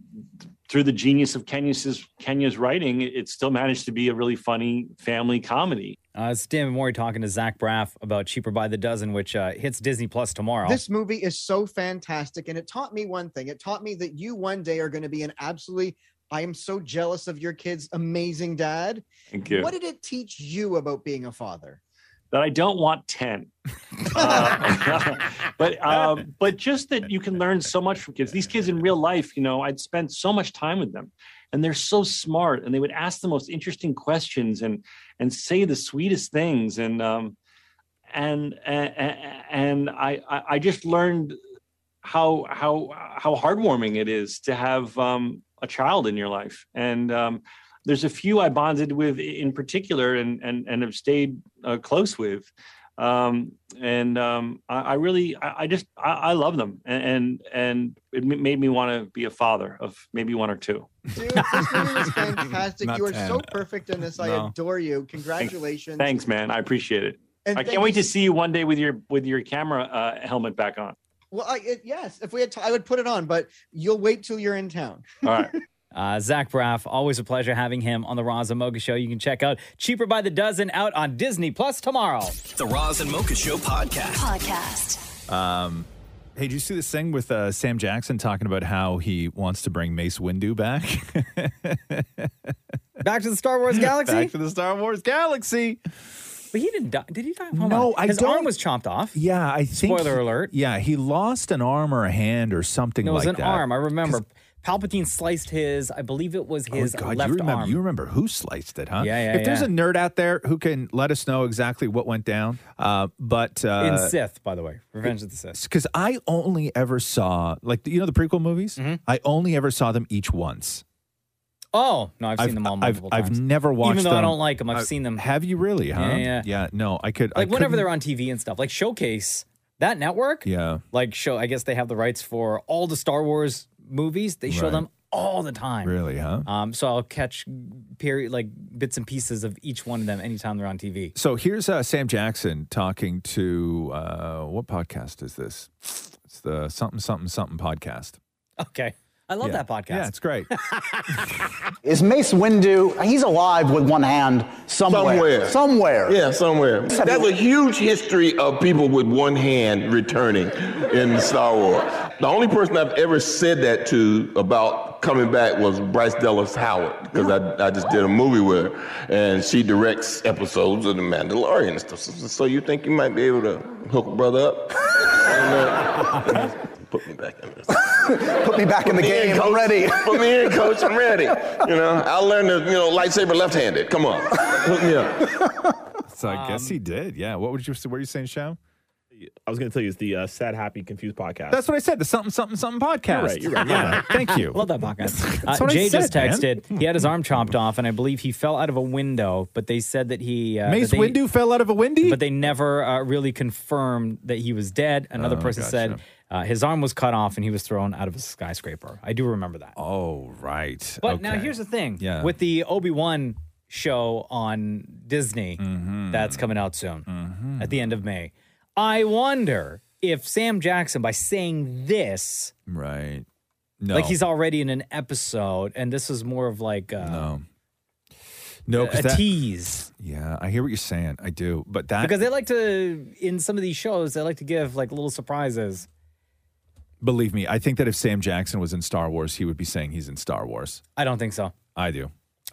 Speaker 15: through the genius of Kenya's Kenya's writing, it still managed to be a really funny family comedy.
Speaker 5: Uh, it's Dan Mori talking to Zach Braff about Cheaper by the Dozen, which uh, hits Disney Plus tomorrow.
Speaker 7: This movie is so fantastic. And it taught me one thing. It taught me that you one day are going to be an absolutely, I am so jealous of your kid's amazing dad.
Speaker 15: Thank you.
Speaker 7: What did it teach you about being a father?
Speaker 15: That I don't want ten, Uh, <laughs> but um, but just that you can learn so much from kids. These kids in real life, you know, I'd spent so much time with them, and they're so smart, and they would ask the most interesting questions and and say the sweetest things, and um, and and, and I I- I just learned how how how heartwarming it is to have um, a child in your life. And um, there's a few I bonded with in particular, and and and have stayed uh, close with. Um, and um, I, I really, I, I just, I, I love them, and and, and it ma- made me want to be a father of maybe one or two.
Speaker 7: Dude, this movie was fantastic.
Speaker 15: Not
Speaker 7: you are
Speaker 15: 10.
Speaker 7: so perfect in this. I
Speaker 15: No.
Speaker 7: adore you. Congratulations.
Speaker 15: Thanks, man. I appreciate it.
Speaker 7: And
Speaker 15: I
Speaker 7: thank
Speaker 15: can't wait
Speaker 7: you-
Speaker 15: to see you one day with your with your camera uh, helmet back on.
Speaker 7: Well, I, it, yes, if we had, t- I would put it on, but you'll wait till you're in town.
Speaker 15: All right.
Speaker 5: <laughs> Uh, Zach Braff, always a pleasure having him on the Raza Mocha Show. You can check out Cheaper by the Dozen out on Disney Plus tomorrow.
Speaker 1: The Roz and Mocha Show podcast. Podcast.
Speaker 4: Um, hey, did you see this thing with uh, Sam Jackson talking about how he wants to bring Mace Windu back?
Speaker 5: back to the Star Wars galaxy?
Speaker 4: Back to the Star Wars galaxy.
Speaker 5: But he didn't die. Did he die? <laughs> Hold
Speaker 4: No,
Speaker 5: on.
Speaker 4: I
Speaker 5: His
Speaker 4: don't.
Speaker 5: arm was chomped off.
Speaker 4: Yeah, I think.
Speaker 5: Spoiler alert.
Speaker 4: Yeah, he lost an arm or a hand or something
Speaker 5: It was
Speaker 4: like
Speaker 5: an
Speaker 4: that.
Speaker 5: arm. I remember. Palpatine sliced his. I believe it was his
Speaker 4: oh God,
Speaker 5: left
Speaker 4: you remember?
Speaker 5: arm.
Speaker 4: You remember who sliced it, huh?
Speaker 5: Yeah, yeah,
Speaker 4: If there's
Speaker 5: yeah.
Speaker 4: a nerd out there who can let us know exactly what went down, uh, but uh,
Speaker 5: in Sith, by the way, Revenge of the Sith.
Speaker 4: because I only ever saw like you know the prequel movies.
Speaker 5: Mm-hmm.
Speaker 4: I only ever saw them each once.
Speaker 5: Oh no, I've seen them all multiple
Speaker 4: I've,
Speaker 5: times.
Speaker 4: I've never watched.
Speaker 5: Even though I
Speaker 4: them.
Speaker 5: don't like them, I've
Speaker 4: I-
Speaker 5: seen them.
Speaker 4: Have you really? Huh?
Speaker 5: Mm. Yeah, yeah.
Speaker 4: no, I could.
Speaker 5: like
Speaker 4: I
Speaker 5: whenever
Speaker 4: couldn't-
Speaker 5: they're on TV and stuff, like Showcase, that network.
Speaker 4: Yeah.
Speaker 5: Like show, I guess they have the rights for all the Star Wars movies. They show
Speaker 4: Right.
Speaker 5: them all the time.
Speaker 4: Really, huh?
Speaker 5: Um, so I'll catch period like bits and pieces of each one of them anytime they're on TV.
Speaker 4: So here's uh, Sam Jackson talking to uh, what podcast is this? It's the something something something podcast.
Speaker 5: <laughs> Okay, I love
Speaker 4: Yeah.
Speaker 5: that podcast.
Speaker 4: Yeah, it's great.
Speaker 6: Is Mace Windu? He's alive with one hand somewhere.
Speaker 2: Somewhere.
Speaker 6: Somewhere.
Speaker 2: Yeah, somewhere. There's a huge history of people with one hand returning in Star Wars. The only person I've ever said that to about coming back was Bryce Dallas Howard because I, I just did a movie with her and she directs episodes of The Mandalorian and stuff. So, so you think you might be able to hook a
Speaker 16: <laughs>
Speaker 2: brother up? And, uh, put me back in this.
Speaker 16: Put me back in the
Speaker 2: Put me
Speaker 16: game.
Speaker 2: coach.
Speaker 16: I'm
Speaker 10: <laughs>
Speaker 16: ready.
Speaker 2: Put me in, coach.
Speaker 16: <laughs>
Speaker 2: I'm ready. You know, I learned to, you know, lightsaber left-handed. Come on, hook me up.
Speaker 4: So I guess
Speaker 5: Um,
Speaker 4: he did. Yeah. What would you? What are you saying, Sham?
Speaker 17: I was going to tell you it's the uh, Sad, Happy, Confused podcast.
Speaker 4: That's what I said. The something, something, something podcast.
Speaker 17: You're right, you're right, you're
Speaker 4: Yeah,
Speaker 17: right.
Speaker 4: <laughs> Thank you.
Speaker 5: Love that podcast.
Speaker 4: That's
Speaker 5: Uh,
Speaker 4: what I
Speaker 5: Jay just
Speaker 4: said, man.
Speaker 5: texted. He had his arm chopped off, and I believe he fell out of a window. But they said that he uh,
Speaker 4: Mace
Speaker 5: that they-
Speaker 4: Windu fell out of a windy.
Speaker 5: But they never uh, really confirmed that he was dead. Another
Speaker 4: Oh,
Speaker 5: person said
Speaker 4: gotcha.
Speaker 5: uh, his arm was cut off and he was thrown out of a skyscraper. I do remember that.
Speaker 4: Oh, right.
Speaker 5: But now
Speaker 4: Okay.
Speaker 5: here's the thing
Speaker 4: Yeah.
Speaker 5: with the Obi Wan show on Disney
Speaker 4: Mm-hmm.
Speaker 5: that's coming out soon at the end of May. I wonder if Sam Jackson, by saying this,
Speaker 4: right, No.
Speaker 5: like he's already in an episode, and this is more of like uh,
Speaker 4: no, no, 'cause
Speaker 5: a
Speaker 4: that-
Speaker 5: tease.
Speaker 4: Yeah, I hear what you're saying. I do, but that
Speaker 5: because they like to in some of these shows they like to give like little surprises.
Speaker 4: believe me, I think that if Sam Jackson was in Star Wars, he would be saying he's in Star Wars.
Speaker 5: I don't think so.
Speaker 4: I do.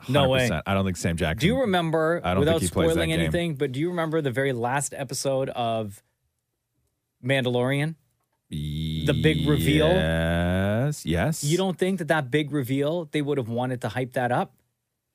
Speaker 5: No way.
Speaker 4: 100%. I don't think Sam Jackson.
Speaker 5: Do you remember?
Speaker 4: I don't
Speaker 5: without
Speaker 4: think he plays that
Speaker 5: spoiling
Speaker 4: game.
Speaker 5: anything, but do you remember the very last episode of Mandalorian? The big reveal.
Speaker 4: Yes. Yes.
Speaker 5: You don't think that that big reveal they would have wanted to hype that up?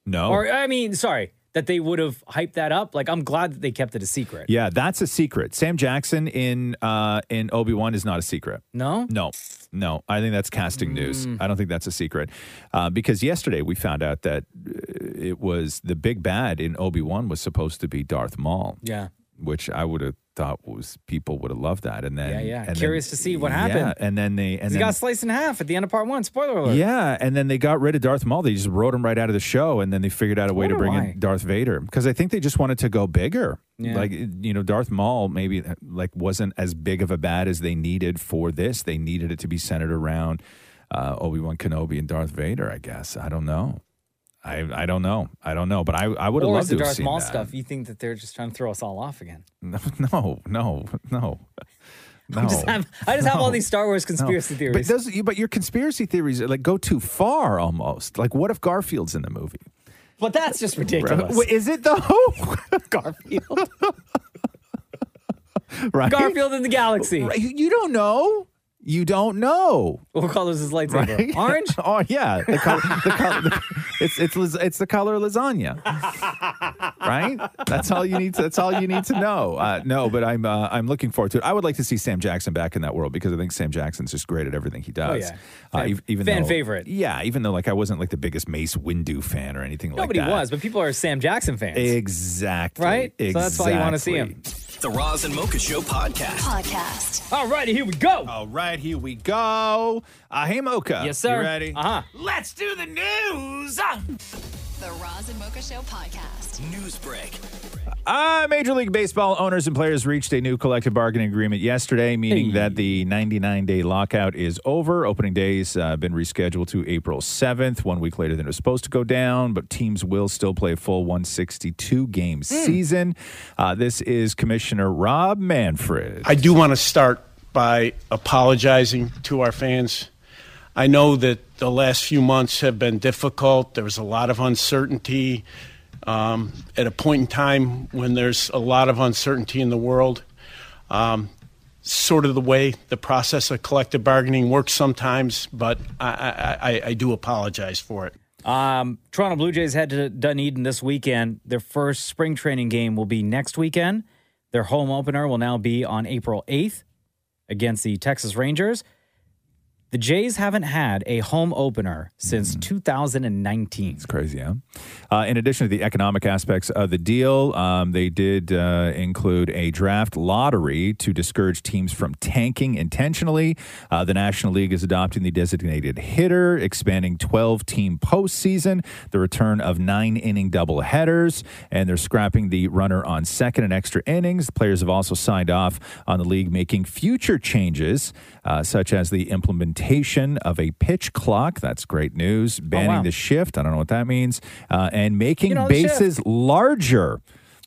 Speaker 4: No.
Speaker 5: Or I mean, sorry, that they would have hyped that up. Like I'm glad that they kept it a secret.
Speaker 4: yeah, that's a secret. Sam Jackson in uh in Obi Wan is not a secret.
Speaker 5: No. Hmm.
Speaker 4: No. No, I think that's casting news. I don't think that's a secret, uh, because yesterday we found out that uh, it was the big bad in Obi Wan was supposed to be Darth Maul.
Speaker 5: Yeah.
Speaker 4: which I would have thought was people would have loved that. And then
Speaker 5: Yeah, yeah.
Speaker 4: and then-
Speaker 5: Curious to see what
Speaker 4: yeah,
Speaker 5: happened.
Speaker 4: and then they and
Speaker 5: he
Speaker 4: then,
Speaker 5: got sliced in half at the end of part one. Spoiler alert.
Speaker 4: yeah, and then they got rid of Darth Maul. They just wrote him right out of the show, and then they figured out a way to
Speaker 5: wonder
Speaker 4: bring
Speaker 5: why.
Speaker 4: in Darth Vader because I think they just wanted to go bigger.
Speaker 5: Yeah.
Speaker 4: Like you know, Darth Maul maybe like wasn't as big of a bad as they needed for this. They needed it to be centered around uh, Obi Wan Kenobi and Darth Vader. I guess I don't know. I, I don't know. I don't know. But I, I would have
Speaker 5: or
Speaker 4: loved
Speaker 5: is the
Speaker 4: to have
Speaker 5: Darth
Speaker 4: seen
Speaker 5: Maul
Speaker 4: that.
Speaker 5: stuff? You think that they're just trying to throw us all off again?
Speaker 4: <laughs> No, no, no, no.
Speaker 5: <laughs> I just have I just have all
Speaker 4: No.
Speaker 5: these Star Wars
Speaker 4: No.
Speaker 5: conspiracy
Speaker 4: But
Speaker 5: theories.
Speaker 4: those, you- but your conspiracy theories are, like go too far almost. Like, what if Garfield's in the movie?
Speaker 5: But that's just ridiculous.
Speaker 4: Wait, is it though?
Speaker 5: Garfield.
Speaker 4: Right?
Speaker 5: Garfield in the galaxy.
Speaker 4: <laughs> Right, You you don't know. You don't know.
Speaker 5: What color is his
Speaker 4: <laughs>
Speaker 5: lightsaber?
Speaker 4: Right?
Speaker 5: Orange.
Speaker 4: oh yeah, the color. The color it's it's las- it's the color of lasagna. right? That's all you need. To, that's all you need to know. Uh, no, but I'm uh, I'm looking forward to it. I would like to see Sam Jackson back in that world because I think Sam Jackson's just great at everything he does.
Speaker 5: Oh, yeah.
Speaker 4: uh, ev- even
Speaker 5: fan
Speaker 4: though-
Speaker 5: favorite.
Speaker 4: Yeah, even though like I wasn't like the biggest Mace Windu fan or anything
Speaker 5: Nobody
Speaker 4: like that.
Speaker 5: was, but people are Sam Jackson fans.
Speaker 4: Exactly.
Speaker 5: Right?
Speaker 4: Exactly.
Speaker 5: So that's why you want to see him.
Speaker 1: The Roz and Mocha Show podcast.
Speaker 6: Podcast.
Speaker 5: All righty, here we go.
Speaker 4: All right, here we go. Uh, hey, Mocha.
Speaker 5: Yes, sir.
Speaker 4: You ready?
Speaker 5: Uh huh.
Speaker 6: Let's do the news. The Roz and Mocha Show podcast.
Speaker 1: News break.
Speaker 4: Uh, Major League Baseball owners and players reached a new collective bargaining agreement yesterday, meaning that the 99 day lockout is over. Opening days uh, been rescheduled to April 7th, one week later than it was supposed to go down, but teams will still play a full 162 game season. Uh, this is Commissioner Rob Manfred.
Speaker 18: I do want to start by apologizing to our fans. I know that the last few months have been difficult. There was a lot of uncertainty. Um, at a point in time when there's a lot of uncertainty in the world, um, sort of the way the process of collective bargaining works sometimes, but I, I, I, I do apologize for it.
Speaker 5: Um, Toronto Blue Jays head to Dunedin this weekend. Their first spring training game will be next weekend. Their home opener will now be on April 8th against the Texas Rangers. The Jays haven't had a home opener since 2019. It's
Speaker 4: Hmm. crazy, huh? Uh, in addition to the economic aspects of the deal, um, they did uh, include a draft lottery to discourage teams from tanking intentionally. Uh, the National League is adopting the designated hitter, expanding 12 team postseason, the return of nine inning double headers, and they're scrapping the runner on second and extra innings. The players have also signed off on the league making future changes, uh, such as the implementation of a pitch clock. That's great news. Banning
Speaker 5: wow.
Speaker 4: the shift. I don't know what that means. Uh, and making
Speaker 5: You know, the
Speaker 4: bases larger.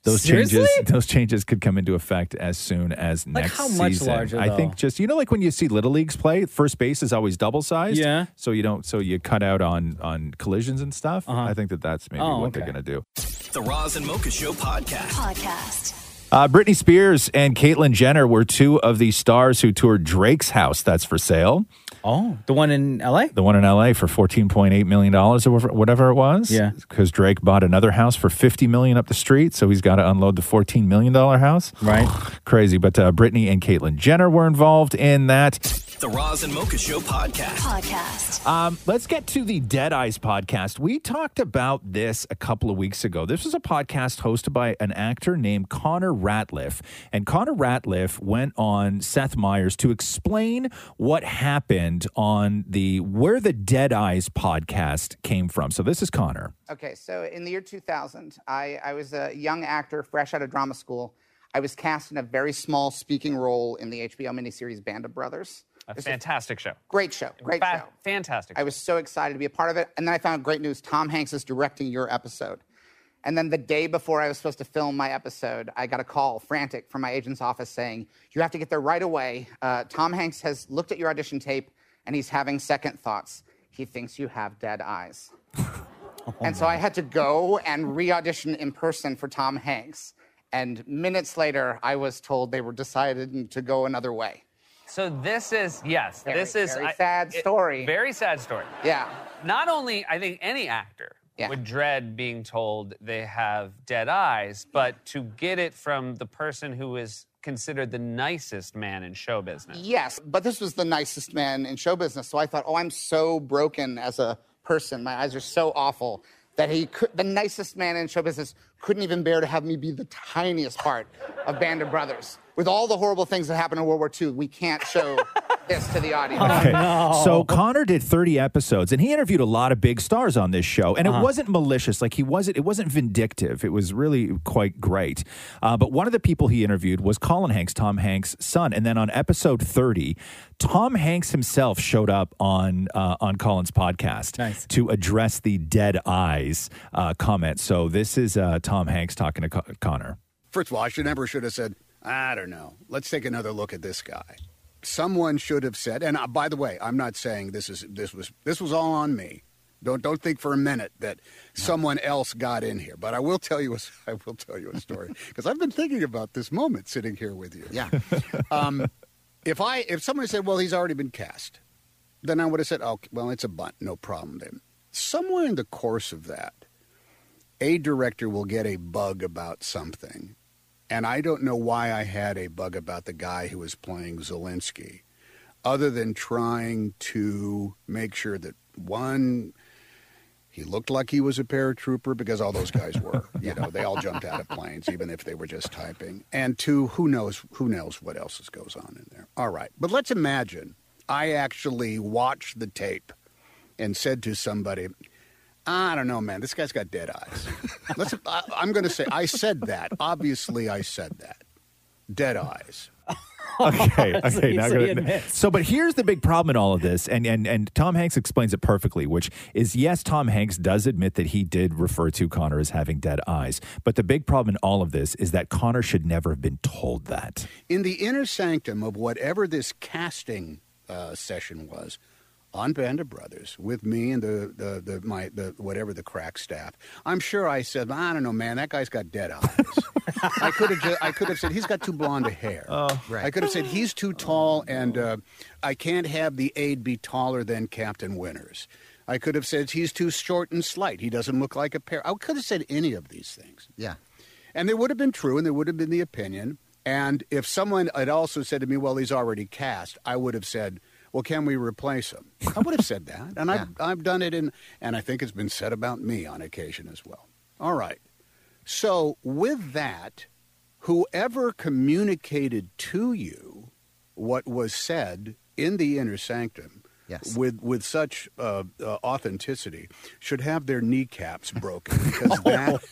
Speaker 4: Those
Speaker 5: Seriously?
Speaker 4: changes, <laughs> those changes could come into effect as soon as
Speaker 5: Like,
Speaker 4: next
Speaker 5: how much
Speaker 4: season.
Speaker 5: larger,
Speaker 4: I think
Speaker 5: though?
Speaker 4: just you know, like when you see little leagues play, first base is always double sized.
Speaker 5: Yeah.
Speaker 4: So you don't, so you cut out on on collisions and stuff.
Speaker 5: Uh-huh.
Speaker 4: I think that that's maybe
Speaker 1: Oh,
Speaker 4: what
Speaker 1: okay.
Speaker 4: they're gonna do.
Speaker 1: The Roz and Mocha Show podcast. Podcast.
Speaker 4: Uh, Britney Spears and Caitlyn Jenner were two of the stars who toured Drake's house. That's for sale.
Speaker 5: Oh, the one in L.A.
Speaker 4: The one in LA for fourteen point eight million dollars or whatever- whatever it was.
Speaker 5: Yeah.
Speaker 4: because Drake bought another house for fifty million up the street, so he's got to unload the fourteen million dollar house.
Speaker 5: Right,
Speaker 4: <sighs> crazy. But uh, Brittany and Caitlyn Jenner were involved in that.
Speaker 1: The Roz and Mocha Show podcast. Podcast.
Speaker 4: Um, let's get to the Dead Eyes podcast. We talked about this a couple of weeks ago. This was a podcast hosted by an actor named Connor Ratliff. And Connor Ratliff went on Seth Meyers to explain what happened on the Where the Dead Eyes podcast came from. So this is Connor.
Speaker 29: Okay, so in the year 2000, I, I was a young actor fresh out of drama school. I was cast in a very small speaking role in the HBO miniseries Band of Brothers.
Speaker 30: A
Speaker 29: It's a
Speaker 30: fantastic show.
Speaker 29: great show, great
Speaker 30: Fa-
Speaker 29: show.
Speaker 30: Fantastic.
Speaker 29: I was so excited to be a part of it. And then I found great news Tom Hanks is directing your episode. And then the day before I was supposed to film my episode, I got a call, frantic, from my agent's office saying, You have to get there right away. Uh, Tom Hanks has looked at your audition tape and he's having second thoughts. He thinks you have dead eyes. and so I had to go and re audition in person for Tom Hanks. And minutes later, I was told they were decided to go another way.
Speaker 30: So this is yes,
Speaker 29: Very,
Speaker 30: this is
Speaker 29: very
Speaker 30: I-
Speaker 29: sad
Speaker 30: it-
Speaker 29: story.
Speaker 30: very sad story.
Speaker 29: Yeah.
Speaker 30: Not only I think any actor would dread being told they have dead eyes, but to get it from the person who is considered the nicest man in show business.
Speaker 29: Yes, but this was the nicest man in show business. So I thought, oh, I'm so broken as a person. My eyes are so awful that he could, the nicest man in show business couldn't even bear to have me be the tiniest part of Band of Brothers. With all the horrible things that happened in World War II, we can't show this to the <laughs> audience.
Speaker 4: Okay. So Connor did 30 episodes and he interviewed a lot of big stars on this show and
Speaker 29: Uh-huh.
Speaker 4: it wasn't malicious like he wasn't it wasn't vindictive it was really quite great. Uh, but one of the people he interviewed was Colin Hanks, Tom Hanks' son and then on episode 30 Tom Hanks himself showed up on uh, on Colin's podcast to address the dead eyes uh, comment. So this is uh, Tom Hanks talking to Co- Connor.
Speaker 20: First of all, I should never should have said, I don't know. Let's take another look at this guy. Someone should have said, and uh, by the way, I'm not saying this is this was this was all on me. Don't don't think for a minute that someone else got in here. But I will tell you a, <laughs> I will tell you a story because I've been thinking about this moment sitting here with you. Yeah. <laughs> Um, if I if somebody said, well, he's already been cast, then I would have said, oh, well, it's a bunt, no problem. Then somewhere in the course of that, a director will get a bug about something. And I don't know why I had a bug about the guy who was playing Zelensky, other than trying to make sure that one, he looked like he was a paratrooper because all those guys were. you know, they all jumped out of planes, even if they were just typing. And two, who knows who knows what else is- goes on in there. All right. But let's imagine I actually watched the tape and said to somebody, I don't know, man. This guy's got dead eyes. Let's, I, I'm going to say I said that. Obviously, I said that. Dead eyes.
Speaker 5: <laughs>
Speaker 4: okay,
Speaker 20: So
Speaker 4: okay.
Speaker 20: he-
Speaker 4: now
Speaker 20: so
Speaker 4: go-
Speaker 20: he admits.
Speaker 4: so, but here's the big problem in all of this, and and and Tom Hanks explains it perfectly, which is yes, Tom Hanks does admit that he did refer to Connor as having dead eyes, but the big problem in all of this is that Connor should never have been told that.
Speaker 20: In the inner sanctum of whatever this casting uh, session was, on Band of Brothers with me and the, the, the my the whatever the crack staff, I'm sure I said, I don't know, man. That guy's got dead eyes. I could have ju- I could have said he's got too blonde a hair. I could have said he's too tall, and uh, I can't have the aide be taller than Captain Winters. I could have said he's too short and slight. He doesn't look like a pair. I could have said any of these things. Yeah, and they would have been true, and they would have been the opinion. And if someone had also said to me, "Well, he's already cast," I would have said, "Well, can we replace him?" I would have said that, and I've I've done it, in, and I think it's been said about me on occasion as well. All right. So, with that, whoever communicated to you what was said in the inner sanctum with, with such uh, uh, authenticity should have their kneecaps broken because that,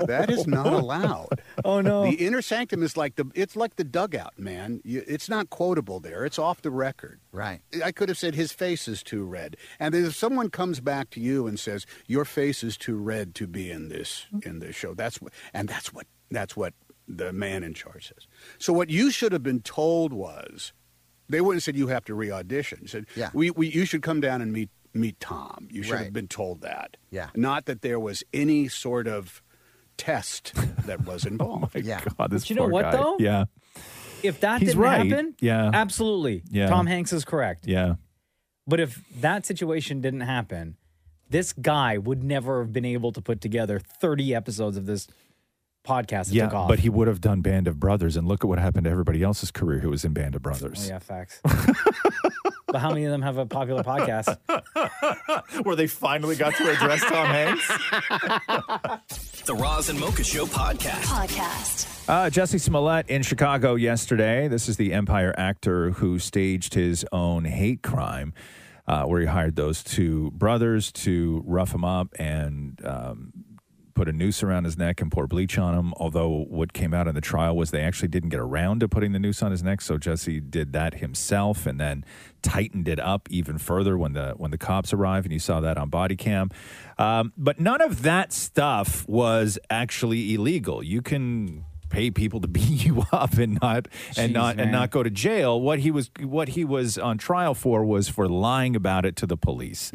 Speaker 20: that is not allowed.
Speaker 4: Oh, no.
Speaker 20: The inner sanctum is like the, it's like the dugout, man. You, it's not quotable there, it's off the record. Right. I could have said his face is too red. And if someone comes back to you and says your face is too red to be in this in this show, that's what and that's what That's what the man in charge says. So what you should have been told was, they wouldn't have said you have to re-audition. Said
Speaker 13: Yeah.
Speaker 20: we, we you should come down and meet meet Tom. You should
Speaker 13: Right.
Speaker 20: have been told that.
Speaker 13: Yeah.
Speaker 20: Not that there was any sort of test that was
Speaker 4: <laughs>
Speaker 20: involved.
Speaker 4: yeah. Oh God, this
Speaker 5: But you know
Speaker 4: poor
Speaker 5: what,
Speaker 4: guy.
Speaker 5: though?
Speaker 4: Yeah.
Speaker 5: If that
Speaker 4: He's
Speaker 5: didn't
Speaker 4: right.
Speaker 5: happen,
Speaker 4: Yeah.
Speaker 5: absolutely.
Speaker 4: Yeah.
Speaker 5: Tom Hanks is correct.
Speaker 4: Yeah.
Speaker 5: But if that situation didn't happen, this guy would never have been able to put together 30 episodes of this podcast that
Speaker 4: yeah,
Speaker 5: took off.
Speaker 4: but he would have done Band of Brothers, and look at what happened to everybody else's career who was in Band of
Speaker 5: Oh,
Speaker 4: Brothers.
Speaker 5: yeah, facts. but how many of them have a popular podcast?
Speaker 4: <laughs> Where they finally got to address Tom Hanks.
Speaker 1: The Roz and Mocha Show podcast.
Speaker 6: Podcast.
Speaker 4: Uh, Jesse Smollett in Chicago yesterday. This is the Empire actor who staged his own hate crime, uh, where he hired those two brothers to rough him up and um, put a noose around his neck and pour bleach on him. Although what came out in the trial was they actually didn't get around to putting the noose on his neck, so Jesse did that himself and then tightened it up even further when the when the cops arrived, and you saw that on body cam. Um, but none of that stuff was actually illegal. You can pay people to <laughs> beat you up and not and
Speaker 12: Jeez,
Speaker 4: not
Speaker 12: man.
Speaker 4: and not go to jail. What he was what he was on trial for was for lying about it to the police,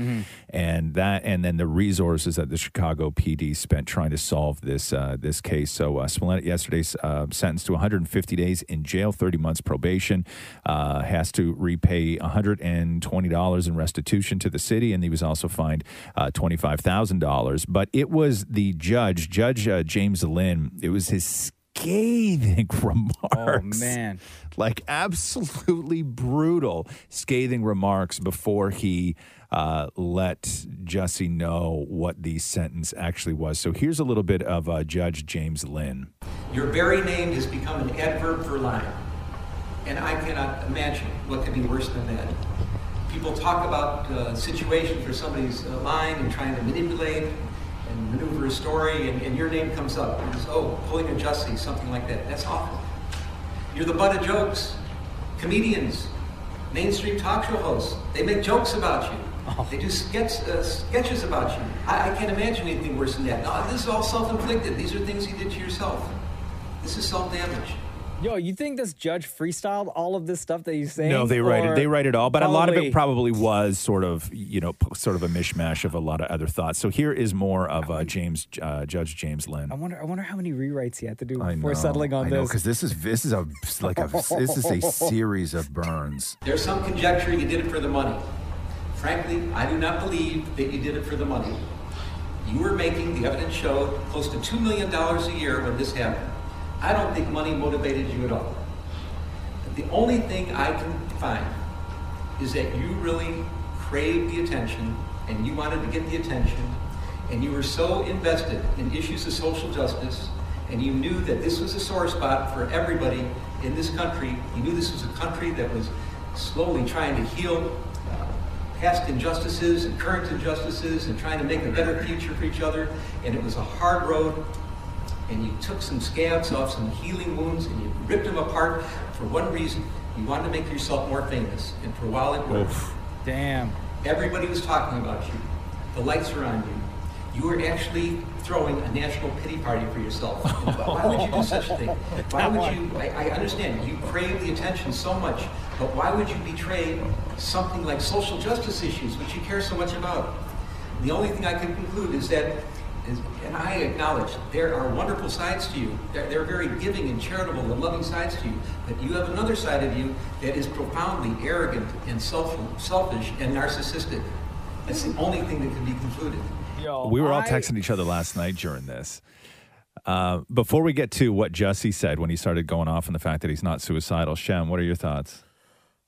Speaker 4: and that and then the resources that the Chicago PD spent trying to solve this uh, this case. So uh, Smollett yesterday's uh, sentenced to 150 days in jail, 30 months probation, uh, has to repay 120 dollars in restitution to the city, and he was also fined uh, twenty five thousand dollars. But it was the judge, Judge uh, James Lynn. It was his scathing <laughs> remarks.
Speaker 5: man.
Speaker 4: Like absolutely brutal scathing remarks before he uh, let Jesse know what the sentence actually was. So here's a little bit of uh, Judge James Lynn.
Speaker 31: Your very name has become an adverb for lying. And I cannot imagine what could be worse than that. People talk about uh, situations where somebody's uh, lying and trying to manipulate and maneuver a story, and, and your name comes up. And it's, oh, pulling a Jussie, something like that. That's awful. You're the butt of jokes. Comedians, mainstream talk show hosts, they make jokes about you. They do sketch, uh, sketches about you. I, I can't imagine anything worse than that. No, this is all self inflicted. These are things you did to yourself. This is self damage.
Speaker 5: <laughs> Yo, you think this judge freestyled all of this stuff that he's saying?
Speaker 4: No, they write
Speaker 5: Or
Speaker 4: it. They write it all, but a lot of
Speaker 5: probably-
Speaker 4: it probably was sort of you know p- sort of a mishmash of a lot of other thoughts. So here is more of uh, James uh, Judge James Lynn.
Speaker 5: I wonder. I wonder how many rewrites he had to do
Speaker 4: I
Speaker 5: before
Speaker 4: know,
Speaker 5: settling on
Speaker 4: I
Speaker 5: this.
Speaker 4: because this is this is a like a this is
Speaker 5: <laughs>
Speaker 4: a series of burns.
Speaker 31: There's some conjecture you did it for the money. Frankly, I do not believe that you did it for the money. You were making, the evidence showed, close to $2 million a year when this happened. I don't think money motivated you at all. The only thing I can find is that you really craved the attention and you wanted to get the attention and you were so invested in issues of social justice and you knew that this was a sore spot for everybody in this country. You knew this was a country that was slowly trying to heal uh, past injustices and current injustices and trying to make a better future for each other. And it was a hard road. And you took some scabs off some healing wounds and you ripped them apart for one reason. You wanted to make yourself more famous. And for a while it worked.
Speaker 5: Damn.
Speaker 31: Everybody was talking about you. The lights were on you. You were actually throwing a national pity party for yourself. And why- Why would you do such a thing? Why would you? I, I understand you crave the attention so much, but why would you betray something like social justice issues, which you care so much about? The only thing I can conclude is that, is, and I acknowledge there are wonderful sides to you. There, there are very giving and charitable and loving sides to you. But you have another side of you that is profoundly arrogant and self, selfish and narcissistic. That's the only thing that can be concluded.
Speaker 4: we were all texting each other last night during this. Uh, before we get to what Jesse said when he started going off and the fact that he's not suicidal, Shem, what are your thoughts?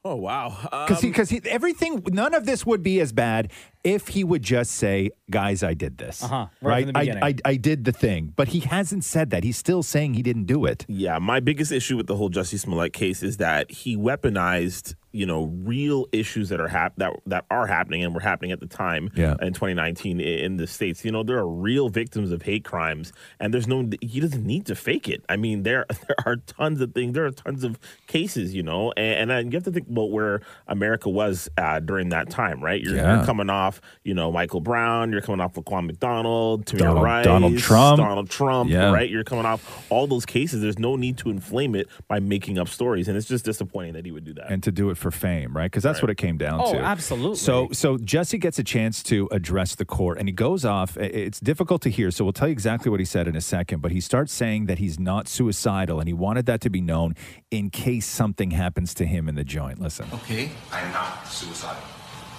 Speaker 17: Oh wow!
Speaker 4: Because because he, everything, none of this would be as bad if he would just say, "Guys, I did this."
Speaker 17: Uh-huh.
Speaker 4: Right?
Speaker 17: Right from the beginning.
Speaker 4: I, I I did the thing, but he hasn't said that. He's still saying he didn't do it.
Speaker 17: Yeah, my biggest issue with the whole Jussie Smollett case is that he weaponized, you know, real issues that are hap- that that are happening and were happening at the time
Speaker 4: Yeah.
Speaker 17: in 2019 i- in the states. You know, there are real victims of hate crimes, and there's no he doesn't need to fake it. I mean, there <laughs> there are tons of things, there are tons of cases, you know, and, and then you have to think about where America was uh, during that time, right? You're,
Speaker 4: Yeah.
Speaker 17: you're coming off off, you know, Michael Brown. You're coming off Laquan McDonald, Tamir
Speaker 4: Donald-
Speaker 17: Rice,
Speaker 4: Donald Trump.
Speaker 17: Donald Trump.
Speaker 4: Yeah.
Speaker 17: Right. You're coming off all those cases. There's no need to inflame it by making up stories, and it's just disappointing that he would do that.
Speaker 4: and to do it for fame, right? Because that's
Speaker 17: Right.
Speaker 4: what it came down
Speaker 17: Oh,
Speaker 4: to.
Speaker 17: absolutely.
Speaker 4: So, so Jesse gets a chance to address the court, and he goes off. I- It's difficult to hear, so we'll tell you exactly what he said in a second. But he starts saying that he's not suicidal, and he wanted that to be known in case something happens to him in the joint. Listen.
Speaker 5: Oh,
Speaker 31: Okay.
Speaker 8: I am not suicidal.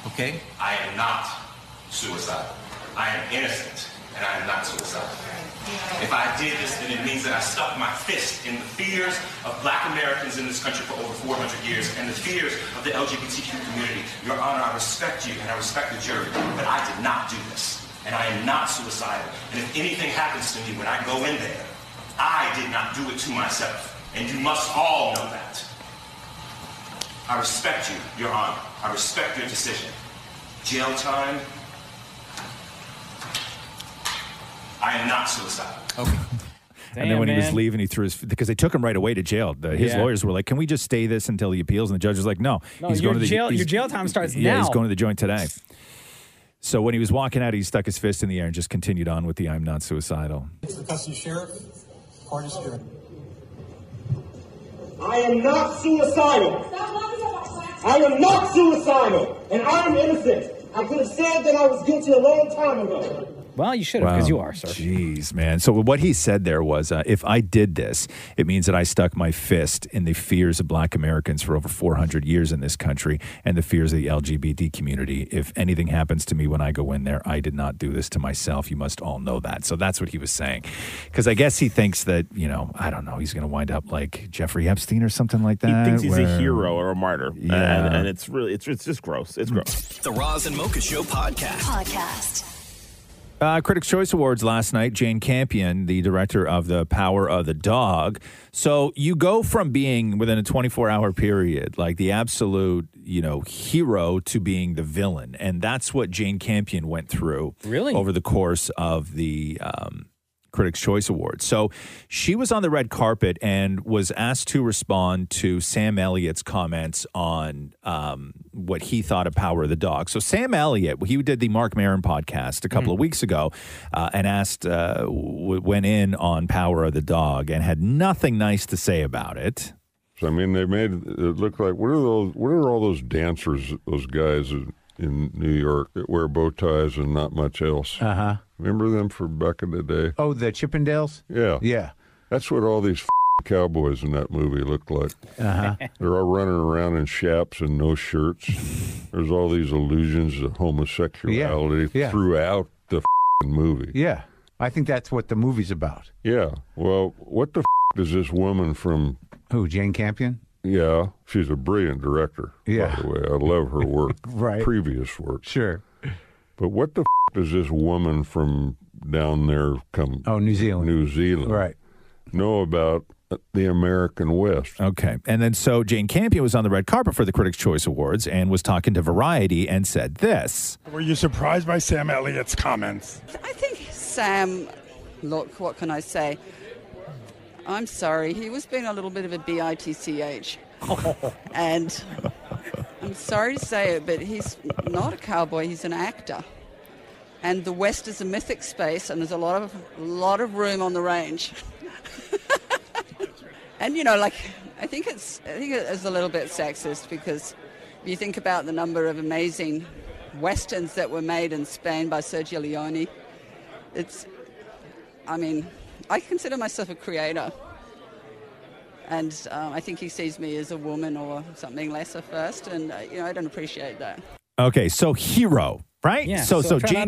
Speaker 31: Okay.
Speaker 8: I am not suicidal. I am innocent, and I am not suicidal. If I did this, then it means that I stuck my fist in the fears of black Americans in this country for over 400 years and the fears of the LGBTQ community. Your Honor, I respect you and I respect the jury, but I did not do this, and I am not suicidal. And if anything happens to me when I go in there, I did not do it to myself, and you must all know that. I respect you, Your Honor. I respect your decision. Jail time. I am not suicidal. Okay.
Speaker 4: and then when he was
Speaker 17: man.
Speaker 4: leaving, he threw his because they took him right away to jail. The, his
Speaker 17: Yeah.
Speaker 4: lawyers were like, "Can we just stay this until he appeals?" And the judge was like, "No,
Speaker 5: No,
Speaker 4: he's
Speaker 5: your
Speaker 4: going to the
Speaker 5: jail-
Speaker 4: he's-
Speaker 5: your jail time starts
Speaker 4: Yeah, he's
Speaker 5: now."
Speaker 4: going to the joint today." So when he was walking out, he stuck his fist in the air and just continued on with the "I'm not suicidal."
Speaker 13: It's the custody sheriff. Court is here.
Speaker 12: I am not suicidal. I am not suicidal, and I am innocent. I could have said that I was guilty a long time ago.
Speaker 5: Well, Oh, you should have because
Speaker 4: Wow.
Speaker 5: you are, sir.
Speaker 4: Jeez, man. So what he said there was, uh, if I did this, it means that I stuck my fist in the fears of Black Americans for over 400 years in this country and the fears of the LGBT community. If anything happens to me when I go in there, I did not do this to myself. You must all know that. So that's what he was saying, because I guess he thinks that you know, I don't know, he's going to wind up like Jeffrey Epstein or something like that.
Speaker 17: He thinks he's
Speaker 4: where-
Speaker 17: a hero or a martyr,
Speaker 4: Yeah.
Speaker 17: and, and it's really it's it's just gross. It's gross.
Speaker 1: The Roz and Mocha Show podcast.
Speaker 6: Podcast.
Speaker 4: Uh, Critics' Choice Awards last night. Jane Campion, the director of The Power of the Dog. So you go from being within a 24 hour period, like the absolute, you know, hero to being the villain. And that's what Jane Campion went through really over the course of the um, Critics' Choice Awards. So she was on the red carpet and was asked to respond to Sam Elliott's comments on um, what he thought of Power of the Dog. So Sam Elliott, he did the Mark Maron podcast a couple of weeks ago uh, and asked, uh, w- went in on Power of the Dog and had nothing nice to say about it.
Speaker 32: I mean, they made it look like what are those? What are all those dancers? Those guys in, in New York that wear bow ties and not much else.
Speaker 29: Uh huh.
Speaker 32: Remember them from back in the day?
Speaker 29: Oh, the Chippendales.
Speaker 32: Yeah,
Speaker 29: Yeah.
Speaker 32: That's what all these cowboys in that movie looked like.
Speaker 29: Uh huh.
Speaker 32: <laughs> They're all running around in chaps and no shirts. <laughs> There's all these allusions to homosexuality
Speaker 29: Yeah, yeah.
Speaker 32: throughout the f***ing movie.
Speaker 29: Yeah. I think that's what the movie's about.
Speaker 32: Yeah. Well, what the f- does this woman from
Speaker 29: who Jane Campion?
Speaker 32: Yeah, she's a brilliant director.
Speaker 29: Yeah.
Speaker 32: By the way, I love her work.
Speaker 29: <laughs> Right.
Speaker 32: Previous work.
Speaker 29: Sure.
Speaker 32: But what the f- does this woman from down there come?
Speaker 29: Oh, New Zealand.
Speaker 32: New Zealand.
Speaker 29: Right.
Speaker 32: Know about uh, the American West?
Speaker 4: Okay. And then so Jane Campion was on the red carpet for the Critics' Choice Awards and was talking to Variety and said this.
Speaker 33: Were you surprised by Sam Elliott's comments?
Speaker 34: I think Sam, look, what can I say? I'm sorry, he was being a little bit of a bitch. and I'm sorry to say it, but he's not a cowboy, he's an actor. And the West is a mythic space, and there's a lot of, lot of room on the range. <laughs> and, you know, like, I think it's, I think it is a little bit sexist because if you think about the number of amazing westerns that were made in Spain by Sergio Leone, it's i mean i consider myself a creator and um, i think he sees me as a woman or something lesser first and uh, you know i don't appreciate that
Speaker 4: Okay, so hero, right?
Speaker 34: Yeah,
Speaker 4: So
Speaker 34: so
Speaker 4: so
Speaker 34: I'm trying to
Speaker 4: Jane,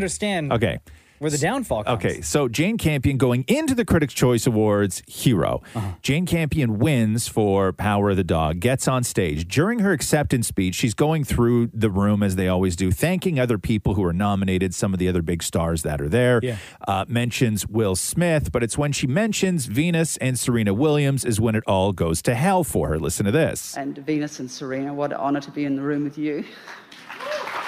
Speaker 34: understand
Speaker 4: Okay.
Speaker 34: where the downfall comes.
Speaker 4: Okay, so Jane Campion going into the Critics' Choice Awards, hero.
Speaker 34: Uh-huh.
Speaker 4: Jane Campion wins for Power of the Dog, gets on stage. During her acceptance speech, she's going through the room as they always do, thanking other people who are nominated, some of the other big stars that are there.
Speaker 35: Yeah.
Speaker 4: Uh, mentions Will Smith, but it's when she mentions Venus and Serena Williams is when it all goes to hell for her. Listen to this.
Speaker 34: and venus and serena what an honor to be in the room with you <laughs>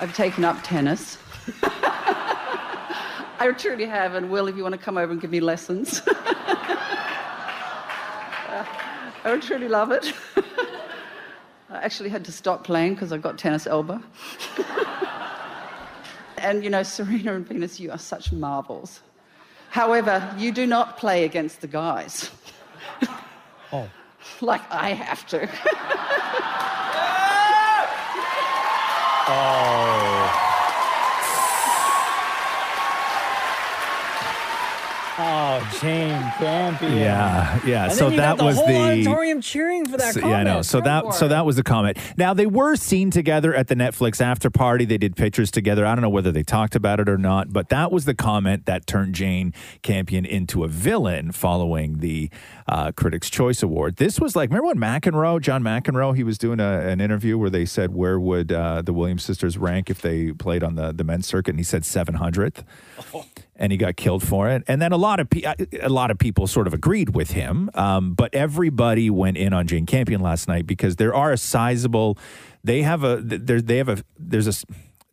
Speaker 34: i've taken up tennis <laughs> i truly have and will if you want to come over and give me lessons <laughs> i would truly love it <laughs> I actually had to stop playing because I got tennis elbow. <laughs> and you know, Serena and Venus, you are such marvels. However, you do not play against the guys.
Speaker 5: Oh.
Speaker 34: <laughs> like I have to. <laughs>
Speaker 5: Oh. Oh, Jane Campion.
Speaker 4: Yeah, yeah.
Speaker 5: And
Speaker 4: So
Speaker 5: then you
Speaker 4: that
Speaker 5: got the
Speaker 4: was
Speaker 5: whole
Speaker 4: the-
Speaker 5: auditorium cheering for that.
Speaker 4: So-
Speaker 5: comment.
Speaker 4: Yeah, I know. So
Speaker 5: Go
Speaker 4: that
Speaker 5: for
Speaker 4: so
Speaker 5: it.
Speaker 4: that was the comment. Now they were seen together at the Netflix after party. They did pictures together. I don't know whether they talked about it or not, but that was the comment that turned Jane Campion into a villain following the uh, Critics' Choice Award. This was like remember when McEnroe, John McEnroe, he was doing a, an interview where they said where would uh, the Williams sisters rank if they played on the the men's circuit, and he said seven hundredth and he got killed for it. And then a lot of pe- a lot of people sort of agreed with him, um, but everybody went in on Jane Campion last night because there are a sizable. They have a there. They have a there's a. s-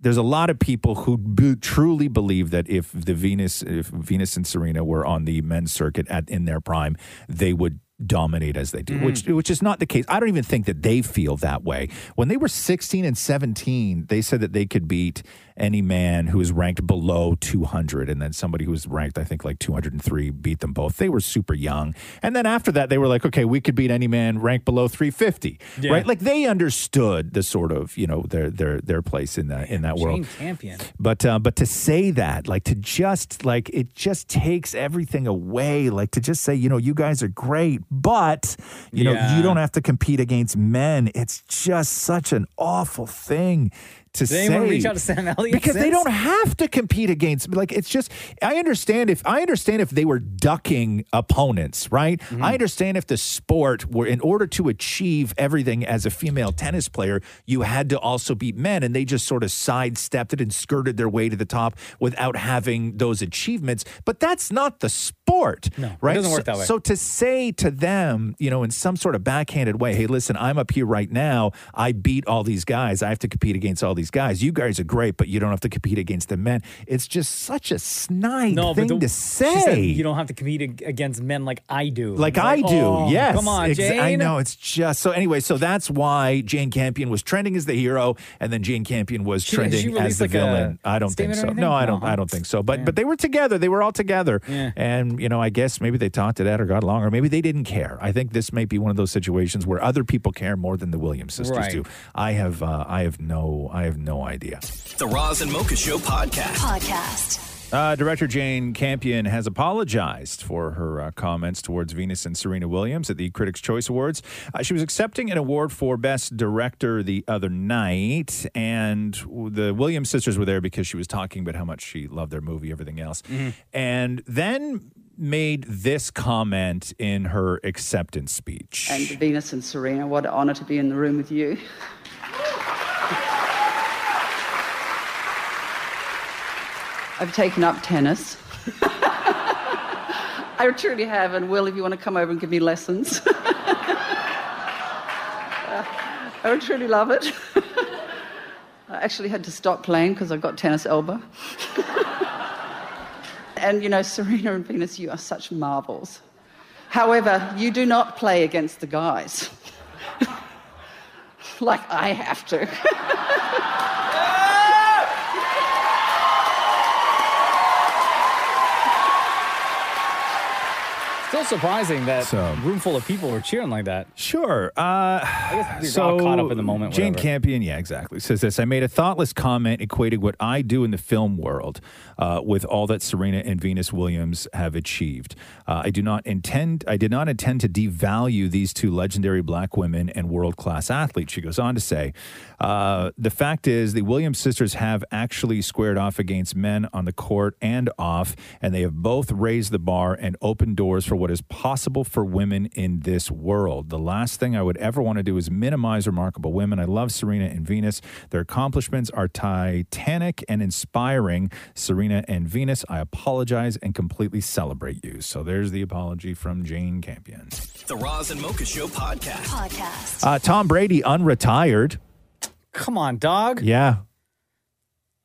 Speaker 4: There's a lot of people who b- truly believe that if the Venus, if Venus and Serena were on the men's circuit at in their prime, they would dominate as they do, which which is not the case. I don't even think that they feel that way. When they were 16 and 17, they said that they could beat any man who is ranked below 200 and then somebody who was ranked I think like 203 beat them both. They were super young. And then after that they were like, okay, we could beat any man ranked below 350.
Speaker 5: Yeah.
Speaker 4: Right? Like they understood the sort of, you know, their their their place in that in that
Speaker 5: Jane
Speaker 4: world.
Speaker 5: Campion.
Speaker 4: But uh, but to say that, like to just like it just takes everything away. Like to just say, you know, you guys are great, but you know,
Speaker 5: Yeah.
Speaker 4: you don't have to compete against men. It's just such an awful thing to
Speaker 5: Did
Speaker 4: say.
Speaker 5: anyone reach out to Sam Elliott
Speaker 4: because they
Speaker 5: since?
Speaker 4: don't have to compete against. Like it's just, I understand if I understand if they were ducking opponents, right?
Speaker 5: Mm-hmm.
Speaker 4: I understand if the sport were in order to achieve everything as a female tennis player, you had to also beat men, and they just sort of sidestepped it and skirted their way to the top without having those achievements. But that's not the sport,
Speaker 5: No, it
Speaker 4: right?
Speaker 5: doesn't work
Speaker 4: So-
Speaker 5: that way.
Speaker 4: So to say to them, you know, in some sort of backhanded way, hey, listen, I'm up here right now. I beat all these guys. I have to compete against all these guys. You guys are great, but you don't have to compete against the men. It's just such a snide
Speaker 5: No,
Speaker 4: thing
Speaker 5: but
Speaker 4: to
Speaker 5: the- She said,
Speaker 4: say.
Speaker 5: you don't have to compete ag- against men like I do.
Speaker 4: like I do,
Speaker 5: oh,
Speaker 4: yes.
Speaker 5: Come on,
Speaker 4: Ex-
Speaker 5: Jane.
Speaker 4: I know it's just so. Anyway, so that's why Jane Campion was trending as the hero, and then Jane Campion was
Speaker 5: She-
Speaker 4: trending
Speaker 5: she
Speaker 4: as
Speaker 5: released,
Speaker 4: the
Speaker 5: like, a
Speaker 4: villain. I don't think
Speaker 5: statement or
Speaker 4: so.
Speaker 5: anything?
Speaker 4: No, I
Speaker 5: No,
Speaker 4: don't.
Speaker 5: huh?
Speaker 4: I don't think so. But but they were together. They were all together.
Speaker 5: Yeah.
Speaker 4: And you know, I guess maybe they talked it out or got along, or maybe they didn't care. I think this may be one of those situations where other people care more than the Williams sisters
Speaker 1: Right.
Speaker 4: do. I have uh, I have no I have no idea.
Speaker 1: The Roz and Mocha Show podcast.
Speaker 6: Podcast.
Speaker 4: Uh, Director Jane Campion has apologized for her uh, comments towards Venus and Serena Williams at the Critics' Choice Awards. Uh, she was accepting an award for Best Director the other night, and the Williams sisters were there because she was talking about how much she loved their movie, everything else. And then made this comment in her acceptance speech.
Speaker 34: And Venus and Serena, what an honor to be in the room with you. I've taken up tennis. <laughs> I truly have, and Will, if you want to come over and give me lessons, <laughs> I would truly love it. <laughs> I actually had to stop playing because I got tennis elbow. <laughs> and you know, Serena and Venus, you are such marvels. However, you do not play against the guys. <laughs> like I have to. <laughs>
Speaker 5: Still surprising that a room full of people were cheering like that.
Speaker 4: Sure. Uh, I
Speaker 5: guess we all caught up in the moment.
Speaker 4: Jane
Speaker 5: whatever.
Speaker 4: Campion, yeah, exactly, says this. I made a thoughtless comment equating what I do in the film world uh, with all that Serena and Venus Williams have achieved. Uh, I do not intend. I did not intend to devalue these two legendary black women and world class athletes. She goes on to say, uh, the fact is, the Williams sisters have actually squared off against men on the court and off, and they have both raised the bar and opened doors for what is possible for women in this world. The last thing I would ever want to do is minimize remarkable women. I love Serena and Venus. Their accomplishments are titanic and inspiring. Serena and Venus, I apologize and completely celebrate you. So there's the apology from Jane Campion.
Speaker 1: The Roz and Mocha Show podcast. Podcast.
Speaker 4: Uh, Tom Brady unretired.
Speaker 5: Come on, dog.
Speaker 4: Yeah.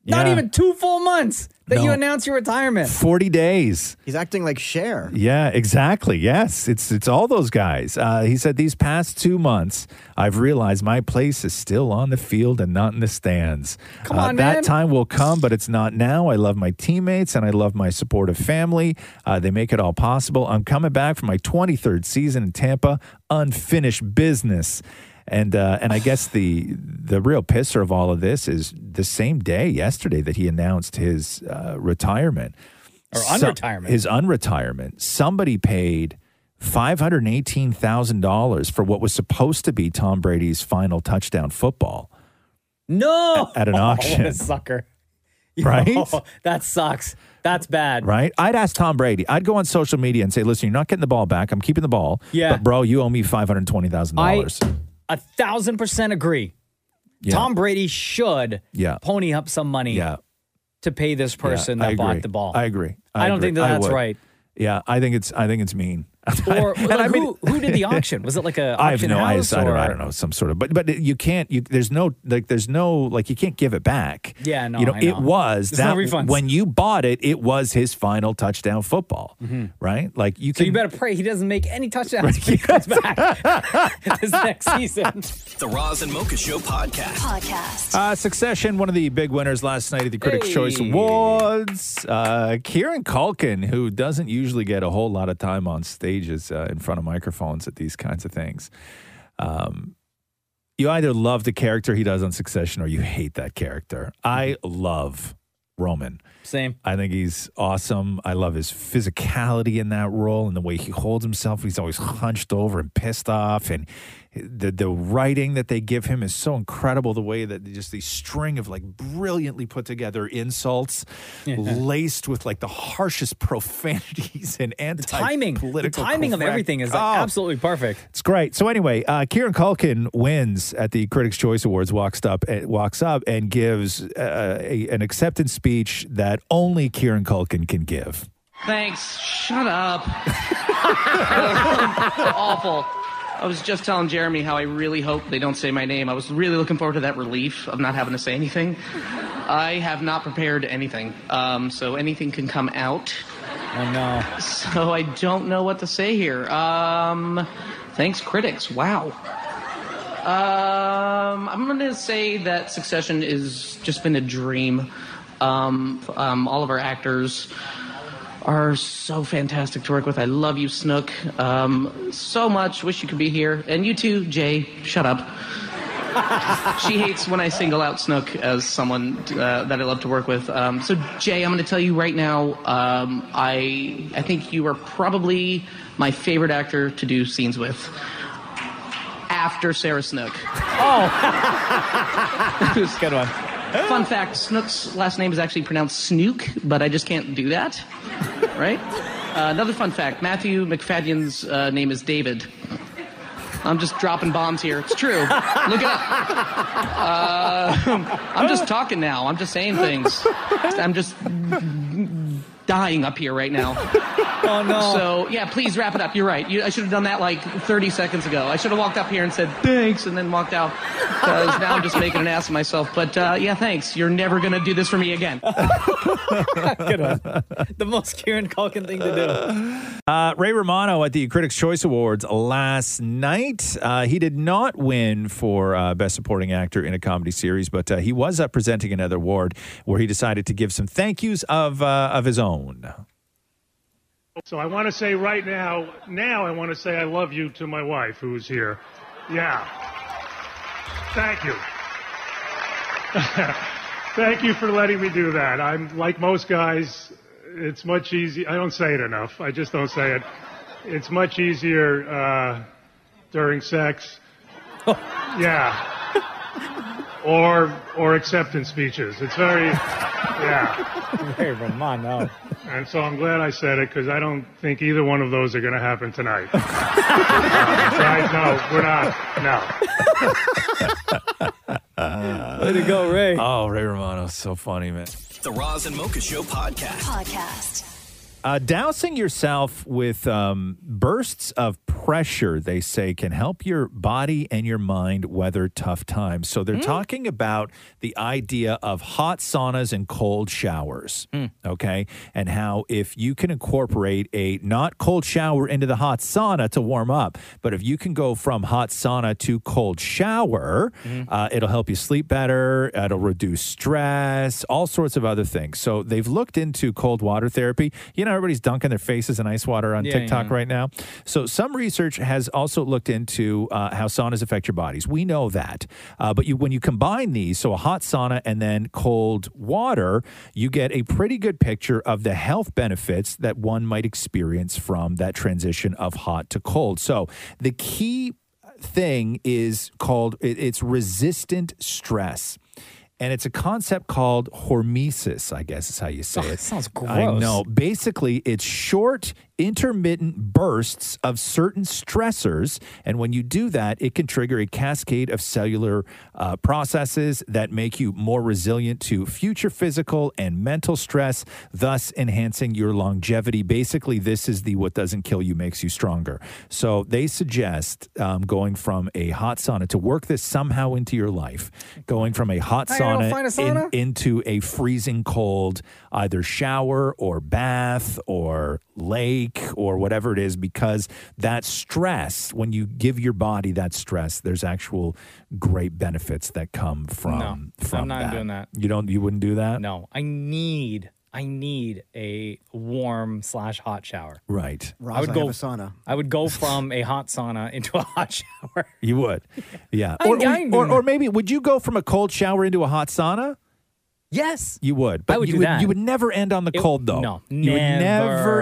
Speaker 5: Not
Speaker 4: Yeah.
Speaker 5: even two full months that you
Speaker 4: No.
Speaker 5: announced your retirement.
Speaker 4: 40 days.
Speaker 3: He's acting like Cher.
Speaker 4: Yeah, exactly. Yes, it's it's all those guys. Uh, he said these past two months, I've realized my place is still on the field and not in the stands. Uh,
Speaker 10: Come on,
Speaker 4: that
Speaker 10: man.
Speaker 4: time will come, but it's not now. I love my teammates and I love my supportive family. Uh, they make it all possible. I'm coming back for my 23rd season in Tampa, unfinished business. And uh, and I guess the the real pisser of all of this is the same day yesterday that he announced his uh, retirement
Speaker 5: Or
Speaker 4: some-
Speaker 5: unretirement.
Speaker 4: his unretirement. Somebody paid five hundred eighteen thousand dollars for what was supposed to be Tom Brady's final touchdown
Speaker 5: <laughs>
Speaker 4: football.
Speaker 5: No. <laughs> Oh,
Speaker 4: At- at an auction.
Speaker 5: What a
Speaker 4: <laughs>
Speaker 5: sucker.
Speaker 4: Right?
Speaker 5: that sucks. That's bad.
Speaker 4: Right? I'd ask Tom Brady. I'd go on social media and say, "Listen, you're not getting the ball back. I'm keeping the ball.
Speaker 5: Yeah.
Speaker 4: but bro, you owe me five hundred twenty thousand dollars."
Speaker 5: A thousand percent agree.
Speaker 4: Yeah.
Speaker 5: Tom Brady should
Speaker 4: Yeah.
Speaker 5: pony up some money
Speaker 4: Yeah.
Speaker 5: to pay this person
Speaker 4: Yeah,
Speaker 5: that
Speaker 4: I
Speaker 5: bought
Speaker 4: agree.
Speaker 5: the ball.
Speaker 4: I agree.
Speaker 5: I, don't
Speaker 4: agree.
Speaker 5: think that that's
Speaker 4: would.
Speaker 5: right.
Speaker 4: Yeah, I think it's I think it's mean.
Speaker 5: Or
Speaker 4: <laughs> And
Speaker 5: like,
Speaker 4: I mean-
Speaker 5: who, who did
Speaker 4: <laughs>
Speaker 5: the auction? Was it like a Uh, auction
Speaker 4: I have no I,
Speaker 5: house?
Speaker 4: I don't
Speaker 5: or-
Speaker 4: I don't know some sort of but but you can't you there's no like there's no like you can't give it back.
Speaker 5: Yeah, no,
Speaker 4: you know,
Speaker 5: I
Speaker 4: it was
Speaker 5: There's
Speaker 4: that
Speaker 5: no refunds.
Speaker 4: when you bought it, it was his final touchdown football,
Speaker 5: Mhm.
Speaker 4: right? Like you
Speaker 5: So
Speaker 4: can
Speaker 5: you better pray he doesn't make any touchdowns when he <laughs> comes back <laughs> this next season.
Speaker 1: The Roz and Mocha Show podcast. Podcast.
Speaker 4: Uh, Succession, one of the big winners last night at the Critics' Choice Awards. Uh, Kieran Culkin, who doesn't usually get a whole lot of time on stages uh, in front of microphones at these kinds of things. Um, you either love the character he does on Succession or you hate that character. I
Speaker 5: Mm-hmm.
Speaker 4: love Roman.
Speaker 5: Same.
Speaker 4: I think he's awesome. I love his physicality in that role and the way he holds himself. He's always hunched over and pissed off. And the the writing that they give him is so incredible. The way that just these string of like brilliantly put together insults, laced with like the harshest <laughs> profanities and anti
Speaker 5: Timing. The
Speaker 4: political Oh.
Speaker 5: timing of everything is like absolutely perfect.
Speaker 4: it's great. So anyway, uh, Kieran Culkin wins at the Critics' Choice Awards. Walks up, uh, walks up, and gives uh, a, an acceptance speech that only Kieran Culkin can give.
Speaker 25: Thanks. Shut up. That was awful. I was just telling Jeremy how I really hope they don't say my name. I was really looking forward to that relief of not having to say anything. I have not prepared anything, um, so anything can come out.
Speaker 5: Oh no.
Speaker 25: So I don't know what to say here. Um, thanks, critics. Wow. Um, I'm gonna say that Succession is just been a dream. Um, um, all of our actors are so fantastic to work with. I love you, Snook, um, so much. Wish you could be here, and you too, Jay. Shut up. she hates when I single out Snook as someone uh, that I love to work with. Um, so Jay, I'm going to tell you right now, um, I I think you are probably my favorite actor to do scenes with after Sarah Snook. Oh,
Speaker 5: good one.
Speaker 25: Fun fact: Snook's last name is actually pronounced Snook, but I just can't do that. Right? Uh, another fun fact: Matthew McFadden's uh, name is David. I'm just dropping bombs here. It's true. Look it up. Uh, <laughs> I'm just talking now. I'm just saying things. I'm just dying up here right now.
Speaker 5: <laughs> Oh no.
Speaker 25: So yeah, please wrap it up. You're right. You, I should have done that like 30 seconds ago. I should have walked up here and said thanks, and then walked out because now I'm just making an ass of myself. But uh, yeah, thanks. You're never gonna do this for me again.
Speaker 5: <laughs> Good one. The most Kieran Culkin thing to
Speaker 4: <laughs> Uh, Ray Romano at the Critics' Choice Awards last night. Uh, he did not win for uh, Best Supporting Actor in a Comedy Series, but uh, he was up presenting another award where he decided to give some thank yous of uh, of his own.
Speaker 7: So I want to say right now, now I want to say I love you to my wife who's here. Yeah. Thank you. <laughs> Thank you for letting me do that. I'm like most guys, it's much easier. I don't say it enough. I just don't say it. It's much easier uh, during
Speaker 5: <laughs>
Speaker 7: sex. yeah. Or or acceptance speeches. It's very yeah.
Speaker 5: Very Romano.
Speaker 7: And so I'm glad I said it because I don't think either one of those are going to happen
Speaker 5: <laughs>
Speaker 7: tonight. right? No, we're not. No.
Speaker 4: Way to go, Ray! Oh, Ray Romano, so funny, man.
Speaker 1: The Roz and Mocha Show podcast.
Speaker 6: Podcast.
Speaker 4: Uh, dousing yourself with um, bursts of pressure, they say, can help your body and your mind weather tough times. So they're
Speaker 3: Mm.
Speaker 4: talking about the idea of hot saunas and cold showers,
Speaker 3: Hmm.
Speaker 4: okay? And how if you can incorporate a not cold shower into the hot sauna to warm up, but if you can go from hot sauna to cold shower,
Speaker 3: Mm-hmm.
Speaker 4: uh, it'll help you sleep better. It'll reduce stress, all sorts of other things. So they've looked into cold water therapy. You know, everybody's dunking their faces in ice water on
Speaker 3: Yeah,
Speaker 4: TikTok
Speaker 3: yeah.
Speaker 4: right now. So some research has also looked into uh, how saunas affect your bodies. We know that, uh, but you when you combine these, so a hot sauna and then cold water, you get a pretty good picture of the health benefits that one might experience from that transition of hot to cold. So the key thing is called it- it's resistant stress. And it's a concept called hormesis, I guess is how you say it. Sounds I
Speaker 3: gross.
Speaker 4: know. Basically, it's short, intermittent bursts of certain stressors. And when you do that, it can trigger a cascade of cellular uh, processes that make you more resilient to future physical and mental stress, thus enhancing your longevity. Basically, this is the what doesn't kill you makes you stronger. So they suggest um, going from a hot sauna to work this somehow into your life, going from a hot
Speaker 3: I gotta go
Speaker 4: sauna,
Speaker 3: find a
Speaker 4: in-
Speaker 3: sauna?
Speaker 4: into a freezing cold either shower or bath or lake or whatever it is because that stress when you give your body that stress there's actual great benefits that come from
Speaker 5: No,
Speaker 4: from
Speaker 5: I'm not doing that.
Speaker 4: you don't you wouldn't do that
Speaker 5: No, I need I need a warm slash hot shower.
Speaker 4: right
Speaker 5: I would go I
Speaker 4: <laughs>
Speaker 5: would go from a hot sauna into a hot shower.
Speaker 4: you
Speaker 5: <laughs>
Speaker 4: would yeah
Speaker 5: I-
Speaker 4: or,
Speaker 5: I ain't
Speaker 4: or,
Speaker 5: doing
Speaker 4: or maybe would you go from a cold shower into a hot sauna
Speaker 5: Yes.
Speaker 4: you would
Speaker 5: I
Speaker 4: but
Speaker 5: would
Speaker 4: you
Speaker 5: do
Speaker 4: would
Speaker 5: that.
Speaker 4: you would never end on the
Speaker 5: It-
Speaker 4: cold though
Speaker 5: no,
Speaker 4: you would never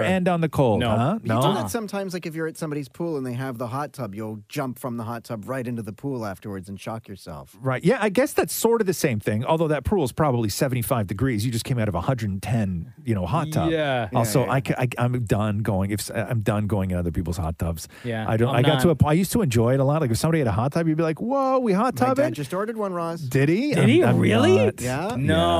Speaker 5: never.
Speaker 4: end on the cold
Speaker 5: No.
Speaker 4: huh
Speaker 5: You do
Speaker 10: You do that sometimes, like if you're at somebody's pool and they have the hot tub, you'll jump from the hot tub right into the pool afterwards and shock yourself.
Speaker 4: Right. Yeah, I guess that's sort of the same thing. Although that pool is probably 75 degrees. You just came out of a 110, you know, hot tub.
Speaker 3: Yeah. Yeah,
Speaker 4: Also,
Speaker 3: yeah.
Speaker 4: I ca- I, am done going. If s- I'm done going in other people's hot tubs.
Speaker 10: Yeah,
Speaker 4: I don't.
Speaker 10: I'm
Speaker 4: i got to a
Speaker 10: not.
Speaker 4: point. I used to enjoy it a lot. Like if somebody had a hot tub, you'd be like, "Whoa, we hot
Speaker 10: My
Speaker 4: tub
Speaker 10: dad just ordered one, Ross.
Speaker 4: Did he?
Speaker 10: Did he? Really?
Speaker 4: Yeah.
Speaker 10: Yeah.
Speaker 4: No.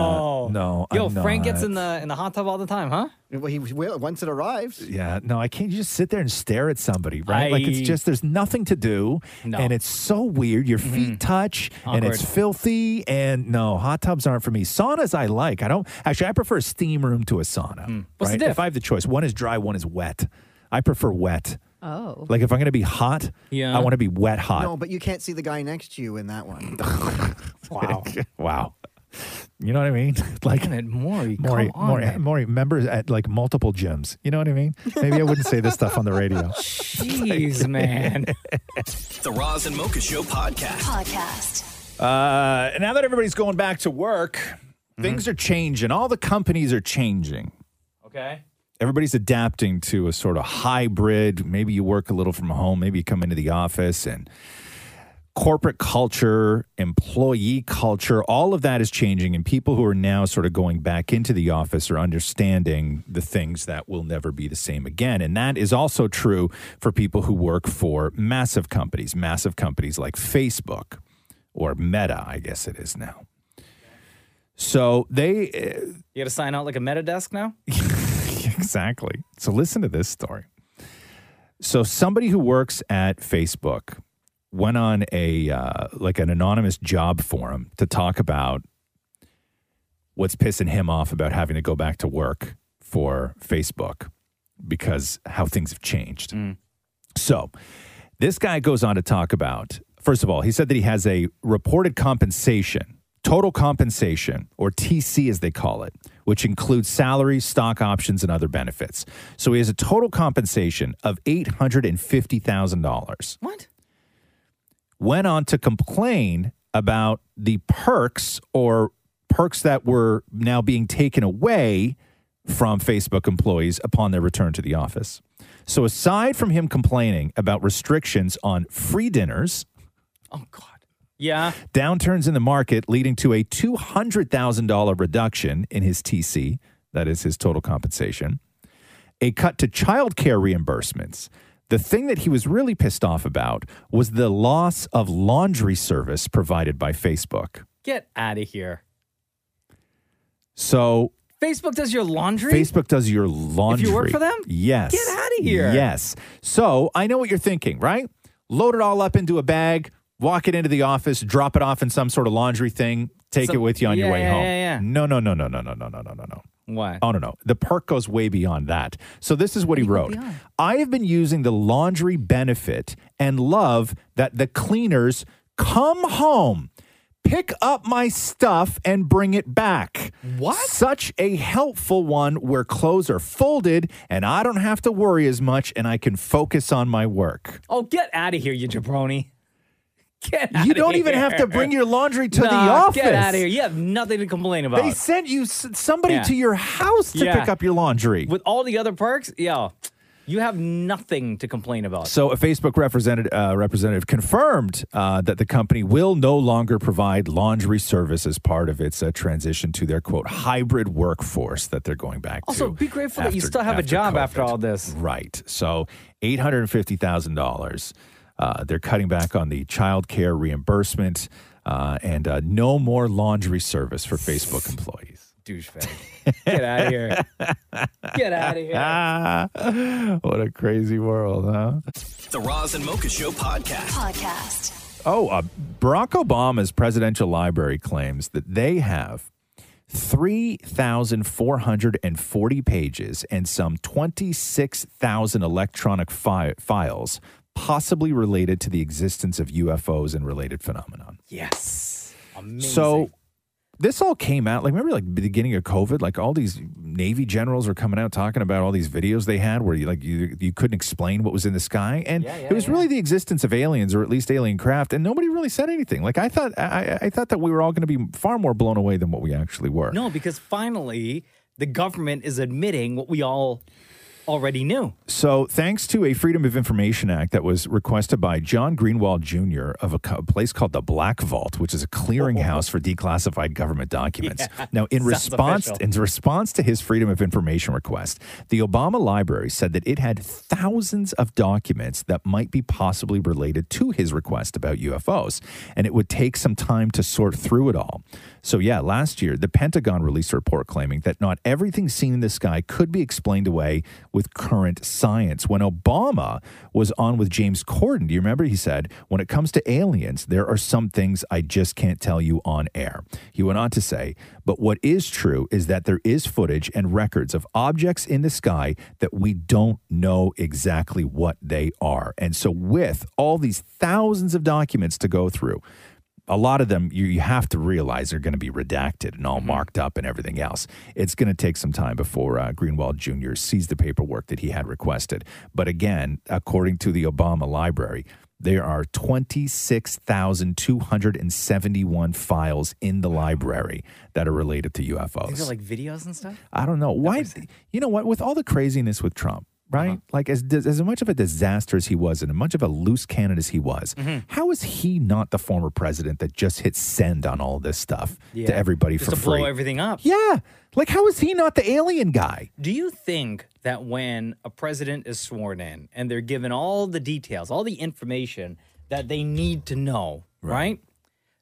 Speaker 4: No.
Speaker 5: Yo,
Speaker 4: I'm
Speaker 5: Frank
Speaker 4: not.
Speaker 5: gets in the in the hot tub all the time, huh?
Speaker 10: Well, he will once it arrives.
Speaker 4: Yeah, no, I can't. You just sit there and stare at somebody, right? Like it's
Speaker 10: I-
Speaker 4: just there's nothing to do, and it's so weird. Your feet touch, and it's
Speaker 3: Awkward.
Speaker 4: filthy. And no, hot tubs aren't for me. Saunas I like. I don't actually. I prefer a steam room to a sauna.
Speaker 3: What's the
Speaker 4: right?
Speaker 3: diff?
Speaker 4: If I have the choice, one is dry, one is wet. I prefer wet.
Speaker 10: Oh.
Speaker 4: Like if I'm going to be hot,
Speaker 10: Yeah.
Speaker 4: I want to be wet hot.
Speaker 10: No, but you can't see the guy next to you in
Speaker 4: <laughs>
Speaker 10: that one.
Speaker 4: Wow. <laughs> wow. You know what I mean? <laughs> Like it,
Speaker 5: Maury,
Speaker 4: Maury,
Speaker 10: come on,
Speaker 4: Maury,
Speaker 10: man.
Speaker 4: Maury, members at like multiple gyms. You know what I mean? Maybe I wouldn't say this stuff on the radio.
Speaker 5: Jeez,
Speaker 1: <laughs>
Speaker 5: man.
Speaker 1: The Roz and Mocha Show podcast.
Speaker 6: Podcast.
Speaker 4: Uh, now that everybody's going back to work, things are changing. All the companies are changing.
Speaker 5: Okay.
Speaker 4: Everybody's adapting to a sort of hybrid. Maybe you work a little from home, maybe you come into the office and corporate culture, employee culture, all of that is changing. And people who are now sort of going back into the office are understanding the things that will never be the same again. And that is also true for people who work for massive companies, massive companies like Facebook or Meta, I guess it is now. So they. uh,
Speaker 5: You gotta sign out like a meta desk now?
Speaker 4: <laughs> exactly. So listen to this story. So somebody who works at Facebook went on a uh, like an anonymous job forum to talk about what's pissing him off about having to go back to work for Facebook because how things have changed. So this guy goes on to talk about first of all, he said that he has a reported compensation, total compensation, or TC as they call it, which includes salary, stock options, and other benefits. So he has a total compensation of $850,000.
Speaker 5: What?
Speaker 4: Went on to complain about the perks or perks that were now being taken away from Facebook employees upon their return to the office. So, aside from him complaining about restrictions on free dinners,
Speaker 5: Yeah.
Speaker 4: downturns in the market leading to a $200,000 reduction in his TC, that is his total compensation, a cut to childcare reimbursements. The thing that he was really pissed off about was the loss of laundry service provided by Facebook.
Speaker 5: Get out of here.
Speaker 4: So
Speaker 5: Facebook does your laundry?
Speaker 4: Facebook does your laundry.
Speaker 5: work for them?
Speaker 4: Yes.
Speaker 5: Get outta here.
Speaker 4: Yes. So I know what you're thinking, right? Load it all up into a bag, walk it into the office, drop it off in some sort of laundry thing, take
Speaker 5: Some-
Speaker 4: it with you on your
Speaker 5: Yeah,
Speaker 4: way
Speaker 5: yeah,
Speaker 4: home.
Speaker 5: yeah, yeah.
Speaker 4: No, no, no, no, no, no, no, no, no, no, no.
Speaker 5: Why?
Speaker 4: Oh, no, no. The perk goes way beyond that. So this is what he wrote I have been using the laundry benefit and love that the cleaners come home, pick up my stuff, and bring it back. What? Such a helpful one where clothes are folded and I don't have to worry as much and I can focus on my work.
Speaker 5: Oh, get out of here, you jabroni. Get
Speaker 4: You
Speaker 5: outta
Speaker 4: don't even have to
Speaker 5: here.
Speaker 4: bring your laundry to the
Speaker 5: Nah, Get
Speaker 4: office.
Speaker 5: out of here. You have nothing to complain about.
Speaker 4: They sent you s- somebody
Speaker 5: Yeah.
Speaker 4: to your house to
Speaker 5: Yeah.
Speaker 4: pick up your laundry.
Speaker 5: With all the other perks, yeah, you have nothing to complain about.
Speaker 4: So, a Facebook representative, uh, representative confirmed uh, that the company will no longer provide laundry service as part of its uh, transition to their quote hybrid workforce that they're going back
Speaker 5: Also,
Speaker 4: to.
Speaker 5: be grateful that you
Speaker 4: after-
Speaker 5: still have a
Speaker 4: after
Speaker 5: job
Speaker 4: COVID.
Speaker 5: after <laughs> all this.
Speaker 4: Right. So, eight hundred fifty thousand dollars. uh, They're cutting back on the child care reimbursement uh, and uh, no more laundry service for Facebook employees.
Speaker 5: Douchebag. <laughs> Get out of here. <laughs> Get out of here.
Speaker 4: Ah, <laughs> what a crazy world, huh?
Speaker 1: The Roz and Mocha Show podcast.
Speaker 6: Podcast.
Speaker 4: Oh, uh, Barack Obama's presidential library claims that they have 3,440 pages and some 26,000 electronic fi- files, possibly related to the existence of UFOs and related phenomenon.
Speaker 5: Yes. Amazing.
Speaker 4: So this all came out like remember like the beginning of COVID, like all these Navy generals were coming out talking about all these videos they had where you like you you couldn't explain what was in the sky, and it was really the existence of aliens or at least alien craft, and nobody really said anything. Like I thought, I, I- I thought that we were all going to be far more blown away than what we actually were.
Speaker 5: No, because finally the government is admitting what we all already knew.
Speaker 4: So, thanks to a Freedom of Information Act that was requested by John Greenwald Jr. of a, co- a place called the Black Vault, which is a clearinghouse for declassified government documents.
Speaker 5: Oh. <laughs> Yeah.
Speaker 4: Now, in
Speaker 5: Sounds
Speaker 4: response,
Speaker 5: official.
Speaker 4: in response to his Freedom of Information request, the Obama Library said that it had thousands of documents that might be possibly related to his request about UFOs, and it would take some time to sort through it all. So, yeah, last year, the Pentagon released a report claiming that not everything seen in the sky could be explained away with current science. When Obama was on with James Corden, do you remember? He said, When it comes to aliens, there are some things I just can't tell you on air. He went on to say, But what is true is that there is footage and records of objects in the sky that we don't know exactly what they are. And so, with all these thousands of documents to go through, a lot of them you, you have to realize are going to be redacted and all marked up and everything else. It's going to take some time before uh, Greenwald Jr. sees the paperwork that he had requested. But again, according to the Obama Library, there are 26,271 files in the library that are related to
Speaker 5: These are
Speaker 4: UFOs.
Speaker 5: like videos and stuff.
Speaker 4: I don't know why. You know what? With all the craziness with Trump,
Speaker 5: Uh-huh.
Speaker 4: right? Like as dis- as much of a disaster as he was, and as much of a loose cannon as he was,
Speaker 5: Mm-hmm.
Speaker 4: how is he not the former president that just hit send on all this stuff
Speaker 5: Yeah.
Speaker 4: to everybody
Speaker 5: Just
Speaker 4: for
Speaker 5: to
Speaker 4: free?
Speaker 5: blow everything up.
Speaker 4: yeah, like how is he not the alien guy?
Speaker 5: Do you think that when a president is sworn in and they're given all the details, all the information that they need to know, right?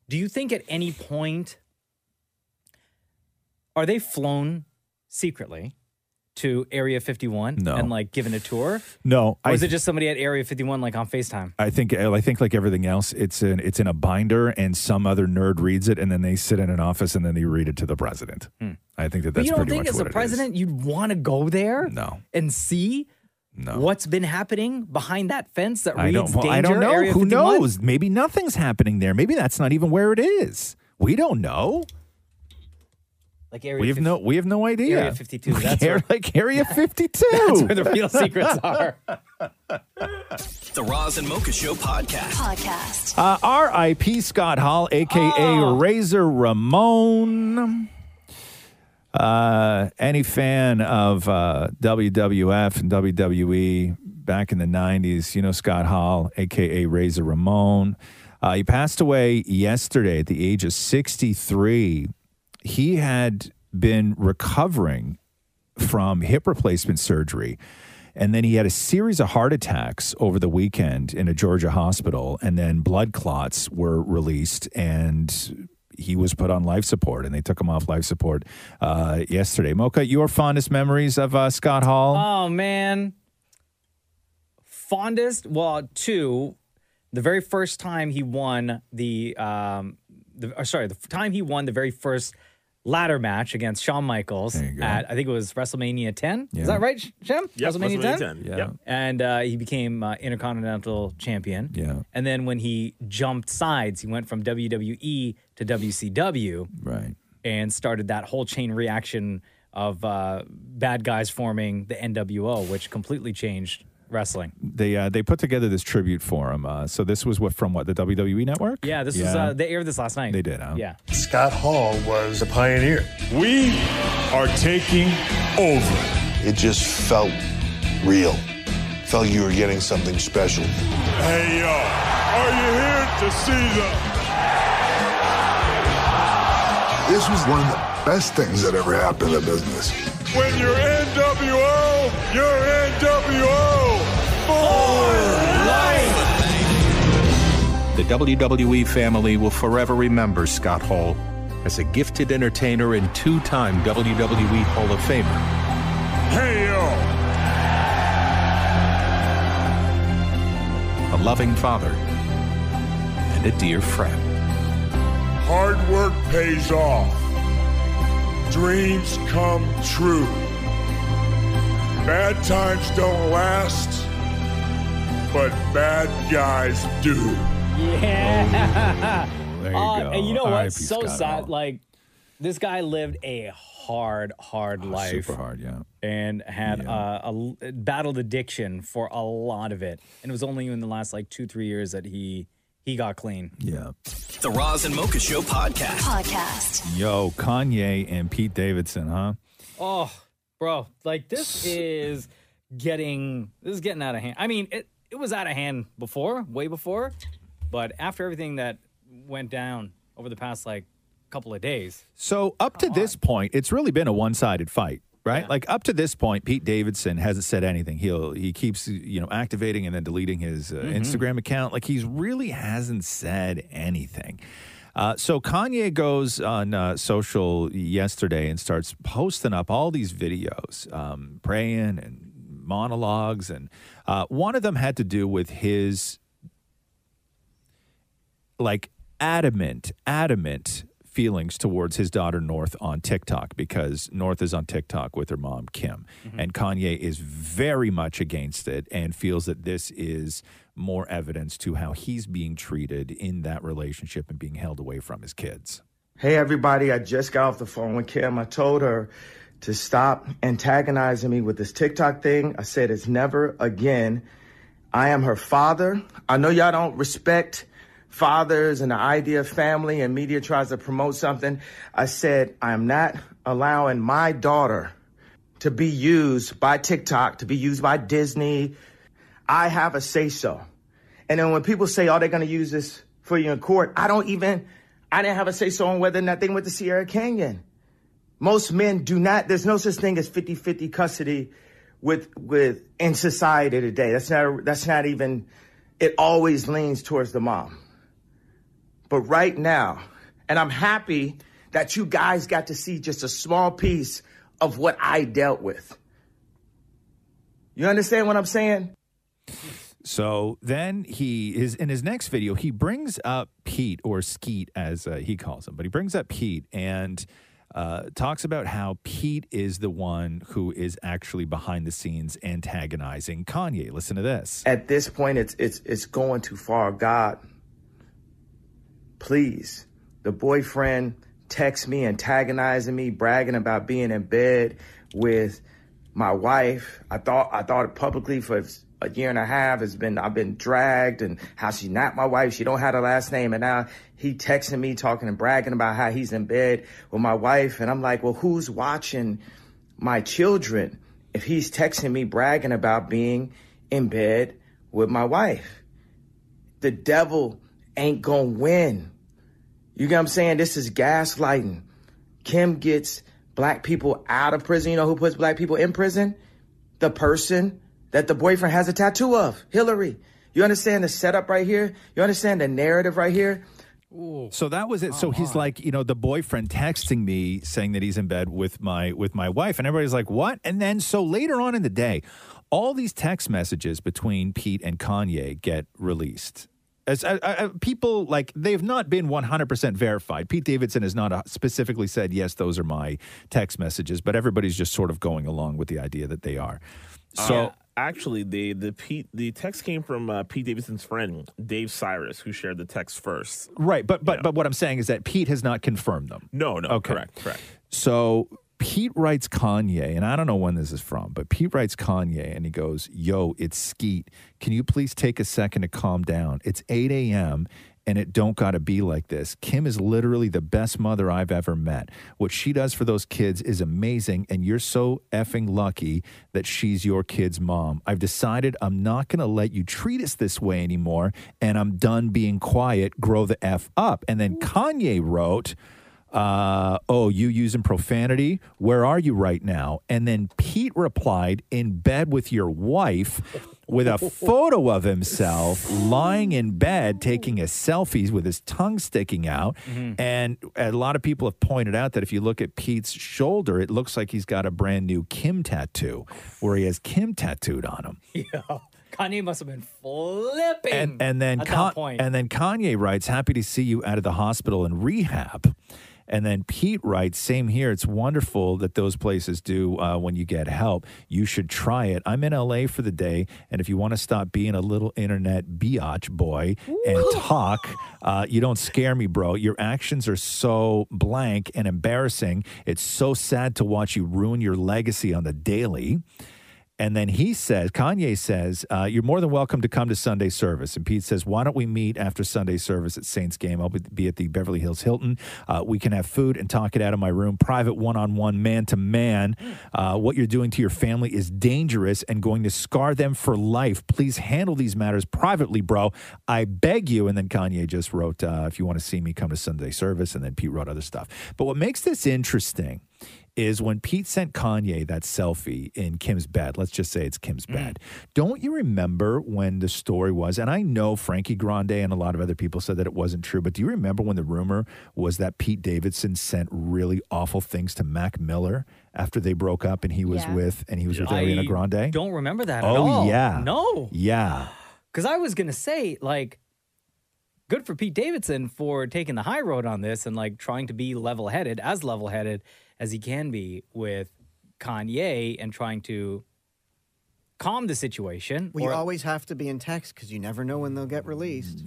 Speaker 5: Do you think at any point are they flown secretly to Area 51
Speaker 4: No.
Speaker 5: and like given a tour?
Speaker 4: No,
Speaker 5: Or is it just somebody at Area 51 like on FaceTime?
Speaker 4: I think uh, I think like everything else, it's in it's in a binder, and some other nerd reads it, and then they sit in an office and then they read it to the president. I think that
Speaker 5: Hmm. But
Speaker 4: that's
Speaker 5: you don't
Speaker 4: pretty
Speaker 5: think
Speaker 4: much
Speaker 5: as a
Speaker 4: what it is.
Speaker 5: president you'd want to go there?
Speaker 4: No.
Speaker 5: And see what's been happening behind that fence that reads
Speaker 4: I don't, well,
Speaker 5: danger
Speaker 4: I don't know.
Speaker 5: Area
Speaker 4: Who
Speaker 5: 51?
Speaker 4: knows? Maybe nothing's happening there. Maybe that's not even where it is. We don't know.
Speaker 5: Like Area
Speaker 4: We have no. We have no idea.
Speaker 5: Area
Speaker 4: <laughs>
Speaker 5: 52, that's
Speaker 4: Area-
Speaker 5: where-
Speaker 4: like Area 52.
Speaker 5: <laughs> That's where the real secrets are.
Speaker 1: The Roz and Mocha Show podcast. Podcast.
Speaker 4: Uh, R.I.P. Scott Hall, aka Razor Ramon. Uh, any fan of uh, WWF and WWE back in the '90s, you know Scott Hall, aka Razor Ramon. Uh, he passed away yesterday at the age of 63. He had been recovering from hip replacement surgery. And then he had a series of heart attacks over the weekend in a Georgia hospital. And then blood clots were released. And he was put on life support, and they took him off life support uh, yesterday. Mocha, your fondest memories of uh, Scott Hall?
Speaker 5: Oh man. Fondest, well, two. The very first time he won the, um, the or sorry, the f- time he won the very first ladder match against Shawn Michaels at I think it was WrestleMania 10. <laughs> Is that right, Sh- Shem?
Speaker 17: Yep,
Speaker 5: WrestleMania, 10.
Speaker 17: WrestleMania 10, yep.
Speaker 5: And uh, he became uh, Intercontinental Champion.
Speaker 4: Yeah.
Speaker 5: And then when he jumped sides, he went from WWE to WCW.
Speaker 4: Right.
Speaker 5: And started that whole chain reaction of uh, bad guys forming the NWO, which completely changed wrestling.
Speaker 4: They uh, they put together this tribute for him. Uh, so this was what from what the WWE Network?
Speaker 5: Yeah, this was uh, they aired this last night.
Speaker 4: They did, huh?
Speaker 5: Yeah.
Speaker 3: Scott Hall was a pioneer. We are taking over. It just felt real. Felt like you were getting something special.
Speaker 2: Hey, yo, are you here to see the.
Speaker 3: This was one of the best things that ever happened to business.
Speaker 2: When you're NWO, you're NWO for life!
Speaker 11: The WWE family will forever remember Scott Hall as a gifted entertainer and two time WWE E Hall of Famer.
Speaker 2: Hey, yo!
Speaker 11: a loving father, and a dear friend.
Speaker 2: Hard work pays off. Dreams come true. Bad times don't last, but bad guys do.
Speaker 5: Yeah.
Speaker 4: Oh,
Speaker 2: There you
Speaker 5: Uh,
Speaker 2: go.
Speaker 5: And you know what?
Speaker 2: R.I.P.
Speaker 5: So
Speaker 2: Scott
Speaker 5: sad. Like this guy lived a hard, hard life.
Speaker 4: Oh, super hard, yeah.
Speaker 5: And had uh, a l- battled addiction for a lot of it, and it was only in the last like two, three years that he he got clean.
Speaker 4: Yeah.
Speaker 1: The Roz and Mocha Show podcast. Podcast.
Speaker 4: Yo, Kanye and Pete Davidson, huh?
Speaker 5: Oh, bro, like this is getting this is getting out of hand. I mean, it it was out of hand before, way before, but after everything that went down over the past like couple of days,
Speaker 4: So up to this point, it's really been a one-sided fight, right? Like up to this point, Pete Davidson hasn't said anything. He'll he keeps you know activating and then deleting his uh,
Speaker 2: Mhm.
Speaker 4: Instagram account. Like he's really hasn't said anything. Uh, so Kanye goes on uh, social yesterday and starts posting up all these videos, um, praying and monologues, and uh, one of them had to do with his like adamant, adamant feelings towards his daughter North on TikTok because North is on TikTok with her mom Kim. And Kanye is very much against it and feels that this is more evidence to how he's being treated in that relationship and being held away from his kids.
Speaker 14: Hey, everybody, I just got off the phone with Kim. I told her to stop antagonizing me with this TikTok thing. I said it's never again. I am her father. I know y'all don't respect fathers and the idea of family, and media tries to promote something. I said, I'm not allowing my daughter to be used by TikTok, to be used by Disney. I have a say so. And then when people say, oh, they're going to use this for you in court, I don't even, I didn't have a say so on whether or not they went to Sierra Canyon. Most men do not, there's no such thing as 50 50 custody with, with, in society today. That's not, that's not even, it always leans towards the mom. But right now, and I'm happy that you guys got to see just a small piece of what I dealt with. You understand what I'm saying?
Speaker 4: So then he is in his next video. He brings up Pete or Skeet as uh, he calls him, but he brings up Pete and uh, talks about how Pete is the one who is actually behind the scenes antagonizing Kanye. Listen to this.
Speaker 14: At this point, it's it's it's going too far. God, please. The boyfriend texts me, antagonizing me, bragging about being in bed with my wife. I thought I thought it publicly for a year and a half. It's been I've been dragged and how she's not my wife. She don't have a last name, and now he texting me, talking and bragging about how he's in bed with my wife, and I'm like, well, who's watching my children if he's texting me bragging about being in bed with my wife. The devil ain't gonna win. You get what I'm saying? This is gaslighting. Kim gets black people out of prison. You know who puts black people in prison? The person that the boyfriend has a tattoo of, Hillary. You understand the setup right here? You understand the narrative right here?
Speaker 4: So that was it. so
Speaker 9: Oh,
Speaker 4: he's like, you know, the boyfriend texting me saying that he's in bed with my with my wife, and everybody's like, what? And then so later on in the day, all these text messages between Pete and Kanye get released. As I, I, I- people like they've not been 100% verified. Pete Davidson has not uh, specifically said, yes, those are my text messages, but everybody's just sort of going along with the idea that they are. So
Speaker 17: Uh, actually, the the Pete the text came from uh, Pete Davidson's friend Dave Cyrus, who shared the text first.
Speaker 4: Right, but but but what I'm saying is that Pete has not confirmed them.
Speaker 17: No, no,
Speaker 4: Okay.
Speaker 17: correct, correct.
Speaker 4: So Pete writes Kanye, and I don't know when this is from, but Pete writes Kanye and he goes, Yo, it's Skeet. Can you please take a second to calm down? It's 8 a.m. and it don't gotta be like this. Kim is literally the best mother I've ever met. What she does for those kids is amazing, and you're so effing lucky that she's your kid's mom. I've decided I'm not gonna let you treat us this way anymore, and I'm done being quiet. Grow the F up. And then Kanye wrote, uh, oh, you using profanity? Where are you right now? And then Pete replied, in bed with your wife, with a photo of himself lying in bed taking a selfie with his tongue sticking out.
Speaker 32: Mm-hmm.
Speaker 9: Mhm.
Speaker 4: And a lot of people have pointed out that if you look at Pete's shoulder, it looks like he's got a brand new Kim tattoo, where he has Kim tattooed on
Speaker 5: <laughs>
Speaker 4: him.
Speaker 5: Yeah. Kanye must have been flipping.
Speaker 4: And and then
Speaker 5: at
Speaker 4: Con-
Speaker 5: that point.
Speaker 4: and then Kanye writes, "Happy to see you out of the hospital and rehab." And then Pete writes, "Same here. It's wonderful that those places do uh, when you get help. You should try it. I'm in LA for the day, and if you want to stop being a little internet biatch boy and talk, uh, you don't scare me, bro. Your actions are so blank and embarrassing. It's so sad to watch you ruin your legacy on the daily." And then he says, Kanye says, uh, you're more than welcome to come to Sunday service. And Pete says, why don't we meet after Sunday service at Saints game? I'll be- be at the Beverly Hills Hilton. Uh, we can have food and talk it out in my room, private one on one, man to man. Uh, What you're doing to your family is dangerous and going to scar them for life. Please handle these matters privately, bro. I beg you. And then Kanye just wrote, uh, if you want to see me, come to Sunday service. And then Pete wrote other stuff. But what makes this interesting is when Pete sent Kanye that selfie in Kim's bed. Let's just say it's
Speaker 5: Mm.
Speaker 4: Kim's bed. Don't you remember when the story was? And I know Frankie Grande and a lot of other people said that it wasn't true, but do you remember when the rumor was that Pete Davidson sent really awful things to Mac Miller after they broke up and he was
Speaker 5: Yeah.
Speaker 4: with and he was with Ariana
Speaker 5: I
Speaker 4: Grande?
Speaker 5: don't remember that at
Speaker 4: Oh,
Speaker 5: all.
Speaker 4: yeah.
Speaker 5: No.
Speaker 4: Yeah.
Speaker 5: Because I was going to say, like, good for Pete Davidson for taking the high road on this and, like, trying to be level headed, as level headed as he can be with Kanye and trying to calm the situation.
Speaker 10: Well, you
Speaker 5: Or-
Speaker 10: always have to be in text because you never know when they'll get released.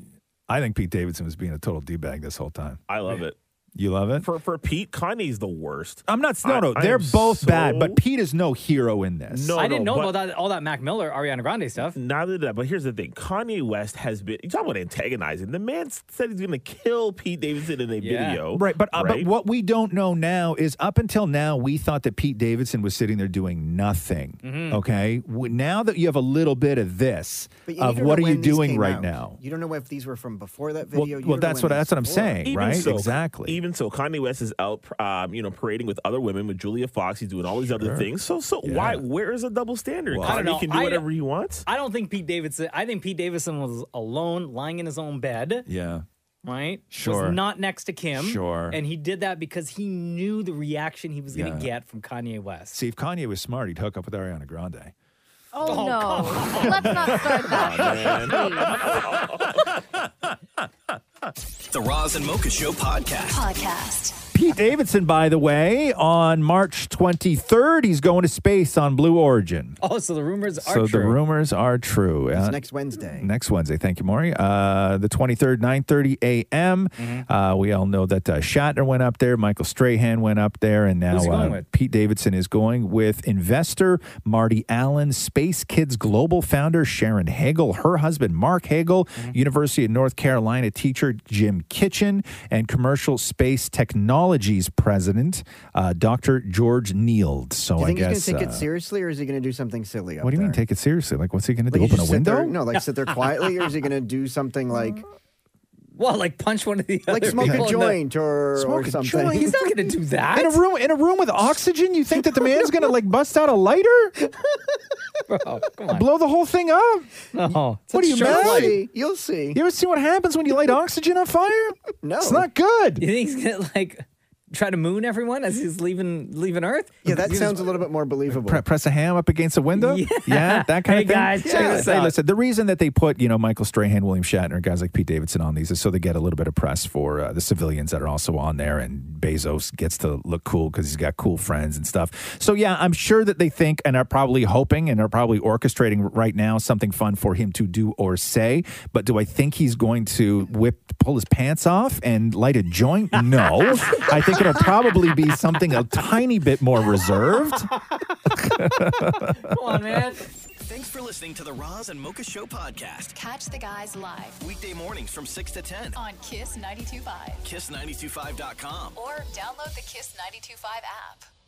Speaker 4: I think Pete Davidson was being a total D bag this whole time.
Speaker 17: I love it.
Speaker 4: You love it?
Speaker 17: For for Pete, Kanye's the worst.
Speaker 4: I'm not, no,
Speaker 17: I-
Speaker 4: no,
Speaker 17: I
Speaker 4: they're
Speaker 17: am
Speaker 4: both
Speaker 17: so-
Speaker 4: bad, but Pete is no hero in this.
Speaker 17: No,
Speaker 5: I didn't
Speaker 17: no,
Speaker 5: know
Speaker 17: but-
Speaker 5: about that, all that Mac Miller, Ariana Grande stuff.
Speaker 17: Neither did I. But here's the thing: Kanye West has been. You talk about antagonizing. The man said he's going to kill Pete Davidson in a video.
Speaker 4: Right, but uh,
Speaker 17: right?
Speaker 4: but what we don't know now is up until now we thought that Pete Davidson was sitting there doing nothing.
Speaker 5: Mm-hmm.
Speaker 10: Mhm.
Speaker 4: Okay, W- now that you have a little bit of this
Speaker 10: But you
Speaker 4: of
Speaker 10: don't
Speaker 4: what
Speaker 10: know
Speaker 4: are you
Speaker 10: when these
Speaker 4: doing
Speaker 10: came
Speaker 4: right
Speaker 10: out.
Speaker 4: now?
Speaker 10: You don't know if these were from before that
Speaker 4: Well-
Speaker 10: video. you
Speaker 4: well,
Speaker 10: don't know
Speaker 4: that's
Speaker 10: when
Speaker 4: what I-
Speaker 10: these
Speaker 4: that's what I'm
Speaker 10: were.
Speaker 4: saying,
Speaker 17: Even
Speaker 4: right?
Speaker 17: so-
Speaker 4: Exactly.
Speaker 17: Even so, Kanye West is out, um, you know, parading with other women, with Julia Fox. He's doing all these other
Speaker 5: Sure.
Speaker 17: things. So, so why? Where is a double standard?
Speaker 5: I don't
Speaker 17: Kanye
Speaker 5: know.
Speaker 17: can do
Speaker 5: I-
Speaker 17: whatever he wants.
Speaker 5: I don't think Pete Davidson, I think Pete Davidson was alone, lying in his own bed.
Speaker 4: Yeah.
Speaker 5: right?
Speaker 4: Sure.
Speaker 5: Was not next to Kim.
Speaker 4: Sure.
Speaker 5: And he did that because he knew the reaction he was going
Speaker 4: Yeah.
Speaker 5: to get from Kanye West.
Speaker 4: See, if Kanye was smart, he'd hook up with Ariana Grande.
Speaker 15: Oh, no. Let's not start that.
Speaker 1: The Roz and Mocha Show podcast. Podcast.
Speaker 4: Pete Davidson, by the way, on March 23rd, he's going to space on Blue Origin.
Speaker 5: Oh, so the rumors are
Speaker 4: so
Speaker 5: true.
Speaker 4: the rumors are true.
Speaker 10: It's
Speaker 4: Uh,
Speaker 10: next Wednesday.
Speaker 4: Next Wednesday. Thank you, Maury. Uh, the 23rd, 9.30 a.m.
Speaker 10: Mm-hmm.
Speaker 4: Uh, we all know that uh, Shatner went up there. Michael Strahan went up there. And now
Speaker 5: Who's he going
Speaker 4: uh,
Speaker 5: with?
Speaker 4: Pete Davidson is going with investor Marty Allen, Space Kids Global founder Sharon Hagel, her husband Mark Hagel,
Speaker 10: Mm-hmm.
Speaker 4: University of North Carolina teacher Jim Kitchen, and Commercial Space Technologies president uh, Dr. George Neild. So
Speaker 10: Do you
Speaker 4: I
Speaker 10: think
Speaker 4: guess...
Speaker 10: he's going to take
Speaker 4: uh,
Speaker 10: it seriously, or is he going to do something silly? Up
Speaker 4: what do you
Speaker 10: there?
Speaker 4: mean take it seriously? Like, what's he going to
Speaker 10: Like,
Speaker 4: do?
Speaker 10: you
Speaker 4: Open a
Speaker 10: just sit
Speaker 4: window?
Speaker 10: there- no, like
Speaker 5: <laughs>
Speaker 10: sit there quietly, or is he going to do something like
Speaker 5: well, like punch one of the
Speaker 10: like
Speaker 5: other
Speaker 10: smoke
Speaker 5: people
Speaker 10: a
Speaker 5: in the-
Speaker 10: joint or
Speaker 5: Smoke
Speaker 10: or
Speaker 5: a
Speaker 10: something?
Speaker 5: joint?
Speaker 10: <laughs>
Speaker 5: He's not going to do that.
Speaker 4: In a room, in a room with oxygen, you think that the man's gonna like bust out a lighter,
Speaker 5: <laughs>
Speaker 4: blow the whole thing up?
Speaker 5: No,
Speaker 4: what are you mad?
Speaker 10: You'll see.
Speaker 4: You ever see what happens when you light oxygen on fire?
Speaker 10: No,
Speaker 4: It's not good.
Speaker 5: You think he's gonna like try to moon everyone as he's leaving leaving Earth?
Speaker 10: Yeah, that sounds a little bit more believable.
Speaker 4: Pre- press a ham up against a
Speaker 5: <laughs>
Speaker 4: window. Yeah, that kind
Speaker 5: Hey,
Speaker 4: of thing.
Speaker 5: guys, check
Speaker 4: yeah.
Speaker 5: this
Speaker 4: hey,
Speaker 5: out.
Speaker 4: listen. The reason that they put you know Michael Strahan, William Shatner, guys like Pete Davidson on these is so they get a little bit of press for uh, the civilians that are also on there, and Bezos gets to look cool because he's got cool friends and stuff. So yeah, I'm sure that they think and are probably hoping and are probably orchestrating right now something fun for him to do or say. But do I think he's going to whip pull his pants off and light a joint? No, I think it'll probably be something a tiny bit more reserved.
Speaker 1: Come
Speaker 5: on, man.
Speaker 1: Thanks for listening to the Roz and Mocha Show podcast.
Speaker 6: Catch the guys live
Speaker 1: Weekday mornings from 6 to 10.
Speaker 6: on Kiss 92.5
Speaker 1: Kiss925.com.
Speaker 6: or download the Kiss 92.5 app.